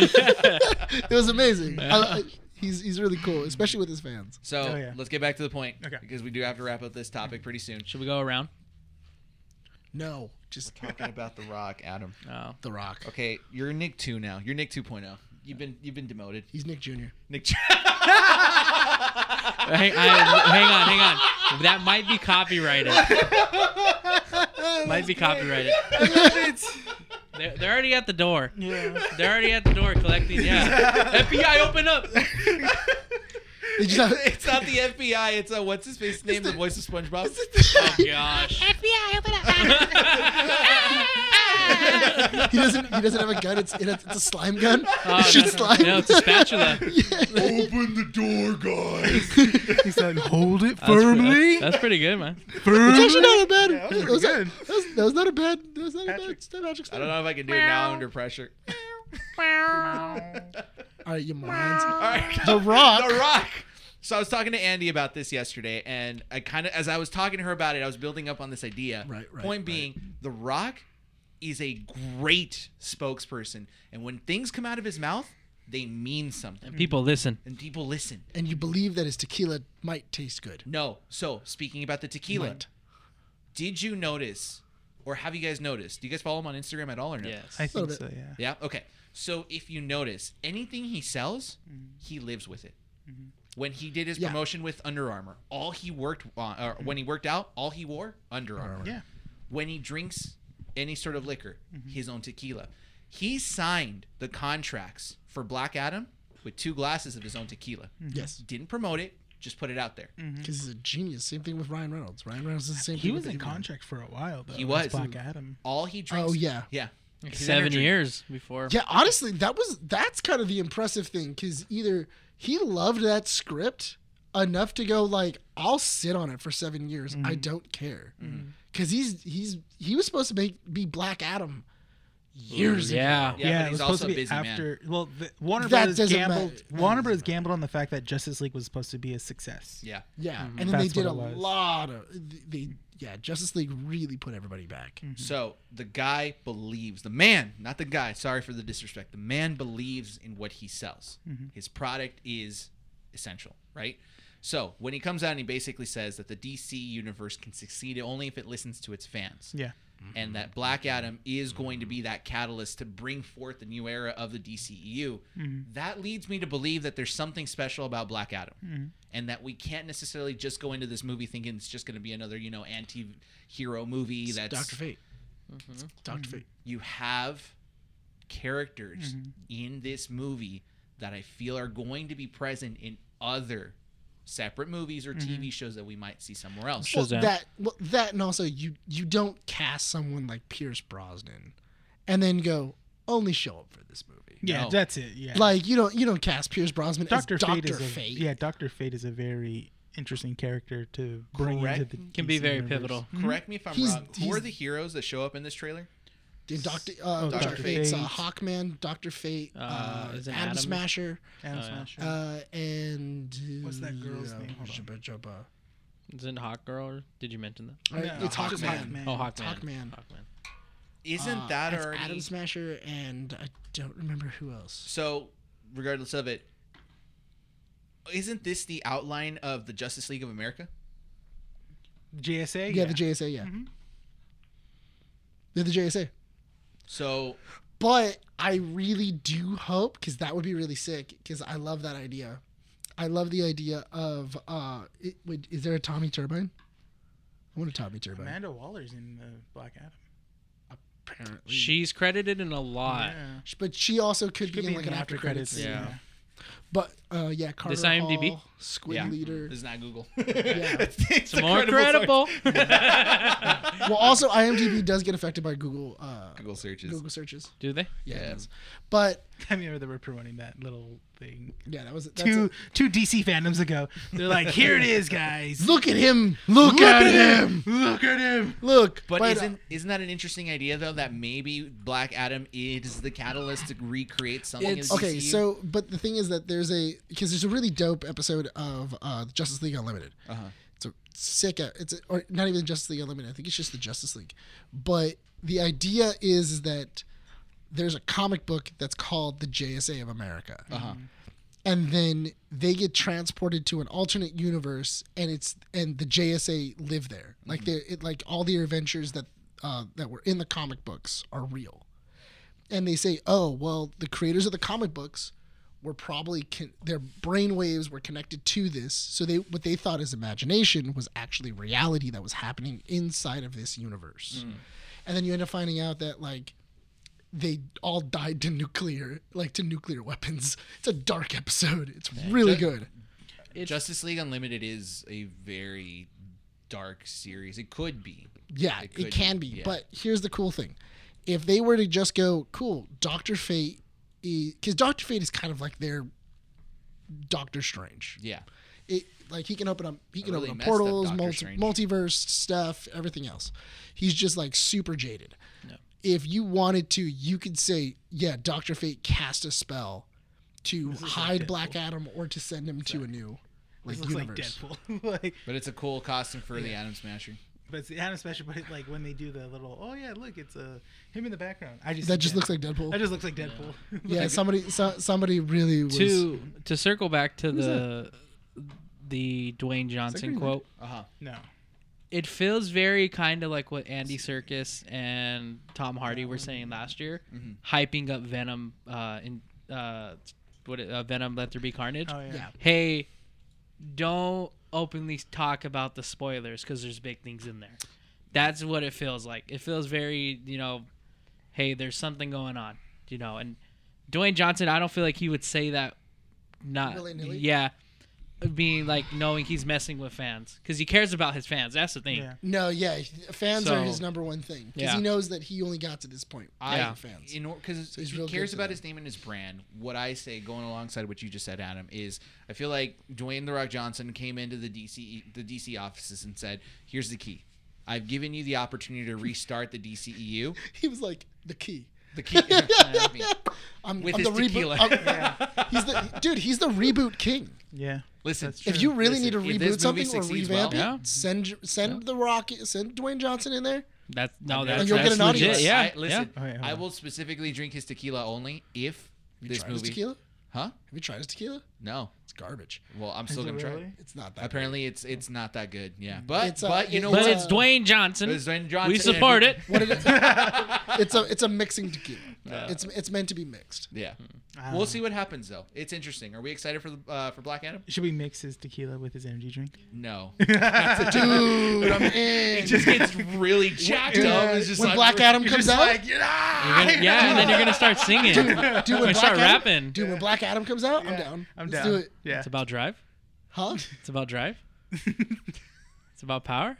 [SPEAKER 1] it was amazing. I- I- he's he's really cool, especially with his fans.
[SPEAKER 3] So
[SPEAKER 4] Oh, yeah.
[SPEAKER 3] let's get back to the point
[SPEAKER 4] Okay.
[SPEAKER 3] because we do have to wrap up this topic pretty soon.
[SPEAKER 5] Should we go around?
[SPEAKER 1] No, just
[SPEAKER 3] Talking about The Rock, Adam.
[SPEAKER 5] No.
[SPEAKER 1] The Rock.
[SPEAKER 3] Okay, you're Nick Two now. You're Nick Two oh. You've been you've been demoted.
[SPEAKER 1] He's Nick Jr.
[SPEAKER 3] Nick. Two-
[SPEAKER 5] Hang, I, hang on, hang on. That might be copyrighted. might be copyrighted. They're, they're already at the door.
[SPEAKER 4] yeah.
[SPEAKER 5] They're already at the door collecting. Yeah. FBI, open up.
[SPEAKER 1] They just have-
[SPEAKER 3] it's not the FBI. It's a what's his face name? The, voice of SpongeBob.
[SPEAKER 5] Gosh.
[SPEAKER 3] Oh,
[SPEAKER 5] FBI, open up.
[SPEAKER 1] he doesn't he doesn't have a gun. It's it, it's a slime gun.
[SPEAKER 5] Oh,
[SPEAKER 1] It shoots
[SPEAKER 5] no.
[SPEAKER 1] slime.
[SPEAKER 5] No, it's a spatula.
[SPEAKER 1] Yeah.
[SPEAKER 3] Open the door, guys.
[SPEAKER 4] He's like, hold it
[SPEAKER 5] That's, pre-
[SPEAKER 4] firmly.
[SPEAKER 5] that's pretty good, man.
[SPEAKER 4] firmly.
[SPEAKER 1] It's actually not a bad.
[SPEAKER 4] Mm-hmm. Yeah, that was
[SPEAKER 1] that, was
[SPEAKER 4] pretty
[SPEAKER 1] Not, that, was, that was not a bad. That was not a bad.
[SPEAKER 4] Patrick.
[SPEAKER 1] Stan Patrick
[SPEAKER 3] I
[SPEAKER 1] Stan.
[SPEAKER 3] don't know if I can do it now under pressure.
[SPEAKER 1] All right, you morons.
[SPEAKER 3] All right.
[SPEAKER 1] The Rock.
[SPEAKER 3] The Rock. So I was talking to Andy about this yesterday, and I kind of, as I was talking to her about it, I was building up on this idea.
[SPEAKER 1] Right, right,
[SPEAKER 3] Point
[SPEAKER 1] right.
[SPEAKER 3] being, The Rock is a great spokesperson, and when things come out of his mouth, they mean something,
[SPEAKER 5] People listen.
[SPEAKER 3] and people listen.
[SPEAKER 1] And you believe that his tequila might taste good.
[SPEAKER 3] No. So speaking about the tequila,
[SPEAKER 1] Might.
[SPEAKER 3] did you notice, or have you guys noticed? Do you guys follow him on Instagram at all or no?
[SPEAKER 5] Yes.
[SPEAKER 4] I think
[SPEAKER 1] bit.
[SPEAKER 4] so. Yeah.
[SPEAKER 3] Yeah. Okay. So if you notice, anything he sells, he lives with it. When he did his
[SPEAKER 1] Yeah.
[SPEAKER 3] promotion with Under Armour, all he worked on, uh, or when he worked out, all he wore Under Armour.
[SPEAKER 4] Yeah.
[SPEAKER 3] When he drinks any sort of liquor, his own tequila. He signed the contracts for Black Adam with two glasses of his own tequila.
[SPEAKER 1] Yes,
[SPEAKER 3] Didn't promote it, just put it out there.
[SPEAKER 1] because he's a genius. Same thing with Ryan Reynolds. Ryan Reynolds is the same.
[SPEAKER 4] Mm-hmm. He
[SPEAKER 1] thing
[SPEAKER 4] was
[SPEAKER 1] with
[SPEAKER 4] in
[SPEAKER 1] Batman.
[SPEAKER 4] contract for a while though.
[SPEAKER 3] He
[SPEAKER 4] with
[SPEAKER 3] was.
[SPEAKER 4] Black Adam.
[SPEAKER 3] All he drinks.
[SPEAKER 1] Oh, yeah.
[SPEAKER 3] Yeah.
[SPEAKER 5] Seven
[SPEAKER 3] energy.
[SPEAKER 5] years before.
[SPEAKER 1] Yeah, honestly, that was that's kind of the impressive thing because either he loved that script enough to go like, I'll sit on it for seven years. I
[SPEAKER 4] Mm-hmm.
[SPEAKER 1] don't care because he's he's he was supposed to make be Black Adam years
[SPEAKER 5] Yeah.
[SPEAKER 1] ago.
[SPEAKER 3] Yeah, but
[SPEAKER 4] it
[SPEAKER 3] he's
[SPEAKER 4] was
[SPEAKER 3] also
[SPEAKER 4] supposed
[SPEAKER 3] a
[SPEAKER 4] to be
[SPEAKER 3] busy man.
[SPEAKER 4] after. Well, the, Warner
[SPEAKER 1] That
[SPEAKER 4] Brothers
[SPEAKER 1] doesn't
[SPEAKER 4] gambled.
[SPEAKER 1] matter. That
[SPEAKER 4] Warner Brothers gambled on the fact that Justice League was supposed to be a success.
[SPEAKER 3] Yeah.
[SPEAKER 1] Yeah, and then they
[SPEAKER 4] Mm-hmm. That's
[SPEAKER 1] did a
[SPEAKER 4] what it was.
[SPEAKER 1] lot of they yeah Justice League really put everybody back.
[SPEAKER 4] Mm-hmm.
[SPEAKER 3] Mm-hmm. So the guy believes, the man, not the guy, sorry for the disrespect, the man believes in what he sells. His product is essential, right? So when he comes out and he basically says that the DC universe can succeed only if it listens to its fans.
[SPEAKER 4] Yeah.
[SPEAKER 3] And that Black Adam is going to be that catalyst to bring forth the new era of the DCEU.
[SPEAKER 4] Mm-hmm.
[SPEAKER 3] That leads me to believe that there's something special about Black Adam.
[SPEAKER 4] Mm-hmm.
[SPEAKER 3] And that we can't necessarily just go into this movie thinking it's just going to be another, you know, anti hero movie that's
[SPEAKER 5] Mm-hmm.
[SPEAKER 1] Doctor Fate, Doctor Fate.
[SPEAKER 3] you have characters
[SPEAKER 1] Mm-hmm.
[SPEAKER 3] in this movie that I feel are going to be present in other separate movies
[SPEAKER 1] Mm-hmm.
[SPEAKER 3] or TV shows that we might see somewhere
[SPEAKER 4] Mm-hmm.
[SPEAKER 3] else.
[SPEAKER 1] Well,
[SPEAKER 5] Shazam.
[SPEAKER 1] that well, that and also you you don't cast someone like Pierce Brosnan, and then go only show up for this movie.
[SPEAKER 4] Yeah,
[SPEAKER 3] No.
[SPEAKER 4] that's it. Yeah,
[SPEAKER 1] Like you don't you don't cast Pierce Brosnan
[SPEAKER 4] Doctor
[SPEAKER 1] as
[SPEAKER 4] Fate
[SPEAKER 1] Doctor
[SPEAKER 4] is a
[SPEAKER 1] Fate.
[SPEAKER 4] yeah. Doctor Fate is a very interesting character to bring
[SPEAKER 3] Correct.
[SPEAKER 4] into the
[SPEAKER 5] Can be
[SPEAKER 4] DC
[SPEAKER 5] very
[SPEAKER 4] universe. Mm-hmm.
[SPEAKER 5] pivotal.
[SPEAKER 3] Correct me if I'm
[SPEAKER 1] Mm-hmm. He's-
[SPEAKER 3] wrong. Who
[SPEAKER 1] he's-
[SPEAKER 3] are the heroes that show up in this trailer?
[SPEAKER 1] Dude, Doctor uh,
[SPEAKER 4] Oh,
[SPEAKER 1] Doctor
[SPEAKER 4] Dr.
[SPEAKER 1] Fate's uh,
[SPEAKER 4] Fate.
[SPEAKER 1] Hawkman, Doctor Fate, uh,
[SPEAKER 5] Uh, is it
[SPEAKER 1] Atom
[SPEAKER 5] Adam?
[SPEAKER 1] Smasher,
[SPEAKER 4] Adam
[SPEAKER 5] Oh, yeah.
[SPEAKER 4] Smasher.
[SPEAKER 1] uh, and uh,
[SPEAKER 4] What's that girl's
[SPEAKER 1] uh,
[SPEAKER 4] name? Hold on.
[SPEAKER 1] jabba, jabba.
[SPEAKER 5] Isn't Hawk Girl? Or did you mention that?
[SPEAKER 1] Right,
[SPEAKER 4] No,
[SPEAKER 1] it's Hawkman.
[SPEAKER 4] just Hawkman.
[SPEAKER 5] Oh,
[SPEAKER 1] It's
[SPEAKER 5] Hawkman.
[SPEAKER 1] Hawkman.
[SPEAKER 5] Hawkman.
[SPEAKER 3] Isn't
[SPEAKER 1] Uh,
[SPEAKER 3] that
[SPEAKER 1] that's
[SPEAKER 3] already
[SPEAKER 1] Adam Smasher? And I don't remember who else.
[SPEAKER 3] So, regardless of it, isn't this the outline of the Justice League of America?
[SPEAKER 4] JSA.
[SPEAKER 1] Yeah, the JSA. Yeah, they're the JSA.
[SPEAKER 3] So,
[SPEAKER 1] But I really do hope because that would be really sick because I love that idea. I love the idea of uh, it, wait, is there a Tommy Turbine? I want a Tommy Turbine.
[SPEAKER 4] Amanda Waller's in the Black Adam.
[SPEAKER 1] Apparently,
[SPEAKER 5] She's credited in a lot.
[SPEAKER 4] Yeah.
[SPEAKER 1] but she also could
[SPEAKER 4] She
[SPEAKER 1] be, in like an after credits.
[SPEAKER 4] scene,
[SPEAKER 5] Yeah.
[SPEAKER 1] But uh, yeah, Carter
[SPEAKER 5] This IMDb?
[SPEAKER 1] Hall, Squid
[SPEAKER 3] yeah,
[SPEAKER 1] Leader.
[SPEAKER 3] this is not Google.
[SPEAKER 1] It's-
[SPEAKER 5] It's more credible.
[SPEAKER 1] Well, also IMDb does get affected by Google uh,
[SPEAKER 3] Google searches.
[SPEAKER 1] Google searches.
[SPEAKER 5] Do they?
[SPEAKER 1] Yeah, it
[SPEAKER 3] Yeah.
[SPEAKER 1] does. but
[SPEAKER 4] I remember they were promoting that little thing
[SPEAKER 1] yeah, that was that's
[SPEAKER 4] two
[SPEAKER 1] it.
[SPEAKER 4] two DC fandoms ago. They're like, here it is, guys.
[SPEAKER 1] Look at him! Look, at, him!
[SPEAKER 4] Look at him.
[SPEAKER 1] Look,
[SPEAKER 3] But,
[SPEAKER 1] uh,
[SPEAKER 3] isn't isn't that an interesting idea though? That maybe Black Adam is the catalyst to recreate something.
[SPEAKER 5] It's-
[SPEAKER 3] in
[SPEAKER 1] Okay,
[SPEAKER 3] DCU?
[SPEAKER 1] so but the thing is that there's a because there's a really dope episode of uh, Justice League Unlimited.
[SPEAKER 3] Uh-huh.
[SPEAKER 1] It's a sick. e- It's a, or not even Justice League Unlimited. I think it's just the Justice League. But the idea is that there's a comic book that's called the JSA of America,
[SPEAKER 3] Uh-huh.
[SPEAKER 1] and then they get transported to an alternate universe, and it's and the JSA live there.
[SPEAKER 3] Mm-hmm.
[SPEAKER 1] Like they it like all the adventures that uh, that were in the comic books are real and they say, "Oh, well, the creators of the comic books were probably con- their brain waves were connected to this, so they what they thought as imagination was actually reality that was happening inside of this universe." And then you end up finding out that like they all died to nuclear, like to nuclear weapons. It's a dark episode. It's really good.
[SPEAKER 3] Justice League Unlimited is a very dark series. It could be.
[SPEAKER 1] Yeah,
[SPEAKER 3] It
[SPEAKER 1] it,
[SPEAKER 3] could-
[SPEAKER 1] can be.
[SPEAKER 3] yeah.
[SPEAKER 1] But here's the cool thing: if they were to just go, cool, Doctor Fate, because Doctor Fate is kind of like their Doctor Strange.
[SPEAKER 3] Yeah.
[SPEAKER 1] it like he can open up he can
[SPEAKER 3] really
[SPEAKER 1] open up
[SPEAKER 3] messed up
[SPEAKER 1] portals
[SPEAKER 3] Doctor
[SPEAKER 1] multi-
[SPEAKER 3] Strange.
[SPEAKER 1] multiverse stuff everything else he's just like super jaded if you wanted to you could say yeah dr fate cast a spell to hide black adam or to send him to a new like
[SPEAKER 4] This looks like
[SPEAKER 1] universe
[SPEAKER 4] Deadpool. like,
[SPEAKER 3] But it's a cool costume for the Adam Smasher.
[SPEAKER 4] but it's Adam Smasher. But like when they do the little, oh yeah, look, it's uh, him in the background. I just
[SPEAKER 1] that just
[SPEAKER 4] yeah.
[SPEAKER 1] looks like deadpool
[SPEAKER 4] That just looks like Deadpool.
[SPEAKER 1] yeah somebody so, somebody really was
[SPEAKER 5] To to circle back to the the Dwayne Johnson
[SPEAKER 1] Greenwood?
[SPEAKER 5] quote.
[SPEAKER 3] Uh huh.
[SPEAKER 4] no.
[SPEAKER 5] it feels very kind of like what Andy Circus and Tom Hardy were saying last year, hyping up Venom uh, in uh, what it- uh, Venom Let There Be Carnage.
[SPEAKER 4] Oh yeah.
[SPEAKER 1] Yeah.
[SPEAKER 5] Hey, don't openly talk about the spoilers because there's big things in there. That's what it feels like. It feels very you know, hey, there's something going on, you know. And Dwayne Johnson, I don't feel like he would say that. Not
[SPEAKER 1] Willy-nilly?
[SPEAKER 5] yeah. Being like knowing he's messing with fans because he cares about his fans. That's the thing.
[SPEAKER 4] Yeah.
[SPEAKER 1] no yeah fans
[SPEAKER 5] So-
[SPEAKER 1] are his number one thing because
[SPEAKER 5] Yeah.
[SPEAKER 1] he knows that he only got to this point
[SPEAKER 3] I
[SPEAKER 5] Yeah.
[SPEAKER 1] fans
[SPEAKER 3] in because
[SPEAKER 1] he's
[SPEAKER 3] he
[SPEAKER 1] real good
[SPEAKER 3] cares
[SPEAKER 1] to
[SPEAKER 3] about
[SPEAKER 1] them.
[SPEAKER 3] his name and his brand. What I say, going alongside what you just said, Adam, is I feel like Dwayne the Rock Johnson came into the DC the DC offices and said, "Here's the key. I've given you the opportunity to restart the E DCEU.
[SPEAKER 1] he was like the key
[SPEAKER 3] The key
[SPEAKER 1] I'm,
[SPEAKER 3] with
[SPEAKER 1] I'm
[SPEAKER 3] his
[SPEAKER 1] the
[SPEAKER 3] tequila."
[SPEAKER 1] reboot. Oh, I'm- He's the dude. He's the reboot king.
[SPEAKER 4] Yeah.
[SPEAKER 3] Listen,
[SPEAKER 4] That's
[SPEAKER 1] If you really
[SPEAKER 3] Listen, if
[SPEAKER 1] need to
[SPEAKER 3] this
[SPEAKER 1] reboot
[SPEAKER 3] movie
[SPEAKER 1] something or
[SPEAKER 3] succeeds
[SPEAKER 1] revamp
[SPEAKER 3] well-
[SPEAKER 5] Yeah.
[SPEAKER 1] it, send send the Rock, send Dwayne Johnson in there.
[SPEAKER 5] That's no,
[SPEAKER 1] And
[SPEAKER 5] that's,
[SPEAKER 1] you'll get
[SPEAKER 5] that's
[SPEAKER 1] an
[SPEAKER 5] legit.
[SPEAKER 1] audience. Oh,
[SPEAKER 5] Yeah,
[SPEAKER 3] Oh, I, listen,
[SPEAKER 4] yeah. Okay, hold
[SPEAKER 3] I
[SPEAKER 4] on.
[SPEAKER 3] will specifically drink his tequila only if this
[SPEAKER 1] Try his
[SPEAKER 3] movie.
[SPEAKER 1] tequila.
[SPEAKER 3] Huh?
[SPEAKER 1] Have you tried his tequila?
[SPEAKER 3] No.
[SPEAKER 1] It's garbage.
[SPEAKER 3] Well, I'm still
[SPEAKER 4] Is it
[SPEAKER 3] gonna try.
[SPEAKER 4] really? Mm.
[SPEAKER 3] it.
[SPEAKER 1] It's not that.
[SPEAKER 3] Apparently, it's it's not that good. Yeah, but
[SPEAKER 1] It's, uh,
[SPEAKER 3] but you know
[SPEAKER 5] yeah. But
[SPEAKER 1] uh,
[SPEAKER 3] what?
[SPEAKER 5] it's Dwayne Johnson.
[SPEAKER 3] It's Dwayne Johnson.
[SPEAKER 5] We support it.
[SPEAKER 1] good. What it is- it's a it's a mixing tequila.
[SPEAKER 3] Yeah.
[SPEAKER 1] It's it's meant to be mixed.
[SPEAKER 3] Yeah,
[SPEAKER 4] I
[SPEAKER 3] we'll
[SPEAKER 4] don't
[SPEAKER 3] see what happens though. It's interesting. Are we excited for the uh, for Black Adam?
[SPEAKER 4] Should we mix his tequila with his energy drink?
[SPEAKER 3] No,
[SPEAKER 1] Dude, I'm in.
[SPEAKER 3] it just gets really jacked
[SPEAKER 1] Dude,
[SPEAKER 3] up. It's just
[SPEAKER 1] when
[SPEAKER 3] like-
[SPEAKER 1] Black Adam
[SPEAKER 3] you're
[SPEAKER 1] comes
[SPEAKER 3] just
[SPEAKER 1] out?
[SPEAKER 3] like,
[SPEAKER 5] You're
[SPEAKER 3] yeah,
[SPEAKER 5] gonna- yeah, and then you're gonna start singing.
[SPEAKER 1] dude, when
[SPEAKER 5] I
[SPEAKER 1] Black Adam,
[SPEAKER 5] start rapping.
[SPEAKER 1] Dude, when Black Adam comes out, I'm down.
[SPEAKER 4] I'm
[SPEAKER 1] Let's
[SPEAKER 4] down.
[SPEAKER 1] do it.
[SPEAKER 4] Yeah.
[SPEAKER 5] It's about drive.
[SPEAKER 1] Huh?
[SPEAKER 5] It's about drive. It's about power.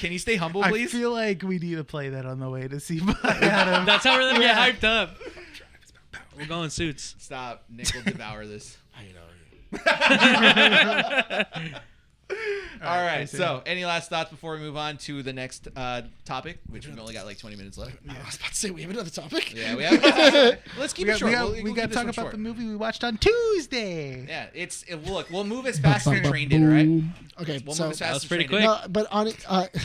[SPEAKER 3] Can you stay humble,
[SPEAKER 4] I
[SPEAKER 3] please?
[SPEAKER 4] feel like we need to play that on the way to see Black Adam.
[SPEAKER 5] That's how we're gonna get hyped up. We're going suits.
[SPEAKER 3] Stop. Nick will devour this.
[SPEAKER 1] I know.
[SPEAKER 3] All right.
[SPEAKER 4] continue.
[SPEAKER 3] So, any last thoughts before we move on to the next uh, topic, which we've only got like 20 minutes left?
[SPEAKER 1] I was about to say we have another topic.
[SPEAKER 3] Yeah, we have. Let's
[SPEAKER 4] we
[SPEAKER 3] keep it
[SPEAKER 4] got,
[SPEAKER 3] short.
[SPEAKER 4] we got,
[SPEAKER 3] We'll-
[SPEAKER 4] we
[SPEAKER 3] we'll
[SPEAKER 4] got
[SPEAKER 3] keep
[SPEAKER 4] to
[SPEAKER 3] this one
[SPEAKER 4] talk about
[SPEAKER 3] short.
[SPEAKER 4] the movie we watched on Tuesday.
[SPEAKER 3] Yeah, it's it, look. We'll move as fast as we trained in, all right?
[SPEAKER 1] Okay,
[SPEAKER 3] We'll
[SPEAKER 1] so
[SPEAKER 3] move as fast
[SPEAKER 5] was
[SPEAKER 3] as
[SPEAKER 5] pretty
[SPEAKER 3] trained in.
[SPEAKER 1] no, but on it, uh,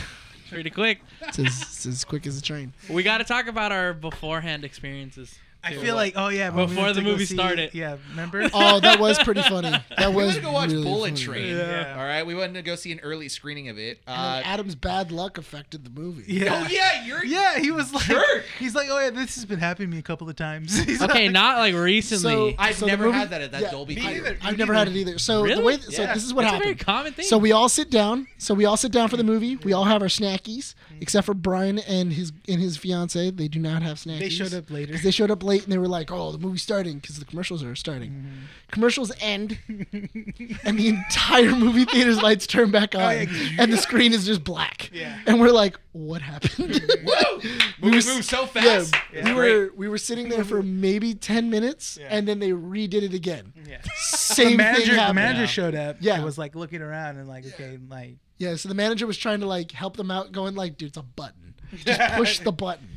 [SPEAKER 5] Pretty quick.
[SPEAKER 1] it's, as, it's as quick as a train.
[SPEAKER 5] We got to talk about our beforehand experiences.
[SPEAKER 4] I feel like, oh yeah, when we
[SPEAKER 5] Before
[SPEAKER 4] went
[SPEAKER 5] the
[SPEAKER 4] to go
[SPEAKER 5] movie
[SPEAKER 4] see-
[SPEAKER 5] started.
[SPEAKER 4] Yeah, remember?
[SPEAKER 1] Oh, that was pretty funny. That
[SPEAKER 3] We
[SPEAKER 1] was
[SPEAKER 3] went to go watch
[SPEAKER 1] really
[SPEAKER 3] Bullet
[SPEAKER 1] funny.
[SPEAKER 3] Train.
[SPEAKER 4] Yeah.
[SPEAKER 3] All right, we went to go see an early screening of it.
[SPEAKER 1] And
[SPEAKER 3] Uh,
[SPEAKER 1] then Adam's bad luck affected the movie.
[SPEAKER 3] oh yeah, you're
[SPEAKER 4] Yeah, he was like,
[SPEAKER 3] Jerk.
[SPEAKER 4] he's like, oh yeah, this has been happening to me a couple of times. He's
[SPEAKER 5] Okay,
[SPEAKER 4] like-
[SPEAKER 5] not like recently.
[SPEAKER 1] So-
[SPEAKER 3] I've
[SPEAKER 1] the
[SPEAKER 3] never
[SPEAKER 1] movie-
[SPEAKER 3] had that at that
[SPEAKER 1] yeah,
[SPEAKER 3] Dolby
[SPEAKER 4] me
[SPEAKER 3] theater.
[SPEAKER 4] either.
[SPEAKER 1] I've never had it either. So
[SPEAKER 5] Really?
[SPEAKER 1] the way, so
[SPEAKER 5] Yeah.
[SPEAKER 1] this is what
[SPEAKER 5] it's a very
[SPEAKER 1] happened.
[SPEAKER 5] common thing.
[SPEAKER 1] So we all sit down. So we all sit down for the movie. We all have our snackies, except for Brian and his and his fiance. They do not have snackies.
[SPEAKER 4] They showed up later.
[SPEAKER 1] 'Cause they showed up late and they were like, "Oh, the movie's starting," because the commercials are starting.
[SPEAKER 4] Mm-hmm.
[SPEAKER 1] Commercials end, and the entire movie theater's lights turn back on,
[SPEAKER 4] Oh, yeah, 'cause you-
[SPEAKER 1] and the screen is just black.
[SPEAKER 4] Yeah.
[SPEAKER 1] And we're like, "What happened?"
[SPEAKER 3] Whoa!
[SPEAKER 1] We
[SPEAKER 3] Movie
[SPEAKER 1] were s-
[SPEAKER 3] moves so fast.
[SPEAKER 1] Yeah,
[SPEAKER 3] It's
[SPEAKER 1] we
[SPEAKER 3] great.
[SPEAKER 1] were we were sitting there for maybe ten minutes,
[SPEAKER 4] Yeah.
[SPEAKER 1] and then they redid it again.
[SPEAKER 4] Yeah.
[SPEAKER 1] Same
[SPEAKER 4] the
[SPEAKER 1] thing
[SPEAKER 4] manager, the
[SPEAKER 1] happened.
[SPEAKER 4] manager
[SPEAKER 5] Yeah.
[SPEAKER 4] showed up.
[SPEAKER 1] Yeah.
[SPEAKER 4] and was like looking around and like, okay, like
[SPEAKER 1] Yeah, so the manager was trying to like help them out, going like, "Dude, it's a button. Just push the button."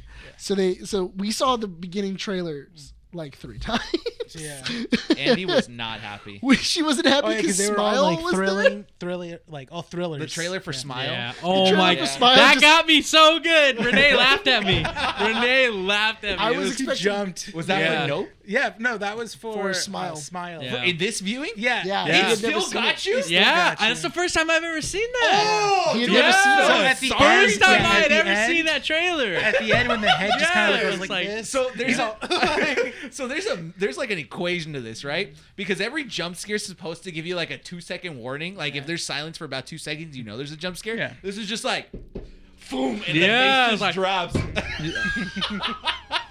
[SPEAKER 1] So they, so we saw the beginning trailers like three times.
[SPEAKER 4] Yeah.
[SPEAKER 3] Andy was not happy.
[SPEAKER 1] We- she wasn't happy
[SPEAKER 4] Oh yeah, because
[SPEAKER 1] because
[SPEAKER 4] they were
[SPEAKER 1] Smile
[SPEAKER 4] all like
[SPEAKER 1] was
[SPEAKER 4] thrilling, thriller, like all thrillers.
[SPEAKER 3] The trailer for Smile.
[SPEAKER 5] yeah. Oh
[SPEAKER 1] trailer
[SPEAKER 5] my
[SPEAKER 1] for
[SPEAKER 5] god,
[SPEAKER 1] Smile
[SPEAKER 5] that
[SPEAKER 1] just-
[SPEAKER 5] got me so good. Renee laughed at me. Renee laughed at me.
[SPEAKER 1] I
[SPEAKER 5] It
[SPEAKER 1] was
[SPEAKER 5] was-
[SPEAKER 1] expecting-
[SPEAKER 4] He jumped.
[SPEAKER 3] Was that
[SPEAKER 5] Yeah.
[SPEAKER 3] like nope?
[SPEAKER 4] Yeah, no, that was for,
[SPEAKER 1] For
[SPEAKER 4] uh,
[SPEAKER 1] Smile.
[SPEAKER 4] smile.
[SPEAKER 5] Yeah.
[SPEAKER 3] In this viewing?
[SPEAKER 4] Yeah.
[SPEAKER 1] Yeah.
[SPEAKER 5] Yeah.
[SPEAKER 1] He had
[SPEAKER 3] Still
[SPEAKER 1] never seen
[SPEAKER 3] got
[SPEAKER 1] it.
[SPEAKER 3] you?
[SPEAKER 4] still
[SPEAKER 5] yeah,
[SPEAKER 4] got you.
[SPEAKER 5] that's the first time I've ever seen that.
[SPEAKER 3] Oh,
[SPEAKER 1] He had
[SPEAKER 3] dude.
[SPEAKER 1] never seen
[SPEAKER 5] yeah,
[SPEAKER 1] it.
[SPEAKER 4] So at the
[SPEAKER 5] first
[SPEAKER 4] end-
[SPEAKER 5] time
[SPEAKER 4] yeah,
[SPEAKER 5] I
[SPEAKER 4] at
[SPEAKER 5] had
[SPEAKER 4] the
[SPEAKER 5] ever
[SPEAKER 4] end-
[SPEAKER 5] seen that trailer.
[SPEAKER 4] At the end, when the head just kind
[SPEAKER 5] Yeah,
[SPEAKER 4] of
[SPEAKER 5] it
[SPEAKER 4] goes like,
[SPEAKER 5] was like-
[SPEAKER 4] this.
[SPEAKER 3] So there's a so there's a there's like an equation to this, right? Because every jump scare is supposed to give you like a two second warning. Like if there's silence for about two seconds, you know there's a jump scare.
[SPEAKER 4] Yeah.
[SPEAKER 3] This is just like, boom, and
[SPEAKER 5] Yeah,
[SPEAKER 3] the face
[SPEAKER 5] it's
[SPEAKER 3] just
[SPEAKER 5] like-
[SPEAKER 3] drops.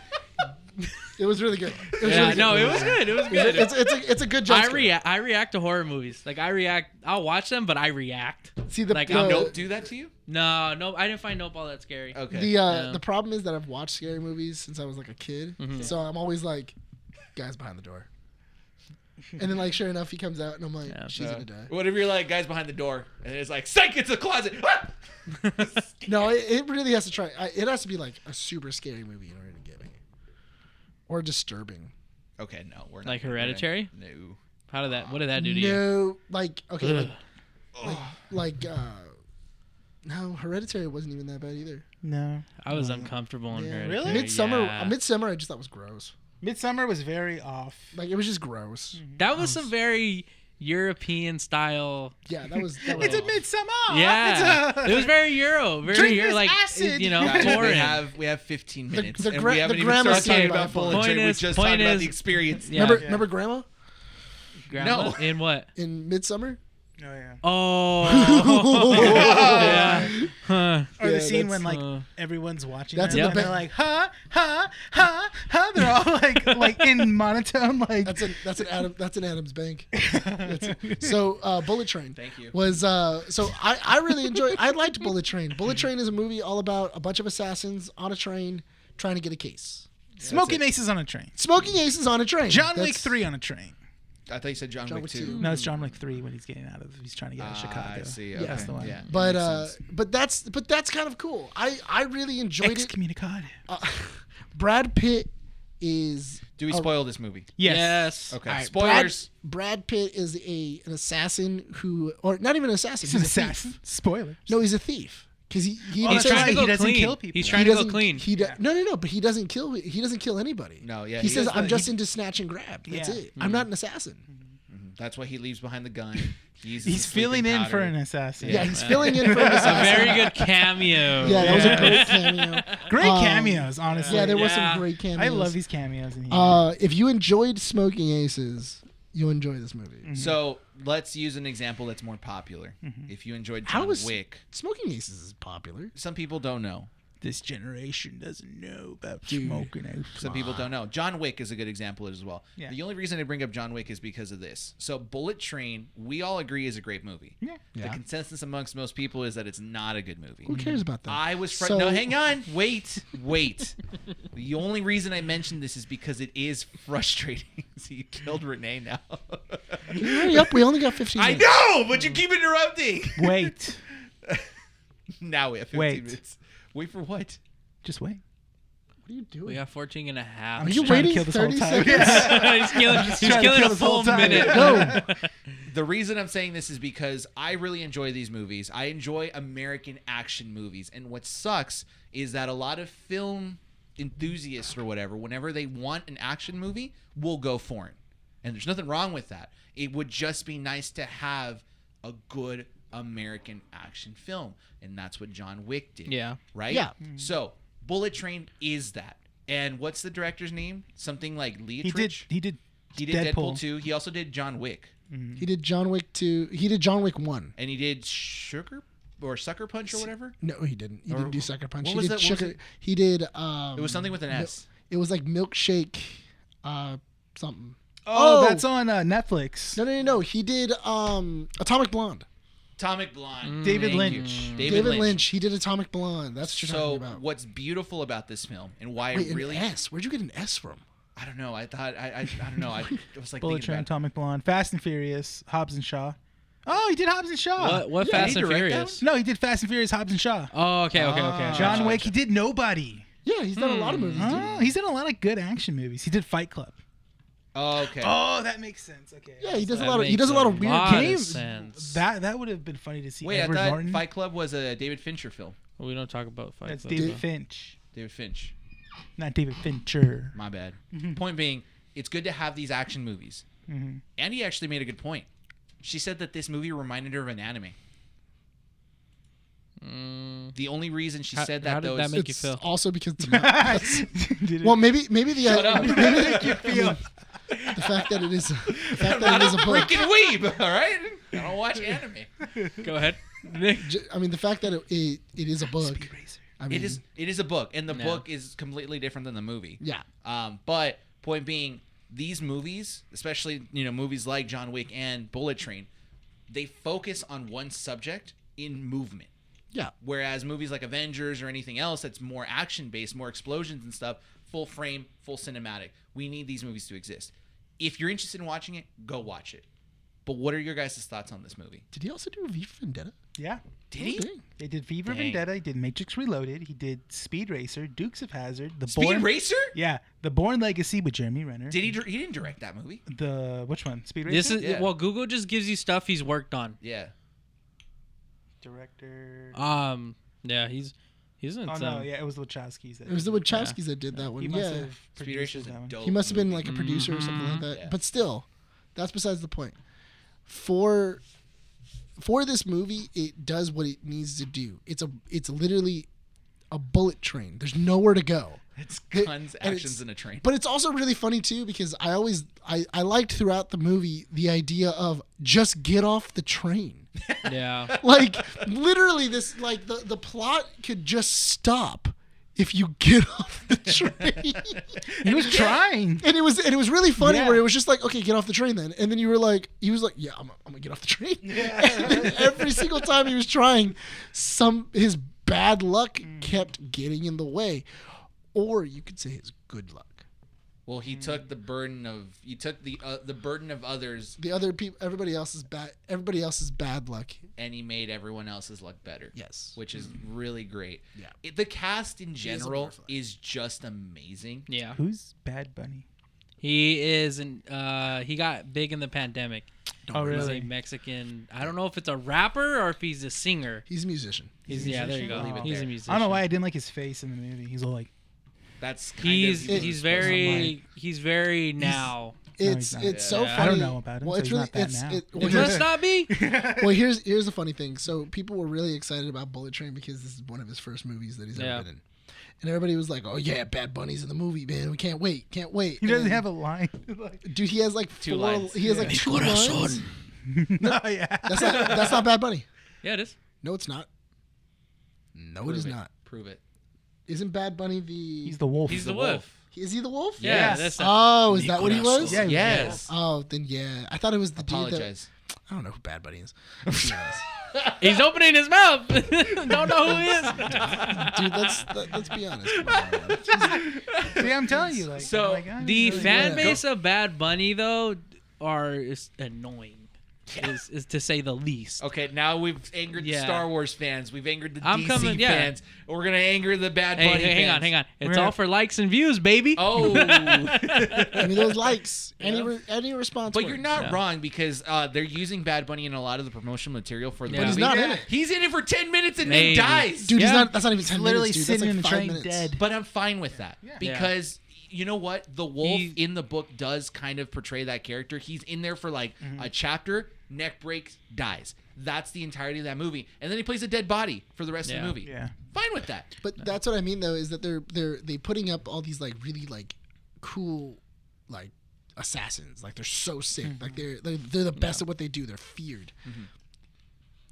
[SPEAKER 1] It was really good. It was
[SPEAKER 5] yeah,
[SPEAKER 1] really
[SPEAKER 5] no,
[SPEAKER 1] good.
[SPEAKER 5] it was good. It was good.
[SPEAKER 1] It's, it's, a, it's a good jump
[SPEAKER 5] I
[SPEAKER 1] scare.
[SPEAKER 5] react. I react to horror movies. Like I react. I'll watch them, but I react.
[SPEAKER 1] See the
[SPEAKER 5] like,
[SPEAKER 1] the,
[SPEAKER 5] I'm
[SPEAKER 3] nope, do that to you?
[SPEAKER 5] No, no, I didn't find Nope all that scary.
[SPEAKER 3] Okay.
[SPEAKER 1] the uh,
[SPEAKER 5] Yeah. Mm-hmm.
[SPEAKER 1] the problem is that I've watched scary movies since I was like a kid, so I'm always like, "Guys behind the door," and then like sure enough, he comes out, and I'm like,
[SPEAKER 5] Yeah,
[SPEAKER 1] "She's
[SPEAKER 3] Uh,
[SPEAKER 1] gonna die."
[SPEAKER 3] whatever you're like, guys behind the door, and it's like, psych, it's a closet. Ah!
[SPEAKER 1] No, it, it really has to try. I, it has to be like a super scary movie in order to get me, or disturbing.
[SPEAKER 3] okay, no, we're not
[SPEAKER 5] Like
[SPEAKER 3] gonna do that.
[SPEAKER 5] Hereditary?
[SPEAKER 3] No.
[SPEAKER 5] How did that? What did that do to you?
[SPEAKER 1] No, like okay, like,
[SPEAKER 5] Ugh.
[SPEAKER 1] like uh, no, Hereditary wasn't even that bad either.
[SPEAKER 4] no.
[SPEAKER 5] I was uncomfortable in
[SPEAKER 1] Yeah.
[SPEAKER 5] Hereditary.
[SPEAKER 4] Really?
[SPEAKER 1] Midsummer, uh,
[SPEAKER 5] yeah.
[SPEAKER 1] Midsummer, I just thought was gross.
[SPEAKER 4] Midsummer was very off.
[SPEAKER 1] Like it was just gross.
[SPEAKER 5] that was some very European style.
[SPEAKER 1] Yeah, that was. That was
[SPEAKER 4] It's a midsummer.
[SPEAKER 5] Yeah,
[SPEAKER 4] It's a-
[SPEAKER 5] it was very Euro, very
[SPEAKER 4] Drink
[SPEAKER 5] Euro,
[SPEAKER 4] this
[SPEAKER 5] like
[SPEAKER 4] acid,
[SPEAKER 5] you know,
[SPEAKER 4] you
[SPEAKER 3] Guys, we
[SPEAKER 5] foreign.
[SPEAKER 3] have we have 15 minutes,
[SPEAKER 1] the
[SPEAKER 3] and
[SPEAKER 1] gra-
[SPEAKER 3] we haven't
[SPEAKER 1] the
[SPEAKER 3] even
[SPEAKER 1] grandma's
[SPEAKER 3] started talking
[SPEAKER 1] talking
[SPEAKER 3] about
[SPEAKER 1] about
[SPEAKER 3] bullet
[SPEAKER 5] bullet.
[SPEAKER 3] train. We
[SPEAKER 5] Point is-
[SPEAKER 3] just
[SPEAKER 5] point
[SPEAKER 3] talked about the
[SPEAKER 5] is-
[SPEAKER 3] experience.
[SPEAKER 5] yeah.
[SPEAKER 1] remember,
[SPEAKER 4] yeah.
[SPEAKER 1] remember Grandma
[SPEAKER 5] Grandma?
[SPEAKER 3] No.
[SPEAKER 5] in what?
[SPEAKER 1] in Midsummer?
[SPEAKER 4] Oh yeah.
[SPEAKER 5] Oh, yeah. Huh.
[SPEAKER 4] Or
[SPEAKER 1] Yeah,
[SPEAKER 4] the scene when
[SPEAKER 1] that's,
[SPEAKER 4] like
[SPEAKER 5] uh,
[SPEAKER 4] everyone's watching
[SPEAKER 1] That's
[SPEAKER 4] them
[SPEAKER 5] in
[SPEAKER 4] and
[SPEAKER 5] the
[SPEAKER 4] they're
[SPEAKER 1] ba-
[SPEAKER 4] like, huh, huh, huh, huh. They're all like, like in monotone, like.
[SPEAKER 1] That's an that's an Adam that's an Adams Bank. That's- so uh, Bullet Train.
[SPEAKER 3] Thank you.
[SPEAKER 1] Was uh, so I I really enjoyed. I liked Bullet Train. Bullet Train is a movie all about a bunch of assassins on a train trying to get a case.
[SPEAKER 4] Smoking Aces on a train.
[SPEAKER 1] Smoking aces on a train.
[SPEAKER 4] John Wick
[SPEAKER 1] That's-
[SPEAKER 4] three on a train.
[SPEAKER 3] I thought you said John,
[SPEAKER 1] John
[SPEAKER 3] Wick
[SPEAKER 1] Wick
[SPEAKER 3] 2.
[SPEAKER 1] two.
[SPEAKER 4] No, it's John Wick three when he's getting out of. He's trying to get
[SPEAKER 3] Ah,
[SPEAKER 4] out of Chicago.
[SPEAKER 3] I see.
[SPEAKER 4] Yeah,
[SPEAKER 3] Okay.
[SPEAKER 4] that's the one.
[SPEAKER 3] Yeah.
[SPEAKER 1] But
[SPEAKER 3] Makes
[SPEAKER 1] uh,
[SPEAKER 3] sense.
[SPEAKER 1] but that's but that's kind of cool. I I really enjoyed it.
[SPEAKER 4] Excommunicado.
[SPEAKER 1] Uh, Brad Pitt is
[SPEAKER 3] do we
[SPEAKER 1] a-
[SPEAKER 3] spoil this movie?
[SPEAKER 4] Yes.
[SPEAKER 5] Yes.
[SPEAKER 3] Okay,
[SPEAKER 1] all right,
[SPEAKER 3] spoilers.
[SPEAKER 1] Brad, Brad Pitt is a an assassin who, or not even an assassin.
[SPEAKER 4] He's an
[SPEAKER 1] he's a thief.
[SPEAKER 4] assassin. Spoiler.
[SPEAKER 1] No, he's a thief because he he
[SPEAKER 4] Oh, that's
[SPEAKER 5] He's
[SPEAKER 1] doesn't-
[SPEAKER 5] trying
[SPEAKER 4] right,
[SPEAKER 5] to go
[SPEAKER 4] he doesn't
[SPEAKER 5] clean.
[SPEAKER 4] kill people.
[SPEAKER 5] He's
[SPEAKER 4] He
[SPEAKER 5] trying
[SPEAKER 1] he
[SPEAKER 5] to go
[SPEAKER 1] doesn't-
[SPEAKER 5] clean.
[SPEAKER 1] He do- no, no, no. But he doesn't kill. He doesn't kill anybody.
[SPEAKER 3] No, yeah,
[SPEAKER 1] He,
[SPEAKER 3] he Mm-hmm.
[SPEAKER 1] says,
[SPEAKER 3] does
[SPEAKER 1] "I'm
[SPEAKER 3] not-
[SPEAKER 1] just
[SPEAKER 3] he-
[SPEAKER 1] into snatch and grab. That's
[SPEAKER 4] Yeah.
[SPEAKER 1] it. I'm not an assassin."
[SPEAKER 3] That's why he leaves behind the gun. He uses
[SPEAKER 4] He's
[SPEAKER 3] the sleeping
[SPEAKER 4] filling in for
[SPEAKER 3] powder.
[SPEAKER 4] an assassin.
[SPEAKER 1] Yeah, he's filling in for an
[SPEAKER 5] It's a
[SPEAKER 1] assassin.
[SPEAKER 5] very good cameo.
[SPEAKER 1] Yeah, that was a
[SPEAKER 4] Yeah.
[SPEAKER 1] great cameo.
[SPEAKER 4] Great
[SPEAKER 1] Um,
[SPEAKER 4] cameos, honestly.
[SPEAKER 1] Yeah, there were
[SPEAKER 5] Yeah.
[SPEAKER 1] some great cameos.
[SPEAKER 4] I love these cameos in here.
[SPEAKER 1] Uh, if you enjoyed Smoking Aces, you'll enjoy this movie.
[SPEAKER 3] So let's use an example that's more popular. If you enjoyed
[SPEAKER 1] How
[SPEAKER 3] John
[SPEAKER 1] is-
[SPEAKER 3] Wick,
[SPEAKER 1] Smoking Aces is popular.
[SPEAKER 3] some people don't know.
[SPEAKER 4] this generation doesn't know about
[SPEAKER 1] Dude.
[SPEAKER 4] smoking out.
[SPEAKER 3] Some people don't know. John Wick is a good example as well.
[SPEAKER 4] Yeah.
[SPEAKER 3] The only reason I bring up John Wick is because of this. So Bullet Train, we all agree is a great movie.
[SPEAKER 4] Yeah.
[SPEAKER 1] Yeah.
[SPEAKER 3] The consensus amongst most people is that it's not a good movie.
[SPEAKER 1] Who cares about that?
[SPEAKER 3] I was fr-
[SPEAKER 1] So-
[SPEAKER 3] no. Hang on, wait, wait. the only reason I mentioned this is because it is frustrating. so you killed Renee now.
[SPEAKER 1] Hurry up, we only got 15
[SPEAKER 3] I
[SPEAKER 1] minutes.
[SPEAKER 3] know, but you keep interrupting.
[SPEAKER 4] Wait.
[SPEAKER 3] now we have 15
[SPEAKER 4] Wait.
[SPEAKER 3] minutes. Wait for what?
[SPEAKER 4] Just wait.
[SPEAKER 1] What are you doing?
[SPEAKER 5] We got 14 and a half.
[SPEAKER 1] Are you
[SPEAKER 4] trying to
[SPEAKER 1] waiting
[SPEAKER 4] kill this whole
[SPEAKER 1] 30
[SPEAKER 4] time.
[SPEAKER 1] seconds?
[SPEAKER 5] he's killing, he's
[SPEAKER 4] trying to
[SPEAKER 5] killing
[SPEAKER 4] kill
[SPEAKER 5] a
[SPEAKER 4] this
[SPEAKER 5] full
[SPEAKER 4] whole time.
[SPEAKER 5] minute.
[SPEAKER 1] Go.
[SPEAKER 3] The reason I'm saying this is because I really enjoy these movies. I enjoy American action movies. And what sucks is that a lot of film enthusiasts or whatever, whenever they want an action movie, will go foreign. And there's nothing wrong with that. It would just be nice to have a good American action film. And that's what John Wick did.
[SPEAKER 5] Yeah.
[SPEAKER 3] Right?
[SPEAKER 1] Yeah.
[SPEAKER 3] So, Bullet Train is that. And what's the director's name? Something like Leatrich?
[SPEAKER 4] He did. He did.
[SPEAKER 3] He did Deadpool.
[SPEAKER 4] Deadpool.
[SPEAKER 3] 2. He also did John Wick.
[SPEAKER 1] He did John Wick 2. He did John Wick 1.
[SPEAKER 3] And he did Sugar or Sucker Punch or whatever.
[SPEAKER 1] No, he didn't. He
[SPEAKER 3] Or
[SPEAKER 1] didn't do Sucker Punch.
[SPEAKER 3] Oh. what
[SPEAKER 1] He
[SPEAKER 3] was
[SPEAKER 1] did
[SPEAKER 3] that- what was
[SPEAKER 1] Sugar.
[SPEAKER 3] it?
[SPEAKER 1] He did. Um,
[SPEAKER 3] It was something with an
[SPEAKER 1] mil-
[SPEAKER 3] S.
[SPEAKER 1] It was like Milkshake uh, something.
[SPEAKER 4] Oh,
[SPEAKER 1] Oh.
[SPEAKER 4] that's on uh, Netflix.
[SPEAKER 1] No, no, no, no. He did um, Atomic Blonde.
[SPEAKER 3] Atomic Blonde.
[SPEAKER 4] David
[SPEAKER 3] Thank you.
[SPEAKER 4] Lynch.
[SPEAKER 1] Mm,
[SPEAKER 3] David,
[SPEAKER 1] David Lynch.
[SPEAKER 3] Lynch.
[SPEAKER 1] He did Atomic Blonde. That's what you're
[SPEAKER 3] So
[SPEAKER 1] talking about.
[SPEAKER 3] what's beautiful about this film and why
[SPEAKER 1] Wait,
[SPEAKER 3] I really
[SPEAKER 1] an S? Where'd you get an S from?
[SPEAKER 3] I don't know. I thought I I, I don't know. I, I was like
[SPEAKER 4] Bullet
[SPEAKER 3] thinking
[SPEAKER 4] Train,
[SPEAKER 3] about
[SPEAKER 4] Atomic Blonde, Fast and Furious, Hobbs and Shaw. Oh, he did Hobbs and Shaw.
[SPEAKER 5] What, what
[SPEAKER 3] Yeah,
[SPEAKER 5] Fast
[SPEAKER 3] he
[SPEAKER 5] and
[SPEAKER 3] direct
[SPEAKER 5] Furious?
[SPEAKER 4] No, he did Fast and Furious, Hobbs and Shaw.
[SPEAKER 5] Oh, okay, okay, okay.
[SPEAKER 3] Ah.
[SPEAKER 4] John
[SPEAKER 3] gotcha,
[SPEAKER 4] Wick, he did Nobody.
[SPEAKER 1] Yeah, he's done a lot of movies. dude.
[SPEAKER 4] Oh, he's done a lot of good action movies. He did Fight Club.
[SPEAKER 3] Oh, okay.
[SPEAKER 4] Oh, that makes sense. Okay.
[SPEAKER 1] Yeah, he does a
[SPEAKER 5] That
[SPEAKER 1] lot of. He
[SPEAKER 5] makes
[SPEAKER 1] does a lot of weird games.
[SPEAKER 5] sense.
[SPEAKER 4] That that would have been funny to see
[SPEAKER 3] Wait,
[SPEAKER 4] Edward
[SPEAKER 3] I thought
[SPEAKER 4] Norton.
[SPEAKER 3] Fight Club was a David Fincher film.
[SPEAKER 5] we don't talk about Fight
[SPEAKER 4] That's
[SPEAKER 5] Club,
[SPEAKER 4] David
[SPEAKER 5] though.
[SPEAKER 4] Finch,
[SPEAKER 3] David Finch.
[SPEAKER 4] not David Fincher.
[SPEAKER 3] My bad.
[SPEAKER 1] Mm-hmm.
[SPEAKER 3] Point being, it's good to have these action movies.
[SPEAKER 4] Mhm.
[SPEAKER 3] Andy actually made a good point. She said that this movie reminded her of an anime.
[SPEAKER 5] Mm,
[SPEAKER 3] The only reason she
[SPEAKER 5] How-
[SPEAKER 3] said
[SPEAKER 5] how
[SPEAKER 3] that
[SPEAKER 5] did
[SPEAKER 3] though
[SPEAKER 5] that
[SPEAKER 3] is
[SPEAKER 5] make- you
[SPEAKER 1] It's
[SPEAKER 5] feel?
[SPEAKER 1] also because it's a-
[SPEAKER 4] Did it-
[SPEAKER 1] well, maybe maybe the uh,
[SPEAKER 3] Shut up.
[SPEAKER 1] maybe the, the fact that it is the fact that it is a book.
[SPEAKER 3] freaking weeb. All right, I don't watch anime.
[SPEAKER 5] go ahead. Nick.
[SPEAKER 1] J- I mean, the fact that it it, it is a book.
[SPEAKER 4] Speed Racer.
[SPEAKER 1] I mean,
[SPEAKER 3] It is it is a book, and the
[SPEAKER 5] No.
[SPEAKER 3] book is completely different than the movie.
[SPEAKER 1] Yeah,
[SPEAKER 3] Um, but point being, these movies, especially you know movies like John Wick and Bullet Train, they focus on one subject in movement.
[SPEAKER 1] yeah.
[SPEAKER 3] Whereas movies like Avengers or anything else that's more action based, more explosions and stuff, full frame, full cinematic. We need these movies to exist. If you're interested in watching it, go watch it. But what are your guys' thoughts on this movie?
[SPEAKER 1] Did he also do V for Vendetta?
[SPEAKER 4] Yeah.
[SPEAKER 3] Did he?
[SPEAKER 1] Dang.
[SPEAKER 4] They did Fever
[SPEAKER 3] Dang.
[SPEAKER 4] Vendetta. He did Matrix Reloaded. He did Speed Racer, Dukes of Hazard, The
[SPEAKER 3] Speed
[SPEAKER 4] Born.
[SPEAKER 3] Racer?
[SPEAKER 4] yeah, The Born Legacy with Jeremy Renner.
[SPEAKER 3] Did he? dir- He didn't direct that movie.
[SPEAKER 4] the which one? Speed Racer.
[SPEAKER 5] This is
[SPEAKER 3] Yeah.
[SPEAKER 5] well, Google just gives you stuff he's worked on.
[SPEAKER 3] Yeah.
[SPEAKER 4] director.
[SPEAKER 5] Um, yeah, he's he's in
[SPEAKER 4] oh
[SPEAKER 5] some.
[SPEAKER 4] no, yeah, it was the Wachowskis. That
[SPEAKER 1] It was the
[SPEAKER 4] did
[SPEAKER 1] Wachowskis that did that
[SPEAKER 4] it.
[SPEAKER 1] one.
[SPEAKER 4] He must
[SPEAKER 1] yeah,
[SPEAKER 4] have
[SPEAKER 3] Speed Racer
[SPEAKER 4] produced
[SPEAKER 3] is a
[SPEAKER 4] that one.
[SPEAKER 3] dope.
[SPEAKER 1] he must have been
[SPEAKER 3] movie.
[SPEAKER 1] like a producer or something like that.
[SPEAKER 3] Yeah.
[SPEAKER 1] But still, that's besides the point. For for this movie, it does what it needs to do. It's a it's literally a bullet train. There's nowhere to go.
[SPEAKER 3] It's
[SPEAKER 1] It-
[SPEAKER 3] guns,
[SPEAKER 1] and
[SPEAKER 3] actions,
[SPEAKER 1] it's-
[SPEAKER 3] and a train.
[SPEAKER 1] But it's also really funny too because I always I, I liked throughout the movie the idea of just get off the train.
[SPEAKER 5] Yeah,
[SPEAKER 1] like literally this like the, the plot could just stop if you get off the train.
[SPEAKER 4] He was trying.
[SPEAKER 1] and it was and it was really funny
[SPEAKER 4] Yeah.
[SPEAKER 1] where it was just like, okay, get off the train then. And then you were like, he was like, yeah, I'm, I'm gonna get off the train. And then every single time he was trying, some his bad luck
[SPEAKER 5] Mm.
[SPEAKER 1] kept getting in the way, or you could say his good luck.
[SPEAKER 3] Well, he took the burden of he took the uh, the burden of others,
[SPEAKER 1] The other people, everybody else's bad, everybody else's bad luck.
[SPEAKER 3] and he made everyone else's luck better.
[SPEAKER 1] Yes.
[SPEAKER 3] which is really great.
[SPEAKER 1] Yeah.
[SPEAKER 3] It- the cast in
[SPEAKER 1] is a
[SPEAKER 3] general
[SPEAKER 1] butterfly.
[SPEAKER 3] is just amazing.
[SPEAKER 5] yeah.
[SPEAKER 4] Who's Bad Bunny?
[SPEAKER 5] He is, and uh, he got big in the pandemic.
[SPEAKER 4] oh
[SPEAKER 5] He's
[SPEAKER 4] really?
[SPEAKER 5] a Mexican. I don't know if it's a rapper or if he's a singer.
[SPEAKER 1] He's a musician.
[SPEAKER 5] He's yeah, there you
[SPEAKER 4] musician?
[SPEAKER 5] go.
[SPEAKER 4] Leave it
[SPEAKER 5] He's
[SPEAKER 3] there.
[SPEAKER 5] a
[SPEAKER 4] I
[SPEAKER 5] musician.
[SPEAKER 4] don't know why I didn't like his face in the movie. He's all like,
[SPEAKER 3] That's kind
[SPEAKER 5] He's
[SPEAKER 3] of
[SPEAKER 5] he's very he's very now.
[SPEAKER 1] It's
[SPEAKER 4] not.
[SPEAKER 1] it's so
[SPEAKER 5] Yeah.
[SPEAKER 1] funny.
[SPEAKER 4] I don't know about him,
[SPEAKER 1] Well,
[SPEAKER 4] so
[SPEAKER 1] it's
[SPEAKER 4] he's
[SPEAKER 1] really
[SPEAKER 4] not that
[SPEAKER 1] it's
[SPEAKER 4] now.
[SPEAKER 1] it- well,
[SPEAKER 5] It
[SPEAKER 1] here's-
[SPEAKER 5] must not be.
[SPEAKER 1] well, here's here's the funny thing. So people were really excited about Bullet Train because this is one of his first movies that he's ever
[SPEAKER 5] Yeah.
[SPEAKER 1] been in, and everybody was like, "Oh yeah, Bad Bunny's in the movie, man. We can't wait, can't wait."
[SPEAKER 4] He
[SPEAKER 1] And
[SPEAKER 4] doesn't
[SPEAKER 1] then-
[SPEAKER 4] have a line. like,
[SPEAKER 1] dude. He has like
[SPEAKER 3] Two
[SPEAKER 1] four,
[SPEAKER 3] lines.
[SPEAKER 1] He has like two lines.
[SPEAKER 4] no, Oh, yeah.
[SPEAKER 1] That's not that's not Bad Bunny.
[SPEAKER 5] Yeah, it is.
[SPEAKER 1] No, it's not. No,
[SPEAKER 3] Prove
[SPEAKER 1] it is
[SPEAKER 3] it.
[SPEAKER 1] not.
[SPEAKER 3] Prove it.
[SPEAKER 1] Isn't Bad Bunny the?
[SPEAKER 4] He's the wolf.
[SPEAKER 5] He's the,
[SPEAKER 3] wolf.
[SPEAKER 5] wolf.
[SPEAKER 1] is he the wolf?
[SPEAKER 5] Yeah,
[SPEAKER 3] Yes.
[SPEAKER 5] that's not-
[SPEAKER 1] Oh, is that what he was?
[SPEAKER 4] yeah,
[SPEAKER 3] Yes.
[SPEAKER 1] Oh, then yeah. I thought it was the dude that
[SPEAKER 3] Apologize.
[SPEAKER 1] I don't know who Bad Bunny is.
[SPEAKER 5] He's opening his mouth. Don't know who he is.
[SPEAKER 1] Dude, let's let, let's be honest. Come on, man.
[SPEAKER 4] See, I'm telling you. Like,
[SPEAKER 5] So
[SPEAKER 4] like, I
[SPEAKER 5] the
[SPEAKER 4] really-
[SPEAKER 5] fan
[SPEAKER 1] Yeah.
[SPEAKER 5] base of Bad Bunny though are is annoying, is is to say the least.
[SPEAKER 3] Okay, now we've angered the
[SPEAKER 5] Yeah.
[SPEAKER 3] Star Wars fans. We've angered the
[SPEAKER 5] I'm
[SPEAKER 3] DC
[SPEAKER 5] coming- yeah.
[SPEAKER 3] fans. We're gonna anger the Bad
[SPEAKER 5] Hey,
[SPEAKER 3] Bunny
[SPEAKER 5] hey, hang
[SPEAKER 3] fans.
[SPEAKER 5] on, hang on. It's
[SPEAKER 4] We're-
[SPEAKER 5] all for likes and views, baby.
[SPEAKER 3] Oh.
[SPEAKER 1] I mean, those likes, any re- any response.
[SPEAKER 3] But you're
[SPEAKER 1] works.
[SPEAKER 3] not
[SPEAKER 5] Yeah.
[SPEAKER 3] wrong because uh, they're using Bad Bunny in a lot of the promotional material for the
[SPEAKER 5] Yeah. But he's
[SPEAKER 3] movie.
[SPEAKER 1] not in it.
[SPEAKER 3] He's in it for ten minutes and
[SPEAKER 5] Maybe.
[SPEAKER 3] then dies.
[SPEAKER 1] dude. He's
[SPEAKER 5] Yeah.
[SPEAKER 1] not. That's not even ten
[SPEAKER 4] literally
[SPEAKER 1] minutes, dude.
[SPEAKER 4] sitting
[SPEAKER 1] that's like
[SPEAKER 4] in the
[SPEAKER 1] five
[SPEAKER 4] train
[SPEAKER 1] minutes.
[SPEAKER 4] dead.
[SPEAKER 3] But I'm fine with that
[SPEAKER 4] Yeah.
[SPEAKER 3] because you know what? The wolf
[SPEAKER 5] He-
[SPEAKER 3] in the book does kind of portray that character. He's in there for like a chapter, neck breaks, dies. That's the entirety of that movie, and then he plays a dead body for the rest of
[SPEAKER 5] Yeah.
[SPEAKER 3] the movie.
[SPEAKER 4] Yeah.
[SPEAKER 3] Fine with that.
[SPEAKER 1] But that's what I mean though is that they're they're they putting up all these like really like cool like assassins. Like they're so sick. Like they're they're, they're the best at what they do. They're feared.
[SPEAKER 5] And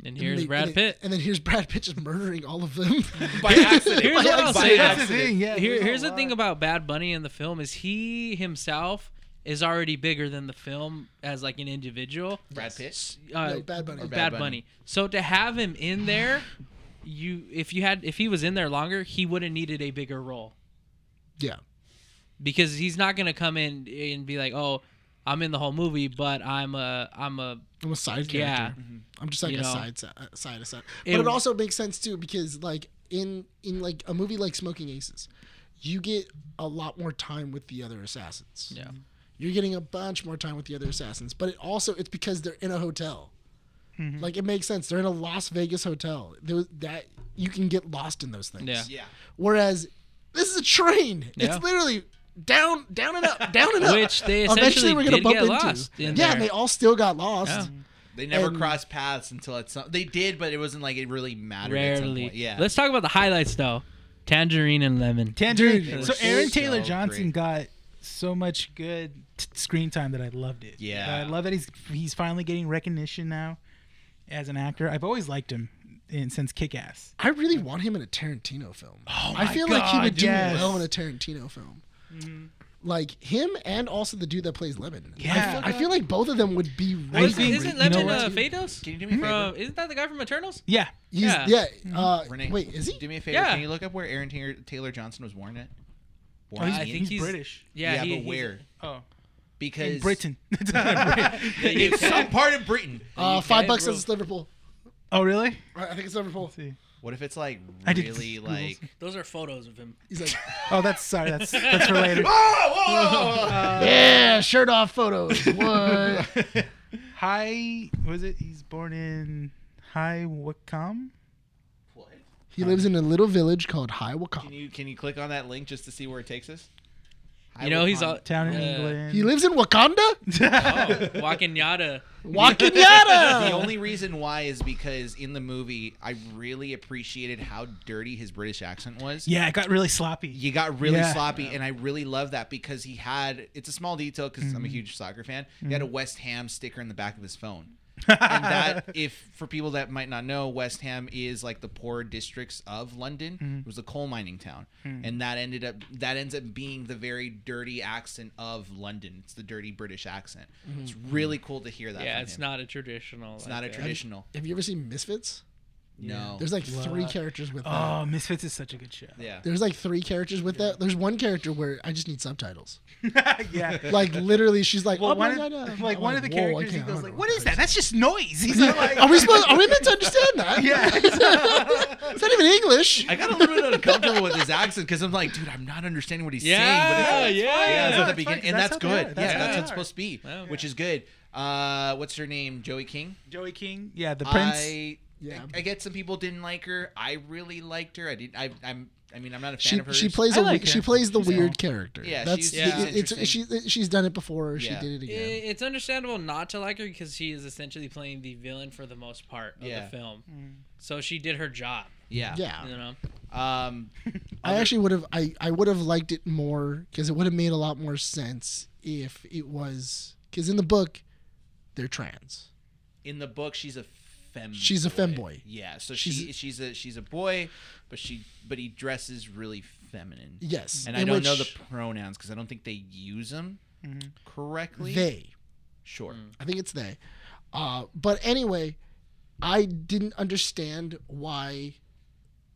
[SPEAKER 1] And
[SPEAKER 5] here's
[SPEAKER 1] they-
[SPEAKER 5] Brad
[SPEAKER 1] and they-
[SPEAKER 5] Pitt.
[SPEAKER 1] And then here's Brad Pitt just murdering all of them.
[SPEAKER 3] By accident.
[SPEAKER 5] Here's what I'll
[SPEAKER 3] By
[SPEAKER 5] say.
[SPEAKER 4] That's the
[SPEAKER 3] accident.
[SPEAKER 4] thing. Yeah. uh,
[SPEAKER 5] Here,
[SPEAKER 4] there's a
[SPEAKER 5] here's the thing
[SPEAKER 4] lot.
[SPEAKER 5] about Bad Bunny in the film is he himself is already bigger than the film as like an individual.
[SPEAKER 3] Brad Pitt.
[SPEAKER 5] Uh,
[SPEAKER 1] No, Bad Bunny.
[SPEAKER 5] Bad,
[SPEAKER 3] Bad
[SPEAKER 5] Bunny.
[SPEAKER 3] Bunny.
[SPEAKER 5] So to have him in there, you if you had if he was in there longer, he would have needed a bigger role
[SPEAKER 1] yeah.
[SPEAKER 5] because he's not gonna come in and be like, oh, I'm in the whole movie, but I'm a I'm a
[SPEAKER 1] I'm a side character.
[SPEAKER 5] yeah.
[SPEAKER 1] I'm just like
[SPEAKER 5] You
[SPEAKER 1] a
[SPEAKER 5] know?
[SPEAKER 1] side si- uh, side aside. But
[SPEAKER 5] It
[SPEAKER 1] it
[SPEAKER 5] w-
[SPEAKER 1] also makes sense too because like in in like a movie like Smoking Aces, you get a lot more time with the other assassins.
[SPEAKER 5] Yeah.
[SPEAKER 1] You're getting a bunch more time with the other assassins, but it also it's because they're in a hotel.
[SPEAKER 5] Mm-hmm.
[SPEAKER 1] Like it makes sense. They're in a Las Vegas hotel. There was- that you can get lost in those things.
[SPEAKER 5] Yeah.
[SPEAKER 3] Yeah.
[SPEAKER 1] Whereas this is a train.
[SPEAKER 5] Yeah.
[SPEAKER 1] It's literally down, down and up, down and up.
[SPEAKER 5] Which they
[SPEAKER 1] Eventually
[SPEAKER 5] essentially
[SPEAKER 1] we're gonna
[SPEAKER 5] did
[SPEAKER 1] bump
[SPEAKER 5] get
[SPEAKER 1] into.
[SPEAKER 5] lost in
[SPEAKER 1] yeah,
[SPEAKER 5] there.
[SPEAKER 1] and they all still got lost.
[SPEAKER 5] Yeah.
[SPEAKER 3] They never
[SPEAKER 1] And-
[SPEAKER 3] crossed paths until at some. They did, but it wasn't like it really mattered. At some
[SPEAKER 5] rarely.
[SPEAKER 3] point. Yeah.
[SPEAKER 5] Let's talk about the highlights though. Tangerine and lemon.
[SPEAKER 4] Tangerine.
[SPEAKER 1] Dude,
[SPEAKER 4] so
[SPEAKER 1] they were
[SPEAKER 4] Aaron
[SPEAKER 3] so
[SPEAKER 4] Taylor Johnson
[SPEAKER 3] great.
[SPEAKER 4] got so much good t- screen time that I loved it.
[SPEAKER 3] Yeah.
[SPEAKER 4] I love that he's he's finally getting recognition now as an actor. I've always liked him in, since Kick Ass.
[SPEAKER 1] I really want him in a Tarantino film. Oh I
[SPEAKER 4] my
[SPEAKER 1] feel like he
[SPEAKER 4] God,
[SPEAKER 1] would do
[SPEAKER 4] yes.
[SPEAKER 1] well in a Tarantino film.
[SPEAKER 5] Mm-hmm.
[SPEAKER 1] Like him and also the dude that plays Lemon. I
[SPEAKER 4] Yeah.
[SPEAKER 1] feel- I, feel like both of them would be really
[SPEAKER 5] Isn't,
[SPEAKER 4] think-
[SPEAKER 1] great.
[SPEAKER 4] you
[SPEAKER 5] isn't
[SPEAKER 4] know
[SPEAKER 5] Lemon
[SPEAKER 4] what?
[SPEAKER 5] uh, Phaedos?
[SPEAKER 3] Can you do me a
[SPEAKER 5] From-
[SPEAKER 3] favor?
[SPEAKER 5] isn't that the guy from Eternals?
[SPEAKER 4] Yeah.
[SPEAKER 1] He's- yeah.
[SPEAKER 5] Yeah.
[SPEAKER 4] Mm-hmm.
[SPEAKER 1] uh,
[SPEAKER 3] Renee,
[SPEAKER 1] wait, is he?
[SPEAKER 3] Do me a favor.
[SPEAKER 5] Yeah.
[SPEAKER 3] Can you look up where Aaron Taylor, Taylor Johnson was born at? Born
[SPEAKER 4] Oh, he's,
[SPEAKER 5] I
[SPEAKER 3] in?
[SPEAKER 5] think
[SPEAKER 4] he's
[SPEAKER 5] he's-
[SPEAKER 4] British.
[SPEAKER 5] Yeah, he-
[SPEAKER 3] but
[SPEAKER 5] he's-
[SPEAKER 3] where?
[SPEAKER 4] Oh,
[SPEAKER 3] Because
[SPEAKER 4] in Britain.
[SPEAKER 3] in some part of Britain.
[SPEAKER 1] Uh,
[SPEAKER 3] You
[SPEAKER 1] five
[SPEAKER 3] can,
[SPEAKER 1] bucks
[SPEAKER 3] bro.
[SPEAKER 1] says it's Liverpool.
[SPEAKER 4] oh, really?
[SPEAKER 1] I I think it's Liverpool.
[SPEAKER 4] see.
[SPEAKER 3] What if it's like
[SPEAKER 4] I did
[SPEAKER 3] really
[SPEAKER 4] Googles.
[SPEAKER 3] like?
[SPEAKER 5] Those are photos of him.
[SPEAKER 1] He's like,
[SPEAKER 4] Oh, that's sorry. That's that's for later.
[SPEAKER 3] Oh, whoa, whoa, whoa, whoa.
[SPEAKER 5] Uh,
[SPEAKER 1] yeah, shirt off photos. What?
[SPEAKER 4] Hi, was it? He's born in High Wycombe.
[SPEAKER 3] What?
[SPEAKER 1] he lives in a little village called High
[SPEAKER 3] Can
[SPEAKER 1] Wycombe.
[SPEAKER 3] you can you click on that link just to see where it takes us?
[SPEAKER 5] You know, he's all-
[SPEAKER 3] on.
[SPEAKER 4] Town in
[SPEAKER 5] Yeah.
[SPEAKER 4] England.
[SPEAKER 1] He lives in Wakanda?
[SPEAKER 5] Oh, Wakanyada.
[SPEAKER 1] Wakanyada!
[SPEAKER 3] The only reason why is because in the movie, I really appreciated how dirty his British accent was.
[SPEAKER 4] yeah, it got really sloppy.
[SPEAKER 3] You got really
[SPEAKER 4] Yeah.
[SPEAKER 3] sloppy, and I really love that because he had. It's a small detail because
[SPEAKER 1] Mm-hmm.
[SPEAKER 3] I'm a huge soccer fan. He had a West Ham sticker in the back of his phone. and that, if for people that might not know, West Ham is like the poor districts of London.
[SPEAKER 1] Mm-hmm.
[SPEAKER 3] It was a coal mining town, and that ended up that ends up being the very dirty accent of London. It's the dirty British accent. It's really
[SPEAKER 1] Mm-hmm.
[SPEAKER 3] cool to hear that.
[SPEAKER 5] Mm-hmm. Yeah,
[SPEAKER 3] from
[SPEAKER 5] it's
[SPEAKER 3] him.
[SPEAKER 5] not a traditional. uh,
[SPEAKER 3] It's not a traditional.
[SPEAKER 1] Have you ever seen Misfits?
[SPEAKER 3] No.
[SPEAKER 1] There's like three
[SPEAKER 4] What?
[SPEAKER 1] characters with that.
[SPEAKER 4] Oh, Misfits is such a good show.
[SPEAKER 3] yeah.
[SPEAKER 1] There's like three characters with that. There's one character where I just need subtitles.
[SPEAKER 4] yeah.
[SPEAKER 1] Like literally, she's like,
[SPEAKER 4] Well,
[SPEAKER 1] oh my
[SPEAKER 4] one
[SPEAKER 1] God,
[SPEAKER 4] of,
[SPEAKER 1] uh,
[SPEAKER 4] like
[SPEAKER 1] I'm
[SPEAKER 4] one of the
[SPEAKER 1] "Whoa, I
[SPEAKER 4] characters, he
[SPEAKER 1] can't- I
[SPEAKER 4] goes
[SPEAKER 1] don't
[SPEAKER 4] like,
[SPEAKER 1] know
[SPEAKER 4] "What is
[SPEAKER 1] the
[SPEAKER 4] that? That's just noise." He's not like,
[SPEAKER 1] Are we supposed? Are we meant to understand that?
[SPEAKER 4] Yeah.
[SPEAKER 1] it's not even English.
[SPEAKER 3] I got a little bit uncomfortable with his accent because I'm like, dude, I'm not understanding what he's saying.
[SPEAKER 5] Yeah,
[SPEAKER 3] But it's-
[SPEAKER 5] yeah.
[SPEAKER 3] yeah, it's
[SPEAKER 4] Oh, No,
[SPEAKER 3] at the
[SPEAKER 4] it's fine,
[SPEAKER 3] beginning, and
[SPEAKER 4] that's
[SPEAKER 3] that's,
[SPEAKER 4] how they
[SPEAKER 3] good.
[SPEAKER 4] are,
[SPEAKER 3] yeah,
[SPEAKER 4] that's
[SPEAKER 5] how
[SPEAKER 3] that's
[SPEAKER 5] they
[SPEAKER 3] how it's
[SPEAKER 4] are.
[SPEAKER 3] supposed to be,
[SPEAKER 5] Yeah.
[SPEAKER 3] which is good. Uh, what's her name? Joey King.
[SPEAKER 4] Joey King, yeah, the prince.
[SPEAKER 3] I
[SPEAKER 1] Yeah.
[SPEAKER 3] I, I get some people didn't like her. I really liked her. I did. I, I'm. I mean, I'm not a fan
[SPEAKER 1] She,
[SPEAKER 3] of hers.
[SPEAKER 1] she plays
[SPEAKER 5] I
[SPEAKER 1] a
[SPEAKER 5] like
[SPEAKER 1] we- she
[SPEAKER 5] her.
[SPEAKER 1] plays the
[SPEAKER 5] She's
[SPEAKER 1] weird character.
[SPEAKER 3] Yeah,
[SPEAKER 1] that's
[SPEAKER 3] she's-
[SPEAKER 1] it-
[SPEAKER 3] yeah.
[SPEAKER 1] it's she, she's done it before. or She
[SPEAKER 3] Yeah.
[SPEAKER 1] did it
[SPEAKER 5] I-
[SPEAKER 1] again.
[SPEAKER 5] It's understandable not to like her because she is essentially playing the villain for the most part of
[SPEAKER 3] Yeah.
[SPEAKER 5] the film.
[SPEAKER 4] Mm.
[SPEAKER 5] So she did her job,
[SPEAKER 3] Yeah.
[SPEAKER 1] yeah,
[SPEAKER 5] you know.
[SPEAKER 3] Um.
[SPEAKER 1] I actually would have I, I would have liked it more because it would have made a lot more sense if it was because in the book they're trans.
[SPEAKER 3] in the book she's a femboy.
[SPEAKER 1] She's a femboy.
[SPEAKER 3] Yeah, so
[SPEAKER 1] She's-
[SPEAKER 3] she she's a she's a boy, but she but he dresses really feminine.
[SPEAKER 1] Yes,
[SPEAKER 3] And
[SPEAKER 1] in
[SPEAKER 3] I don't know the
[SPEAKER 1] which Mm-hmm.
[SPEAKER 3] pronouns because I don't think they use them correctly.
[SPEAKER 1] they.
[SPEAKER 3] Sure.
[SPEAKER 1] I think it's they. Uh, but anyway, I didn't understand why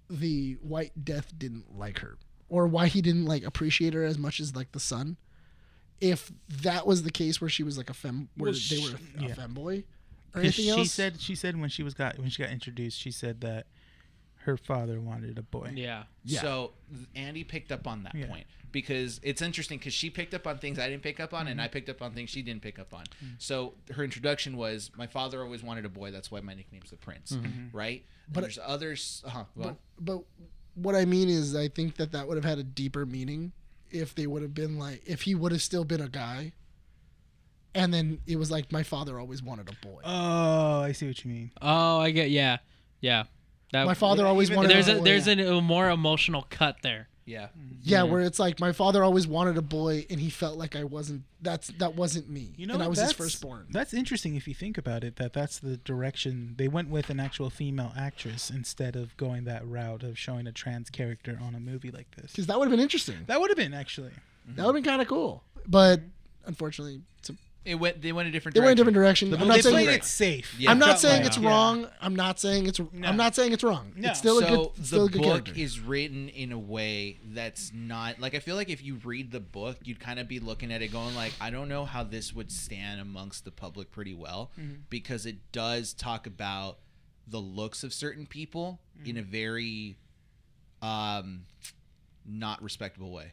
[SPEAKER 1] the White Death didn't like her, or why he didn't like appreciate her as much as like the son. If that was the case where she was like a fem, where
[SPEAKER 4] Well,
[SPEAKER 1] they
[SPEAKER 4] she-
[SPEAKER 1] were a,
[SPEAKER 4] yeah.
[SPEAKER 1] a femboy, or
[SPEAKER 4] 'Cause
[SPEAKER 1] anything
[SPEAKER 4] she
[SPEAKER 1] else.
[SPEAKER 4] said she said when she was got when she got introduced, she said that her father wanted a boy.
[SPEAKER 5] Yeah.
[SPEAKER 1] Yeah.
[SPEAKER 3] So th- Andy picked up on that
[SPEAKER 4] Yeah.
[SPEAKER 3] point because it's interesting because she picked up on things I didn't pick up on,
[SPEAKER 1] Mm-hmm.
[SPEAKER 3] and I picked up on things she didn't pick up on. So her introduction was, "My father always wanted a boy. That's why my nickname's the Prince." Right? But there's others. Uh-huh, go on.
[SPEAKER 1] Mm-hmm. But, but what I mean is, I think that that would have had a deeper meaning if they would have been like, if he would have still been a guy. And then it was like my father always wanted a boy.
[SPEAKER 4] Oh, I see what you mean.
[SPEAKER 5] Oh, I get. Yeah, yeah. That
[SPEAKER 1] my father always
[SPEAKER 4] even-
[SPEAKER 1] wanted.
[SPEAKER 5] There's
[SPEAKER 1] a
[SPEAKER 5] a
[SPEAKER 1] boy.
[SPEAKER 5] there's an, a more emotional cut there.
[SPEAKER 3] yeah.
[SPEAKER 1] yeah, where it's like my father always wanted a boy, and he felt like I wasn't. That's that wasn't me.
[SPEAKER 4] You know,
[SPEAKER 1] and I was his
[SPEAKER 4] that's-
[SPEAKER 1] firstborn.
[SPEAKER 4] That's interesting if you think about it. That that's the direction they went with an actual female actress instead of going that route of showing a trans character on a movie like this.
[SPEAKER 1] Because that would have been interesting.
[SPEAKER 4] That Mm-hmm. would have been actually.
[SPEAKER 1] That would have been kind of cool. But unfortunately, it's a,
[SPEAKER 3] It went. They went a different.
[SPEAKER 1] they went a
[SPEAKER 3] direction.
[SPEAKER 1] different direction. I'm not
[SPEAKER 4] they
[SPEAKER 1] saying
[SPEAKER 4] played
[SPEAKER 1] it's.
[SPEAKER 4] it safe.
[SPEAKER 3] Yeah.
[SPEAKER 1] I'm not
[SPEAKER 4] Felt
[SPEAKER 1] saying
[SPEAKER 4] like-
[SPEAKER 1] it's
[SPEAKER 4] Yeah.
[SPEAKER 1] wrong. I'm not saying it's.
[SPEAKER 4] No.
[SPEAKER 1] I'm not saying it's wrong.
[SPEAKER 4] No.
[SPEAKER 1] It's still a
[SPEAKER 3] so
[SPEAKER 1] good. It's still a
[SPEAKER 3] the
[SPEAKER 1] good
[SPEAKER 3] book
[SPEAKER 1] character.
[SPEAKER 3] is written in a way that's not like I feel like if you read the book, you'd kind of be looking at it going like, I don't know how this would stand amongst the public pretty well
[SPEAKER 1] Mm-hmm.
[SPEAKER 3] because it does talk about the looks of certain people in
[SPEAKER 1] Mm-hmm.
[SPEAKER 3] a very um not respectable way.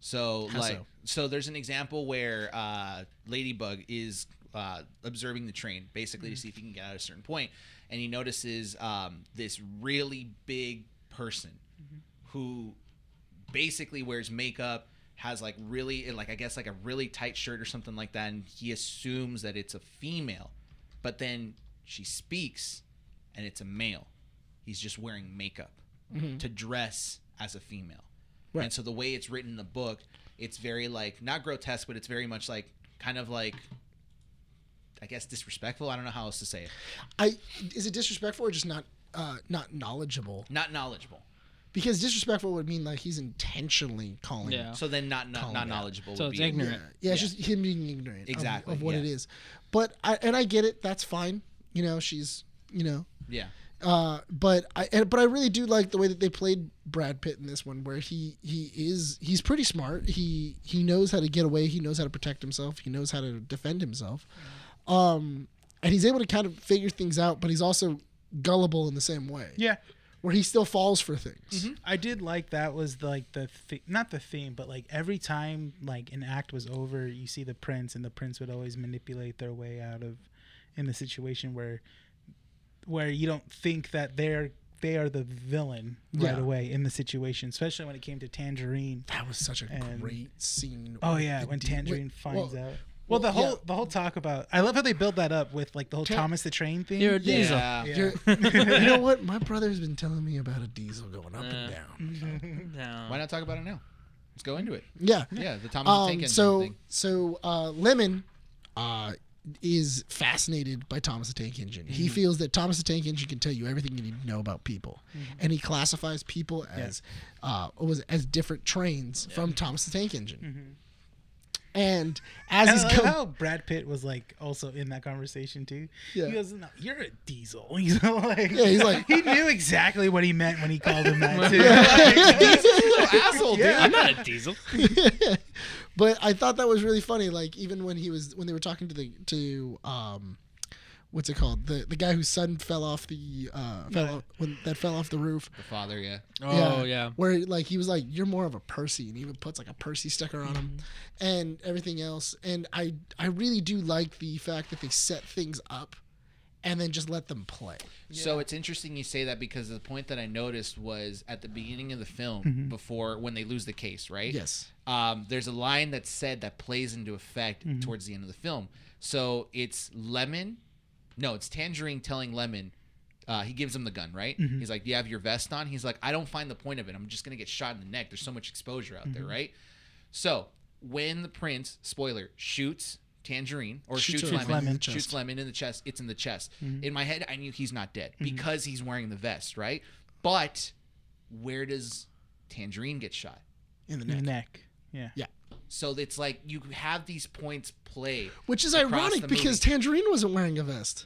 [SPEAKER 3] So
[SPEAKER 1] How
[SPEAKER 3] like
[SPEAKER 1] so?
[SPEAKER 3] so? there's an example where uh, Ladybug is uh, observing the train basically to see if he can get out at a certain point, and he notices um, this really big person who basically wears makeup has like really eh, like i guess like a really tight shirt or something like that and he assumes that it's a female but then she speaks and it's a male he's just wearing makeup to dress as a female and so the way it's written in the book it's very like not grotesque but it's very much like kind of like i guess disrespectful i don't know how else to say it
[SPEAKER 1] I is it disrespectful or just not uh, not knowledgeable?
[SPEAKER 3] not knowledgeable
[SPEAKER 1] Because disrespectful would mean like he's intentionally calling.
[SPEAKER 5] Yeah.
[SPEAKER 3] so then not not,
[SPEAKER 1] Calm
[SPEAKER 3] not
[SPEAKER 1] down.
[SPEAKER 3] knowledgeable
[SPEAKER 5] So
[SPEAKER 3] would
[SPEAKER 5] it's
[SPEAKER 3] be
[SPEAKER 1] Yeah.
[SPEAKER 5] ignorant.
[SPEAKER 1] yeah, it's
[SPEAKER 3] Yeah.
[SPEAKER 1] just him being ignorant of-
[SPEAKER 3] Exactly,
[SPEAKER 1] of, what
[SPEAKER 3] yeah.
[SPEAKER 1] it is. But I and I get it. That's fine. You know, she's you know.
[SPEAKER 3] yeah
[SPEAKER 1] Uh, but I and, but I really do like the way that they played Brad Pitt in this one, where he he is he's pretty smart. He he knows how to get away. He knows how to protect himself. He knows how to defend himself. Um, and he's able to kind of figure things out, but he's also gullible in the same way.
[SPEAKER 4] Yeah. Mm-hmm.
[SPEAKER 1] where he still falls for things.
[SPEAKER 4] I did like that was like the th- not the theme, but like every time like an act was over, you see the prince, and the prince would always manipulate their way out of in the situation where where you don't think that they're they are the villain
[SPEAKER 1] Yeah.
[SPEAKER 4] right away in the situation, especially when it came to Tangerine.
[SPEAKER 1] That was such a
[SPEAKER 4] And-
[SPEAKER 1] great scene.
[SPEAKER 4] Oh yeah,
[SPEAKER 1] The
[SPEAKER 4] when
[SPEAKER 1] dude-
[SPEAKER 4] Tangerine
[SPEAKER 1] wait,
[SPEAKER 4] finds
[SPEAKER 1] well,
[SPEAKER 4] out. Well, the
[SPEAKER 1] well,
[SPEAKER 4] whole
[SPEAKER 1] yeah.
[SPEAKER 4] the whole talk about I love how they build that up with like the whole
[SPEAKER 1] Tan-
[SPEAKER 4] Thomas the Train thing.
[SPEAKER 5] You're a
[SPEAKER 1] Yeah.
[SPEAKER 5] diesel.
[SPEAKER 3] Yeah.
[SPEAKER 4] Yeah.
[SPEAKER 1] You're- you know what? My brother's been telling me about a diesel going up and
[SPEAKER 5] Uh.
[SPEAKER 1] down.
[SPEAKER 5] No.
[SPEAKER 3] why not talk about it now let's go into it
[SPEAKER 1] Yeah.
[SPEAKER 3] yeah the thomas the tank
[SPEAKER 1] Um,
[SPEAKER 3] engine
[SPEAKER 1] so
[SPEAKER 3] thing.
[SPEAKER 1] so uh, Lemon uh, is fascinated by Thomas the Tank Engine. He feels that Thomas the Tank Engine can tell you everything you need to know about people, and he classifies people as uh, what was it, as different trains from Thomas the Tank Engine. And as
[SPEAKER 4] And
[SPEAKER 1] he's
[SPEAKER 4] I like
[SPEAKER 1] going,
[SPEAKER 4] how Brad Pitt was like also in that conversation too.
[SPEAKER 1] Yeah.
[SPEAKER 4] He goes, no, "You're a diesel." He's like,
[SPEAKER 1] Yeah, he's like-
[SPEAKER 4] he knew exactly what he meant when he called him that too.
[SPEAKER 3] asshole, dude.
[SPEAKER 4] Yeah.
[SPEAKER 5] I'm not a diesel.
[SPEAKER 1] but I thought that was really funny. Like even when he was when they were talking to the to um, what's it called the the guy whose son fell off the uh fell
[SPEAKER 4] Yeah.
[SPEAKER 1] off, when that fell off the roof.
[SPEAKER 3] The father, yeah.
[SPEAKER 5] Oh yeah.
[SPEAKER 1] Where like he was like you're more of a Percy and he even puts like a Percy sticker on him and everything else. And I I really do like the fact that they set things up and then just let them play.
[SPEAKER 3] So it's interesting you say that because the point that I noticed was at the beginning of the film, before when they lose the case, right?
[SPEAKER 1] Yes.
[SPEAKER 3] Um, there's a line that's said that plays into effect towards the end of the film. So it's Lemon, no, it's Tangerine telling Lemon. Uh, he gives him the gun, right? He's like, "Do you have your vest on?" He's like, "I don't find the point of it. I'm just gonna get shot in the neck. There's so much exposure out there, right?" So when the prince, spoiler, shoots Tangerine or
[SPEAKER 1] Shoots
[SPEAKER 3] shoots,
[SPEAKER 1] her in
[SPEAKER 3] Lemon,
[SPEAKER 1] the
[SPEAKER 4] Lemon.
[SPEAKER 1] chest.
[SPEAKER 3] shoots Lemon in the chest, it's in the chest. In my head, I knew he's not dead because he's wearing the vest, right? But where does Tangerine get shot?
[SPEAKER 1] in the
[SPEAKER 4] in the
[SPEAKER 1] neck.
[SPEAKER 4] neck. Yeah.
[SPEAKER 3] So it's like you have these points play.
[SPEAKER 1] Which is
[SPEAKER 3] across
[SPEAKER 1] ironic
[SPEAKER 3] the
[SPEAKER 1] because Tangerine wasn't wearing a vest.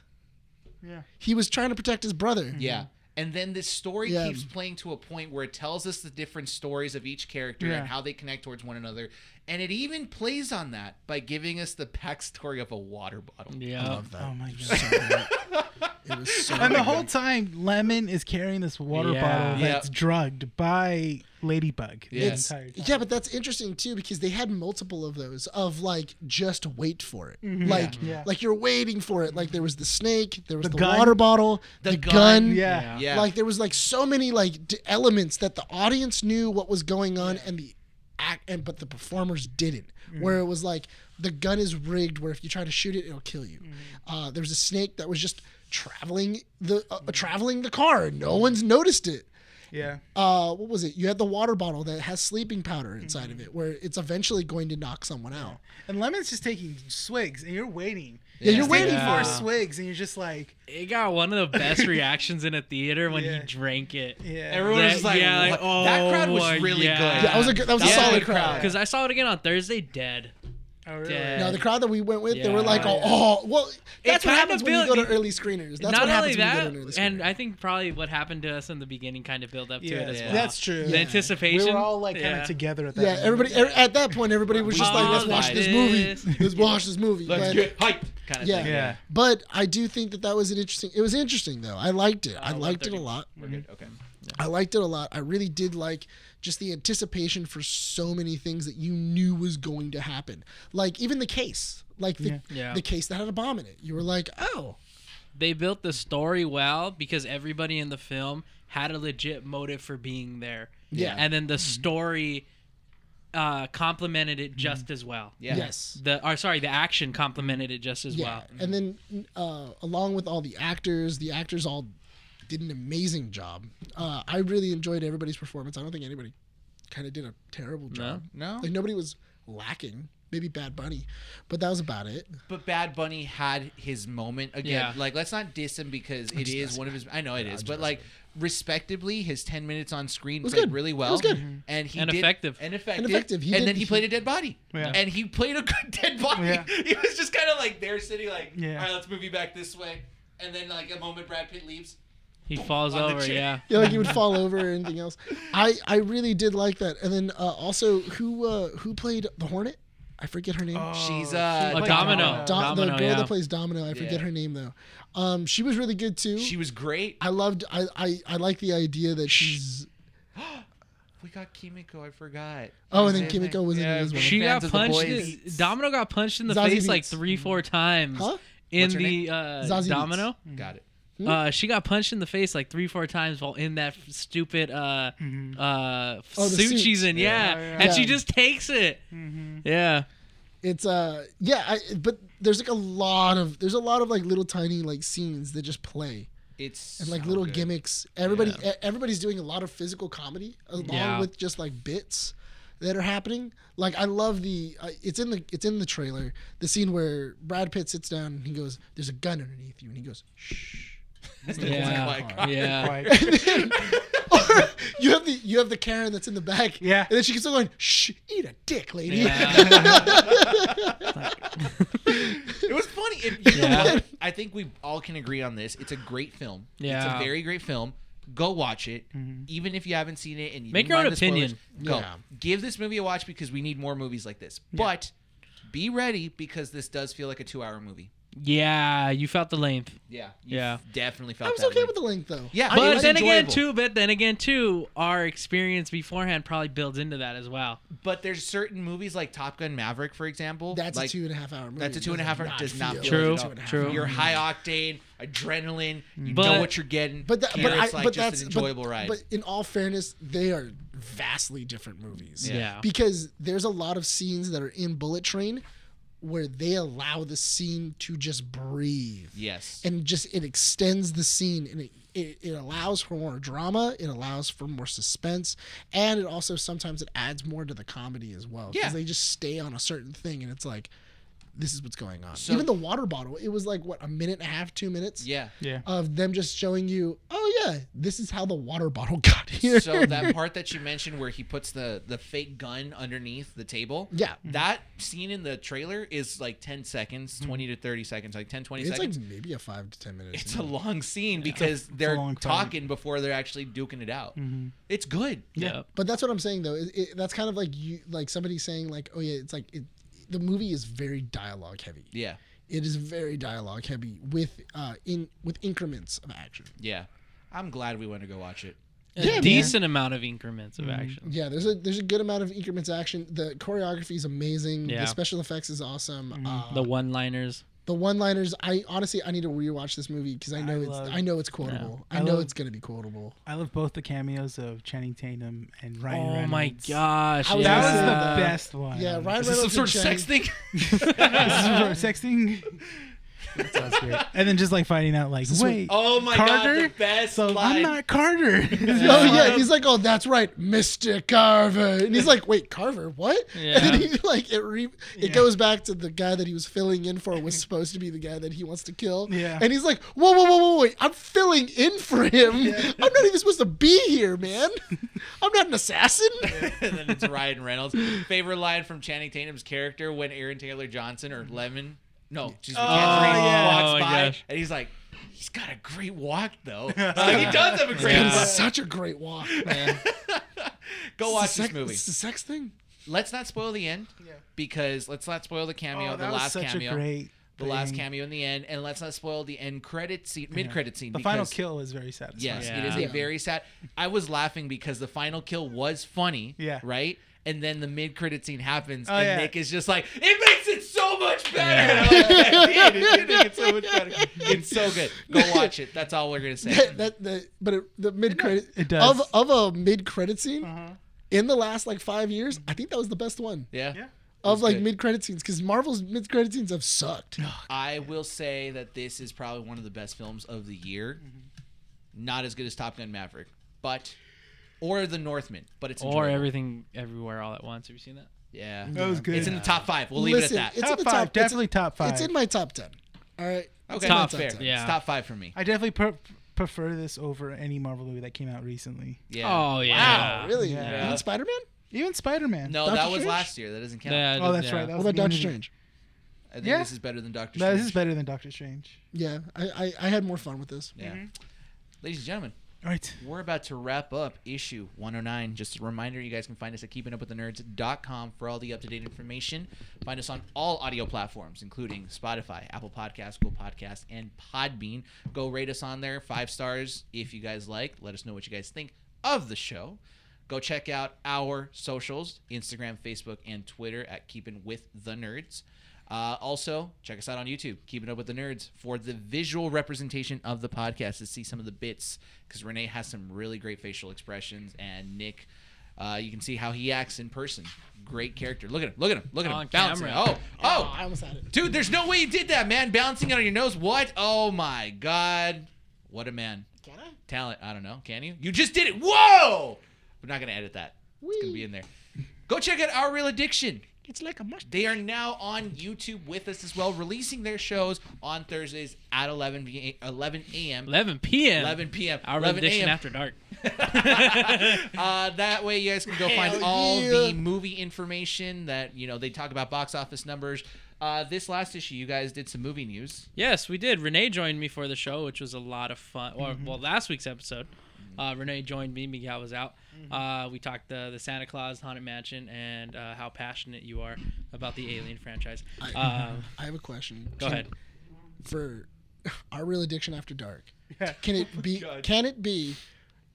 [SPEAKER 4] Yeah.
[SPEAKER 1] He was trying to protect his brother.
[SPEAKER 3] Yeah. And then this story
[SPEAKER 1] Yeah.
[SPEAKER 3] keeps playing to a point where it tells us the different stories of each character
[SPEAKER 4] Yeah.
[SPEAKER 3] and how they connect towards one another. And it even plays on that by giving us the backstory of a water bottle.
[SPEAKER 1] I
[SPEAKER 5] Yeah.
[SPEAKER 1] love that.
[SPEAKER 4] Oh my god.
[SPEAKER 1] It was so
[SPEAKER 4] and the whole time, Lemon is carrying this water
[SPEAKER 5] Yeah.
[SPEAKER 4] bottle
[SPEAKER 3] Yeah.
[SPEAKER 4] that's drugged by Ladybug. the
[SPEAKER 3] It's-
[SPEAKER 4] entire time.
[SPEAKER 1] Yeah, but that's interesting too because they had multiple of those of like just wait for it. Like
[SPEAKER 4] Mm-hmm. Yeah.
[SPEAKER 1] like you're waiting for it. Like there was the snake, there was
[SPEAKER 4] The
[SPEAKER 1] the,
[SPEAKER 4] gun.
[SPEAKER 1] water bottle, the,
[SPEAKER 3] gun.
[SPEAKER 1] gun.
[SPEAKER 4] Yeah.
[SPEAKER 3] Yeah.
[SPEAKER 1] Like there was like so many like d- elements that the audience knew what was going on and the act and but the performers didn't.
[SPEAKER 4] Mm.
[SPEAKER 1] Where it was like the gun is rigged where if you try to shoot it it'll kill
[SPEAKER 4] Mm.
[SPEAKER 1] you. Uh, there was a snake that was just traveling the
[SPEAKER 4] Mm.
[SPEAKER 1] uh, traveling the car. No one's noticed it
[SPEAKER 4] Yeah.
[SPEAKER 1] uh, what was it? You had the water bottle that has sleeping powder inside
[SPEAKER 5] Mm-hmm.
[SPEAKER 1] of it, where it's eventually going to knock someone out.
[SPEAKER 4] And Lemon's just taking swigs, and you're waiting.
[SPEAKER 1] Yeah, you're
[SPEAKER 4] Just
[SPEAKER 1] waiting
[SPEAKER 4] taking
[SPEAKER 1] for
[SPEAKER 4] four
[SPEAKER 1] it.
[SPEAKER 5] Yeah.
[SPEAKER 4] swigs, and you're just like,
[SPEAKER 5] It got one of the best reactions in a theater when
[SPEAKER 4] Yeah.
[SPEAKER 5] he drank it.
[SPEAKER 4] yeah.
[SPEAKER 3] Everyone was
[SPEAKER 5] That-
[SPEAKER 3] like,
[SPEAKER 5] yeah, like,
[SPEAKER 3] "What?" that crowd
[SPEAKER 5] oh,
[SPEAKER 3] was really
[SPEAKER 5] yeah.
[SPEAKER 3] good.
[SPEAKER 1] Yeah, that was a good- that was a
[SPEAKER 3] That was a
[SPEAKER 1] solid
[SPEAKER 3] good
[SPEAKER 1] crowd.
[SPEAKER 5] Because I saw it again on Thursday, dead.
[SPEAKER 4] Oh, really?
[SPEAKER 5] Dead.
[SPEAKER 1] Now the crowd that we went with, they
[SPEAKER 5] Yeah.
[SPEAKER 1] were like, "Oh, oh, well, that's what
[SPEAKER 5] kinda
[SPEAKER 1] happens when you go
[SPEAKER 5] built-
[SPEAKER 1] to early screeners. That's
[SPEAKER 5] Not
[SPEAKER 1] what
[SPEAKER 5] only
[SPEAKER 1] happens
[SPEAKER 5] that,
[SPEAKER 1] when you go to an early
[SPEAKER 5] and
[SPEAKER 1] screener."
[SPEAKER 5] I think probably what happened to us in the beginning kind of built up to
[SPEAKER 4] Yeah,
[SPEAKER 5] it as
[SPEAKER 3] yeah.
[SPEAKER 5] well.
[SPEAKER 4] That's true.
[SPEAKER 5] The
[SPEAKER 1] Yeah.
[SPEAKER 5] anticipation.
[SPEAKER 4] We were all like kind of
[SPEAKER 5] yeah.
[SPEAKER 4] together at that.
[SPEAKER 1] yeah,
[SPEAKER 4] moment.
[SPEAKER 1] everybody er, at that point, everybody was
[SPEAKER 3] We
[SPEAKER 1] just like,
[SPEAKER 5] all
[SPEAKER 1] "Let's watch
[SPEAKER 5] like
[SPEAKER 1] this
[SPEAKER 5] this.
[SPEAKER 1] movie. Let's watch this movie." But-
[SPEAKER 3] hyped, kind of
[SPEAKER 1] Yeah.
[SPEAKER 3] thing.
[SPEAKER 4] Yeah.
[SPEAKER 1] But I do think that that was an interesting. It was interesting though. I liked it. I
[SPEAKER 3] Uh,
[SPEAKER 1] liked it a
[SPEAKER 3] 11:30.
[SPEAKER 1] lot.
[SPEAKER 3] We're good. Okay.
[SPEAKER 1] I liked it a lot. I really did like just the anticipation for so many things that you knew was going to happen. Like even the case, like the,
[SPEAKER 3] Mm-hmm.
[SPEAKER 5] Yeah.
[SPEAKER 1] the case that had a bomb in it. You were like, oh,
[SPEAKER 5] They built the story well because everybody in the film had a legit motive for being there.
[SPEAKER 1] Yeah. Mm-hmm.
[SPEAKER 5] And then the story uh, complemented it just
[SPEAKER 1] Mm-hmm.
[SPEAKER 5] as well.
[SPEAKER 3] Yeah.
[SPEAKER 1] yes,
[SPEAKER 5] The or sorry, the action complemented it just as
[SPEAKER 1] yeah.
[SPEAKER 5] well.
[SPEAKER 1] And
[SPEAKER 3] Mm-hmm.
[SPEAKER 1] then uh, along with all the actors, the actors all did an amazing job. Uh, I really enjoyed everybody's performance. I don't think anybody kind of did a terrible job.
[SPEAKER 3] No.
[SPEAKER 1] Like nobody was lacking. Maybe Bad Bunny, but that was about it.
[SPEAKER 3] But Bad Bunny had his moment again.
[SPEAKER 5] Yeah.
[SPEAKER 3] Like, let's not diss him because it
[SPEAKER 1] just
[SPEAKER 3] is
[SPEAKER 1] messing
[SPEAKER 3] one of his. I know it is,
[SPEAKER 1] I'm
[SPEAKER 3] but
[SPEAKER 1] just
[SPEAKER 3] like, respectably, his ten minutes on screen
[SPEAKER 1] was
[SPEAKER 3] played
[SPEAKER 1] good.
[SPEAKER 3] really
[SPEAKER 1] It
[SPEAKER 3] well. Mm-hmm.
[SPEAKER 1] was good.
[SPEAKER 3] and he
[SPEAKER 5] And
[SPEAKER 3] did-
[SPEAKER 5] effective.
[SPEAKER 3] and effective,
[SPEAKER 1] And effective. He
[SPEAKER 3] and
[SPEAKER 1] did-
[SPEAKER 3] then he played a dead body,
[SPEAKER 4] Yeah.
[SPEAKER 3] and he played a good dead body.
[SPEAKER 4] Yeah.
[SPEAKER 3] He was just kind of like there, sitting like,
[SPEAKER 4] Yeah.
[SPEAKER 3] all right, let's move you back this way, and then like a moment, Brad Pitt leaves.
[SPEAKER 5] He falls
[SPEAKER 3] On the
[SPEAKER 5] over,
[SPEAKER 3] chair.
[SPEAKER 5] yeah.
[SPEAKER 1] Yeah, like he would fall over or anything else. I I really did like that. And then uh, also who uh, who played the Hornet? I forget her name.
[SPEAKER 4] Oh,
[SPEAKER 3] She's, uh,
[SPEAKER 4] she
[SPEAKER 5] A
[SPEAKER 4] played
[SPEAKER 5] domino.
[SPEAKER 1] Do- the
[SPEAKER 5] Domino,
[SPEAKER 1] girl
[SPEAKER 5] yeah.
[SPEAKER 1] that plays Domino. I forget
[SPEAKER 3] Yeah.
[SPEAKER 1] her name though. Um, she was really good too.
[SPEAKER 3] She was great.
[SPEAKER 1] I loved. I I I like the idea that she's.
[SPEAKER 3] We got Kimiko. I forgot.
[SPEAKER 1] Oh, and then Kimiko was in it as well.
[SPEAKER 5] She got
[SPEAKER 3] Fans of the
[SPEAKER 5] punched.
[SPEAKER 3] boys.
[SPEAKER 5] in- Domino got punched in the
[SPEAKER 1] Zazie
[SPEAKER 5] face like
[SPEAKER 1] Beetz.
[SPEAKER 5] three, four times
[SPEAKER 1] Huh?
[SPEAKER 5] in
[SPEAKER 3] What's her
[SPEAKER 5] the
[SPEAKER 3] name?
[SPEAKER 5] uh,
[SPEAKER 1] Zazie Beetz.
[SPEAKER 5] Domino.
[SPEAKER 3] Got it.
[SPEAKER 5] Uh, she got punched in the face like three, four times while in that f- stupid uh,
[SPEAKER 3] Mm-hmm.
[SPEAKER 5] uh, f-
[SPEAKER 1] Oh, the
[SPEAKER 5] suit,
[SPEAKER 1] suit.
[SPEAKER 5] she's in. Yeah,
[SPEAKER 4] Yeah, yeah,
[SPEAKER 5] and
[SPEAKER 1] yeah.
[SPEAKER 5] she just takes it.
[SPEAKER 3] Mm-hmm.
[SPEAKER 5] Yeah,
[SPEAKER 1] It's uh yeah. I, but there's like a lot of there's a lot of like little tiny like scenes that just play
[SPEAKER 3] It's
[SPEAKER 1] and like
[SPEAKER 3] so
[SPEAKER 1] little
[SPEAKER 3] good.
[SPEAKER 1] gimmicks. Everybody e- everybody's doing a lot of physical comedy along
[SPEAKER 5] Yeah.
[SPEAKER 1] with just like bits that are happening. Like I love the uh, it's in the it's in the trailer the scene where Brad Pitt sits down and he goes, "There's a gun underneath you," and he goes, "Shh."
[SPEAKER 5] yeah,
[SPEAKER 3] Like,
[SPEAKER 5] yeah.
[SPEAKER 4] Like,
[SPEAKER 1] And then- or you have the you have the Karen that's in the back,
[SPEAKER 4] Yeah.
[SPEAKER 1] and then she keeps on going, "Shh, eat a dick, lady."
[SPEAKER 3] It was funny. It, you know
[SPEAKER 5] Yeah.
[SPEAKER 3] what? I think we all can agree on this. It's a great film. It's
[SPEAKER 5] Yeah.
[SPEAKER 3] a very great film. Go watch it, even if you haven't seen it and you
[SPEAKER 5] Make
[SPEAKER 3] didn't
[SPEAKER 5] your own
[SPEAKER 3] mind the spoilers,
[SPEAKER 1] opinion.
[SPEAKER 3] Go
[SPEAKER 1] Mm-hmm. Yeah.
[SPEAKER 3] give this movie a watch because we need more movies like this. But be ready because this does feel like a two-hour movie.
[SPEAKER 5] Yeah, you felt the length.
[SPEAKER 3] Yeah. you
[SPEAKER 5] Yeah.
[SPEAKER 3] Definitely felt
[SPEAKER 1] I was
[SPEAKER 3] that
[SPEAKER 1] okay
[SPEAKER 3] way.
[SPEAKER 1] with the length though.
[SPEAKER 3] Yeah,
[SPEAKER 1] I
[SPEAKER 5] But
[SPEAKER 3] mean,
[SPEAKER 1] was-
[SPEAKER 5] then again,
[SPEAKER 3] enjoyable.
[SPEAKER 5] too. But then again, too, our experience beforehand probably builds into that as well.
[SPEAKER 3] But there's certain movies like Top Gun Maverick, for example.
[SPEAKER 1] that's
[SPEAKER 3] like,
[SPEAKER 1] a two and a half hour movie.
[SPEAKER 3] That's a two and a half hour. Does not feel like a
[SPEAKER 5] True,
[SPEAKER 3] two and a half
[SPEAKER 5] true.
[SPEAKER 3] hour. You're high octane, adrenaline. You know
[SPEAKER 5] Mm-hmm. But-
[SPEAKER 3] what you're getting.
[SPEAKER 1] But, that,
[SPEAKER 3] and
[SPEAKER 1] but, I,
[SPEAKER 3] it's like
[SPEAKER 1] but
[SPEAKER 3] just
[SPEAKER 1] that's
[SPEAKER 3] an
[SPEAKER 1] but-
[SPEAKER 3] enjoyable ride.
[SPEAKER 1] But in all fairness, they are vastly different movies.
[SPEAKER 5] Yeah. Yeah.
[SPEAKER 1] Because there's a lot of scenes that are in Bullet Train where they allow the scene to just breathe.
[SPEAKER 3] yes.
[SPEAKER 1] and just it extends the scene and it, it, it allows for more drama it allows for more suspense and it also sometimes it adds more to the comedy as well
[SPEAKER 3] Yeah.
[SPEAKER 1] they just stay on a certain thing and it's like this is what's going on
[SPEAKER 3] So-
[SPEAKER 1] even the water bottle it was like what a minute and a half two minutes
[SPEAKER 3] yeah.
[SPEAKER 4] Yeah.
[SPEAKER 1] of them just showing you oh yeah this is how the water bottle got here
[SPEAKER 3] So that part that you mentioned where he puts the the fake gun underneath the table.
[SPEAKER 1] Yeah.
[SPEAKER 3] That scene in the trailer is like 10 seconds, 20 to 30 seconds, like 10 20
[SPEAKER 1] it's
[SPEAKER 3] seconds.
[SPEAKER 1] like maybe a five to ten minutes
[SPEAKER 3] it's a long scene because they're
[SPEAKER 4] long fight.
[SPEAKER 3] talking before they're actually duking it out. It's good.
[SPEAKER 5] Yeah.
[SPEAKER 1] But that's what I'm saying though. It, it, that's kind of like you, like somebody saying like, "Oh yeah, it's like it, the movie is very dialogue heavy.
[SPEAKER 3] Yeah.
[SPEAKER 1] It is very dialogue heavy with uh in with increments of action.
[SPEAKER 3] Yeah. I'm glad we went to go watch it.
[SPEAKER 5] A
[SPEAKER 1] Yeah, man.
[SPEAKER 5] decent amount of increments
[SPEAKER 4] Mm.
[SPEAKER 5] of action.
[SPEAKER 1] Yeah, there's a there's a good amount of increments of action. The choreography is amazing.
[SPEAKER 5] Yeah.
[SPEAKER 1] The special effects is awesome. Uh,
[SPEAKER 5] The
[SPEAKER 1] the
[SPEAKER 5] one-liners.
[SPEAKER 1] one liners. I honestly I need to rewatch this movie because I know it's
[SPEAKER 4] love-
[SPEAKER 1] I know it's quotable. I,
[SPEAKER 4] I
[SPEAKER 1] know
[SPEAKER 4] love-
[SPEAKER 1] it's gonna be quotable.
[SPEAKER 4] I love both the cameos of Channing Tatum and Ryan
[SPEAKER 5] Oh
[SPEAKER 4] Reynolds.
[SPEAKER 5] my gosh!
[SPEAKER 1] I was
[SPEAKER 4] That
[SPEAKER 5] yeah.
[SPEAKER 4] was
[SPEAKER 1] Yeah.
[SPEAKER 4] the best one.
[SPEAKER 1] Yeah, Ryan Reynolds.
[SPEAKER 3] Is this some
[SPEAKER 1] and
[SPEAKER 3] sort of
[SPEAKER 1] Channing-
[SPEAKER 3] sex thing?
[SPEAKER 4] This is from sexting. That sounds great. And then just like finding out, like, wait,
[SPEAKER 3] Oh my
[SPEAKER 4] Carter?
[SPEAKER 3] god, the best
[SPEAKER 4] so
[SPEAKER 3] line.
[SPEAKER 4] I'm not Carter.
[SPEAKER 1] Oh yeah, he's like, oh, that's right, Mister Carver, and he's like, wait, Carver, what? And then
[SPEAKER 5] Yeah.
[SPEAKER 1] he like it re- it goes back to the guy that he was filling in for was supposed to be the guy that he wants to kill.
[SPEAKER 4] Yeah.
[SPEAKER 1] and he's like, whoa, whoa, whoa, whoa, wait, I'm filling in for him. I'm not even supposed to be here, man. I'm not an assassin.
[SPEAKER 3] and then it's Ryan Reynolds. Favorite line from Channing Tatum's character when Aaron Taylor Johnson or Lemon, no, just
[SPEAKER 5] yeah. Oh,
[SPEAKER 3] walks
[SPEAKER 5] my
[SPEAKER 3] by
[SPEAKER 5] gosh.
[SPEAKER 3] and he's like, he's got a great walk though. It's like, he does have a great
[SPEAKER 1] It's
[SPEAKER 3] walk.
[SPEAKER 1] such a great walk, man.
[SPEAKER 3] Go
[SPEAKER 1] It's a
[SPEAKER 3] watch this
[SPEAKER 1] sex-
[SPEAKER 3] movie.
[SPEAKER 1] It's a sex thing.
[SPEAKER 3] Let's not spoil the end because let's not spoil the cameo,
[SPEAKER 4] Oh,
[SPEAKER 3] the
[SPEAKER 4] that was
[SPEAKER 3] last
[SPEAKER 4] such
[SPEAKER 3] cameo,
[SPEAKER 4] a great.
[SPEAKER 3] the last
[SPEAKER 4] thing.
[SPEAKER 3] cameo in the end, and let's not spoil the end credit scene, mid credit scene.
[SPEAKER 4] The final
[SPEAKER 3] because-
[SPEAKER 4] kill is very satisfying.
[SPEAKER 3] Yes,
[SPEAKER 5] Yeah.
[SPEAKER 3] it is a
[SPEAKER 1] Yeah.
[SPEAKER 3] very sad. I was laughing because the final kill was funny.
[SPEAKER 4] Yeah.
[SPEAKER 3] Right. And then the mid credit scene happens,
[SPEAKER 4] Oh,
[SPEAKER 3] and
[SPEAKER 4] yeah.
[SPEAKER 3] Nick is just like, "It makes it so much better." And I'm like, "Yeah, it did. It did. It's so much better. It's so good. Go watch it. That's all we're gonna say.
[SPEAKER 1] that, that the but it, the mid credit
[SPEAKER 4] it does. Uh-huh.
[SPEAKER 1] of of a mid credit scene. In the last like five years, I think that was the best one.
[SPEAKER 3] Yeah.
[SPEAKER 4] Yeah.
[SPEAKER 1] of like
[SPEAKER 3] good.
[SPEAKER 1] mid credit scenes because Marvel's mid credit scenes have sucked.
[SPEAKER 4] Oh,
[SPEAKER 3] I will say that this is probably one of the best films of the year. Not as good as Top Gun Maverick, but or The Northman, but it's
[SPEAKER 5] Or
[SPEAKER 3] enjoyable.
[SPEAKER 5] everything, everywhere, all at once. Have you seen that?
[SPEAKER 3] Yeah.
[SPEAKER 4] That was good.
[SPEAKER 3] It's in the top five. We'll leave
[SPEAKER 1] Listen,
[SPEAKER 3] it at that.
[SPEAKER 1] it's
[SPEAKER 4] top
[SPEAKER 1] in the
[SPEAKER 4] five,
[SPEAKER 1] top- it's-
[SPEAKER 4] definitely top five.
[SPEAKER 1] It's in my top ten. All right. It's
[SPEAKER 3] okay.
[SPEAKER 1] in my
[SPEAKER 5] Top
[SPEAKER 3] fair.
[SPEAKER 5] ten. Yeah.
[SPEAKER 3] It's top five for me.
[SPEAKER 4] I definitely pre- prefer this over any Marvel movie that came out recently.
[SPEAKER 3] Yeah.
[SPEAKER 5] Oh yeah.
[SPEAKER 1] Wow, really?
[SPEAKER 4] Yeah.
[SPEAKER 1] Even Spider Man?
[SPEAKER 4] Even Spider Man.
[SPEAKER 3] No,
[SPEAKER 1] Doctor
[SPEAKER 3] that was
[SPEAKER 1] Strange?
[SPEAKER 3] last year. That doesn't count.
[SPEAKER 5] That-
[SPEAKER 4] Oh, that's
[SPEAKER 5] yeah.
[SPEAKER 4] right. That
[SPEAKER 1] What
[SPEAKER 4] was
[SPEAKER 1] about Doctor
[SPEAKER 4] the movie.
[SPEAKER 1] Strange?
[SPEAKER 3] I think
[SPEAKER 4] Yeah.
[SPEAKER 3] this is better than Doctor
[SPEAKER 4] No,
[SPEAKER 3] Strange.
[SPEAKER 4] this is better than Doctor Strange.
[SPEAKER 1] Yeah, I, I I had more fun with this.
[SPEAKER 3] Yeah. Ladies and gentlemen,
[SPEAKER 4] All right.
[SPEAKER 3] we're about to wrap up issue 109. Just a reminder, you guys can find us at keepingupwiththenerds.com for all the up-to-date information. Find us on all audio platforms, including Spotify, Apple Podcasts, Google Podcasts, and Podbean. Go rate us on there, five stars if you guys like. Let us know what you guys think of the show. Go check out our socials, Instagram, Facebook, and Twitter at Keeping With The Nerds. Uh, also, check us out on YouTube, Keeping Up With The Nerds, for the visual representation of the podcast to see some of the bits, because Renee has some really great facial expressions, and Nick, uh, you can see how he acts in person. Great character. Look at him. Look at him. Look at
[SPEAKER 5] On
[SPEAKER 3] him. Bouncing.
[SPEAKER 5] camera.
[SPEAKER 3] Oh, oh.
[SPEAKER 1] Ah, I almost had it.
[SPEAKER 3] Dude, there's no way you did that, man. Bouncing it on your nose. What? Oh, my God. What a man
[SPEAKER 1] Can I?
[SPEAKER 3] talent. I don't know. Can you? You just did it. Whoa! I'm not gonna edit that. It's gonna be in there. Go check out Our Real Addiction.
[SPEAKER 1] It's like a mushroom.
[SPEAKER 3] They are now on YouTube with us as well, releasing their shows on Thursdays at 11 v- 11 a.m.
[SPEAKER 5] 11 p.m.
[SPEAKER 3] 11 p.m.
[SPEAKER 5] Our
[SPEAKER 3] 11
[SPEAKER 5] rendition
[SPEAKER 3] a.m.
[SPEAKER 5] after dark.
[SPEAKER 3] uh, that way, you guys can go find
[SPEAKER 1] Hell
[SPEAKER 3] all
[SPEAKER 1] yeah.
[SPEAKER 3] the movie information that you know they talk about box office numbers. Uh, this last issue, you guys did some movie news.
[SPEAKER 5] Yes, we did. Renee joined me for the show, which was a lot of fun. Or
[SPEAKER 4] Mm-hmm.
[SPEAKER 5] well, last week's episode, uh, Renee joined me. Miguel was out.
[SPEAKER 4] Mm-hmm.
[SPEAKER 5] Uh, we talked the the Santa Claus Haunted Mansion and uh, how passionate you are about the Alien franchise. Um,
[SPEAKER 1] I have a question.
[SPEAKER 5] go ahead.
[SPEAKER 1] for our real addiction after dark. Can
[SPEAKER 4] Oh,
[SPEAKER 1] it be? Can it be?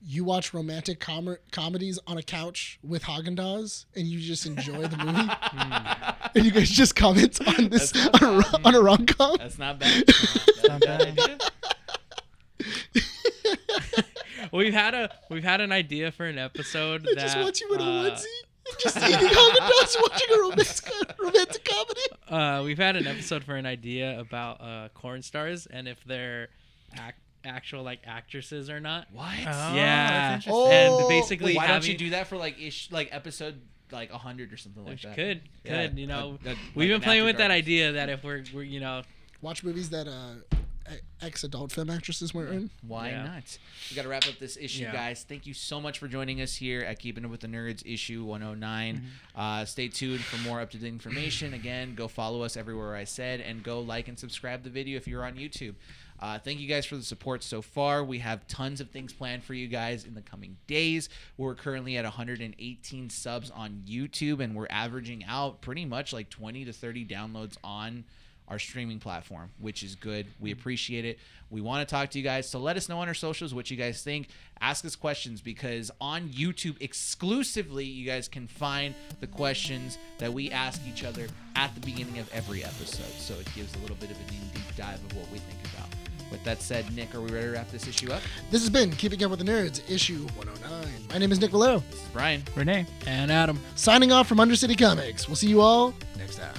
[SPEAKER 1] You watch romantic com- comedies on a couch with Haagen Dazs, and you just enjoy the movie, and you guys just comment on this
[SPEAKER 3] That's not
[SPEAKER 1] on a, ro- on a rom com.
[SPEAKER 3] That's not bad. That's
[SPEAKER 4] Not bad.
[SPEAKER 5] We've had a we've had an idea for an episode
[SPEAKER 1] I
[SPEAKER 5] that
[SPEAKER 1] just want you in a
[SPEAKER 5] uh,
[SPEAKER 1] onesie, just eating Haagen Dazs, watching a romantic romantic comedy.
[SPEAKER 5] uh, we've had an episode for an idea about uh, corn stars and if they're ac- actual like actresses or not.
[SPEAKER 3] What?
[SPEAKER 4] Oh,
[SPEAKER 5] yeah,
[SPEAKER 4] that's interesting.
[SPEAKER 1] Oh,
[SPEAKER 5] and basically
[SPEAKER 3] Why
[SPEAKER 5] having,
[SPEAKER 3] don't you do that for like ish, like episode like hundred or something like
[SPEAKER 5] Which
[SPEAKER 3] that?
[SPEAKER 5] could
[SPEAKER 3] Yeah.
[SPEAKER 5] could you know
[SPEAKER 3] That- that- like
[SPEAKER 5] we've been
[SPEAKER 3] an
[SPEAKER 5] playing
[SPEAKER 3] after
[SPEAKER 5] with that
[SPEAKER 3] dark.
[SPEAKER 5] idea that if we're, we're you know
[SPEAKER 1] Watch movies that uh, ex adult film actresses were in.
[SPEAKER 3] Why
[SPEAKER 5] Yeah.
[SPEAKER 3] not? We got to wrap up this issue,
[SPEAKER 5] Yeah.
[SPEAKER 3] guys. Thank you so much for joining us here at Keeping It With the Nerds, issue 109.
[SPEAKER 5] Mm-hmm.
[SPEAKER 3] Uh, stay tuned for more up to date information. Again, go follow us everywhere I said, and go like and subscribe the video if you're on YouTube. Uh, thank you guys for the support so far. We have tons of things planned for you guys in the coming days. We're currently at 118 subs on YouTube, and we're averaging out pretty much like 20 to 30 downloads on our streaming platform, which is good. We appreciate it. We want to talk to you guys. So let us know on our socials what you guys think. Ask us questions because on YouTube exclusively, you guys can find the questions that we ask each other at the beginning of every episode. So it gives a little bit of a deep, deep dive of what we think about. With that said, Nick, are we ready to wrap this issue up?
[SPEAKER 1] This has been Keeping Up with the Nerds, issue 109. My name is Nick Valero,
[SPEAKER 3] This is Brian.
[SPEAKER 4] Renee.
[SPEAKER 5] and Adam.
[SPEAKER 1] signing off from Undercity Comics. We'll see you all next time.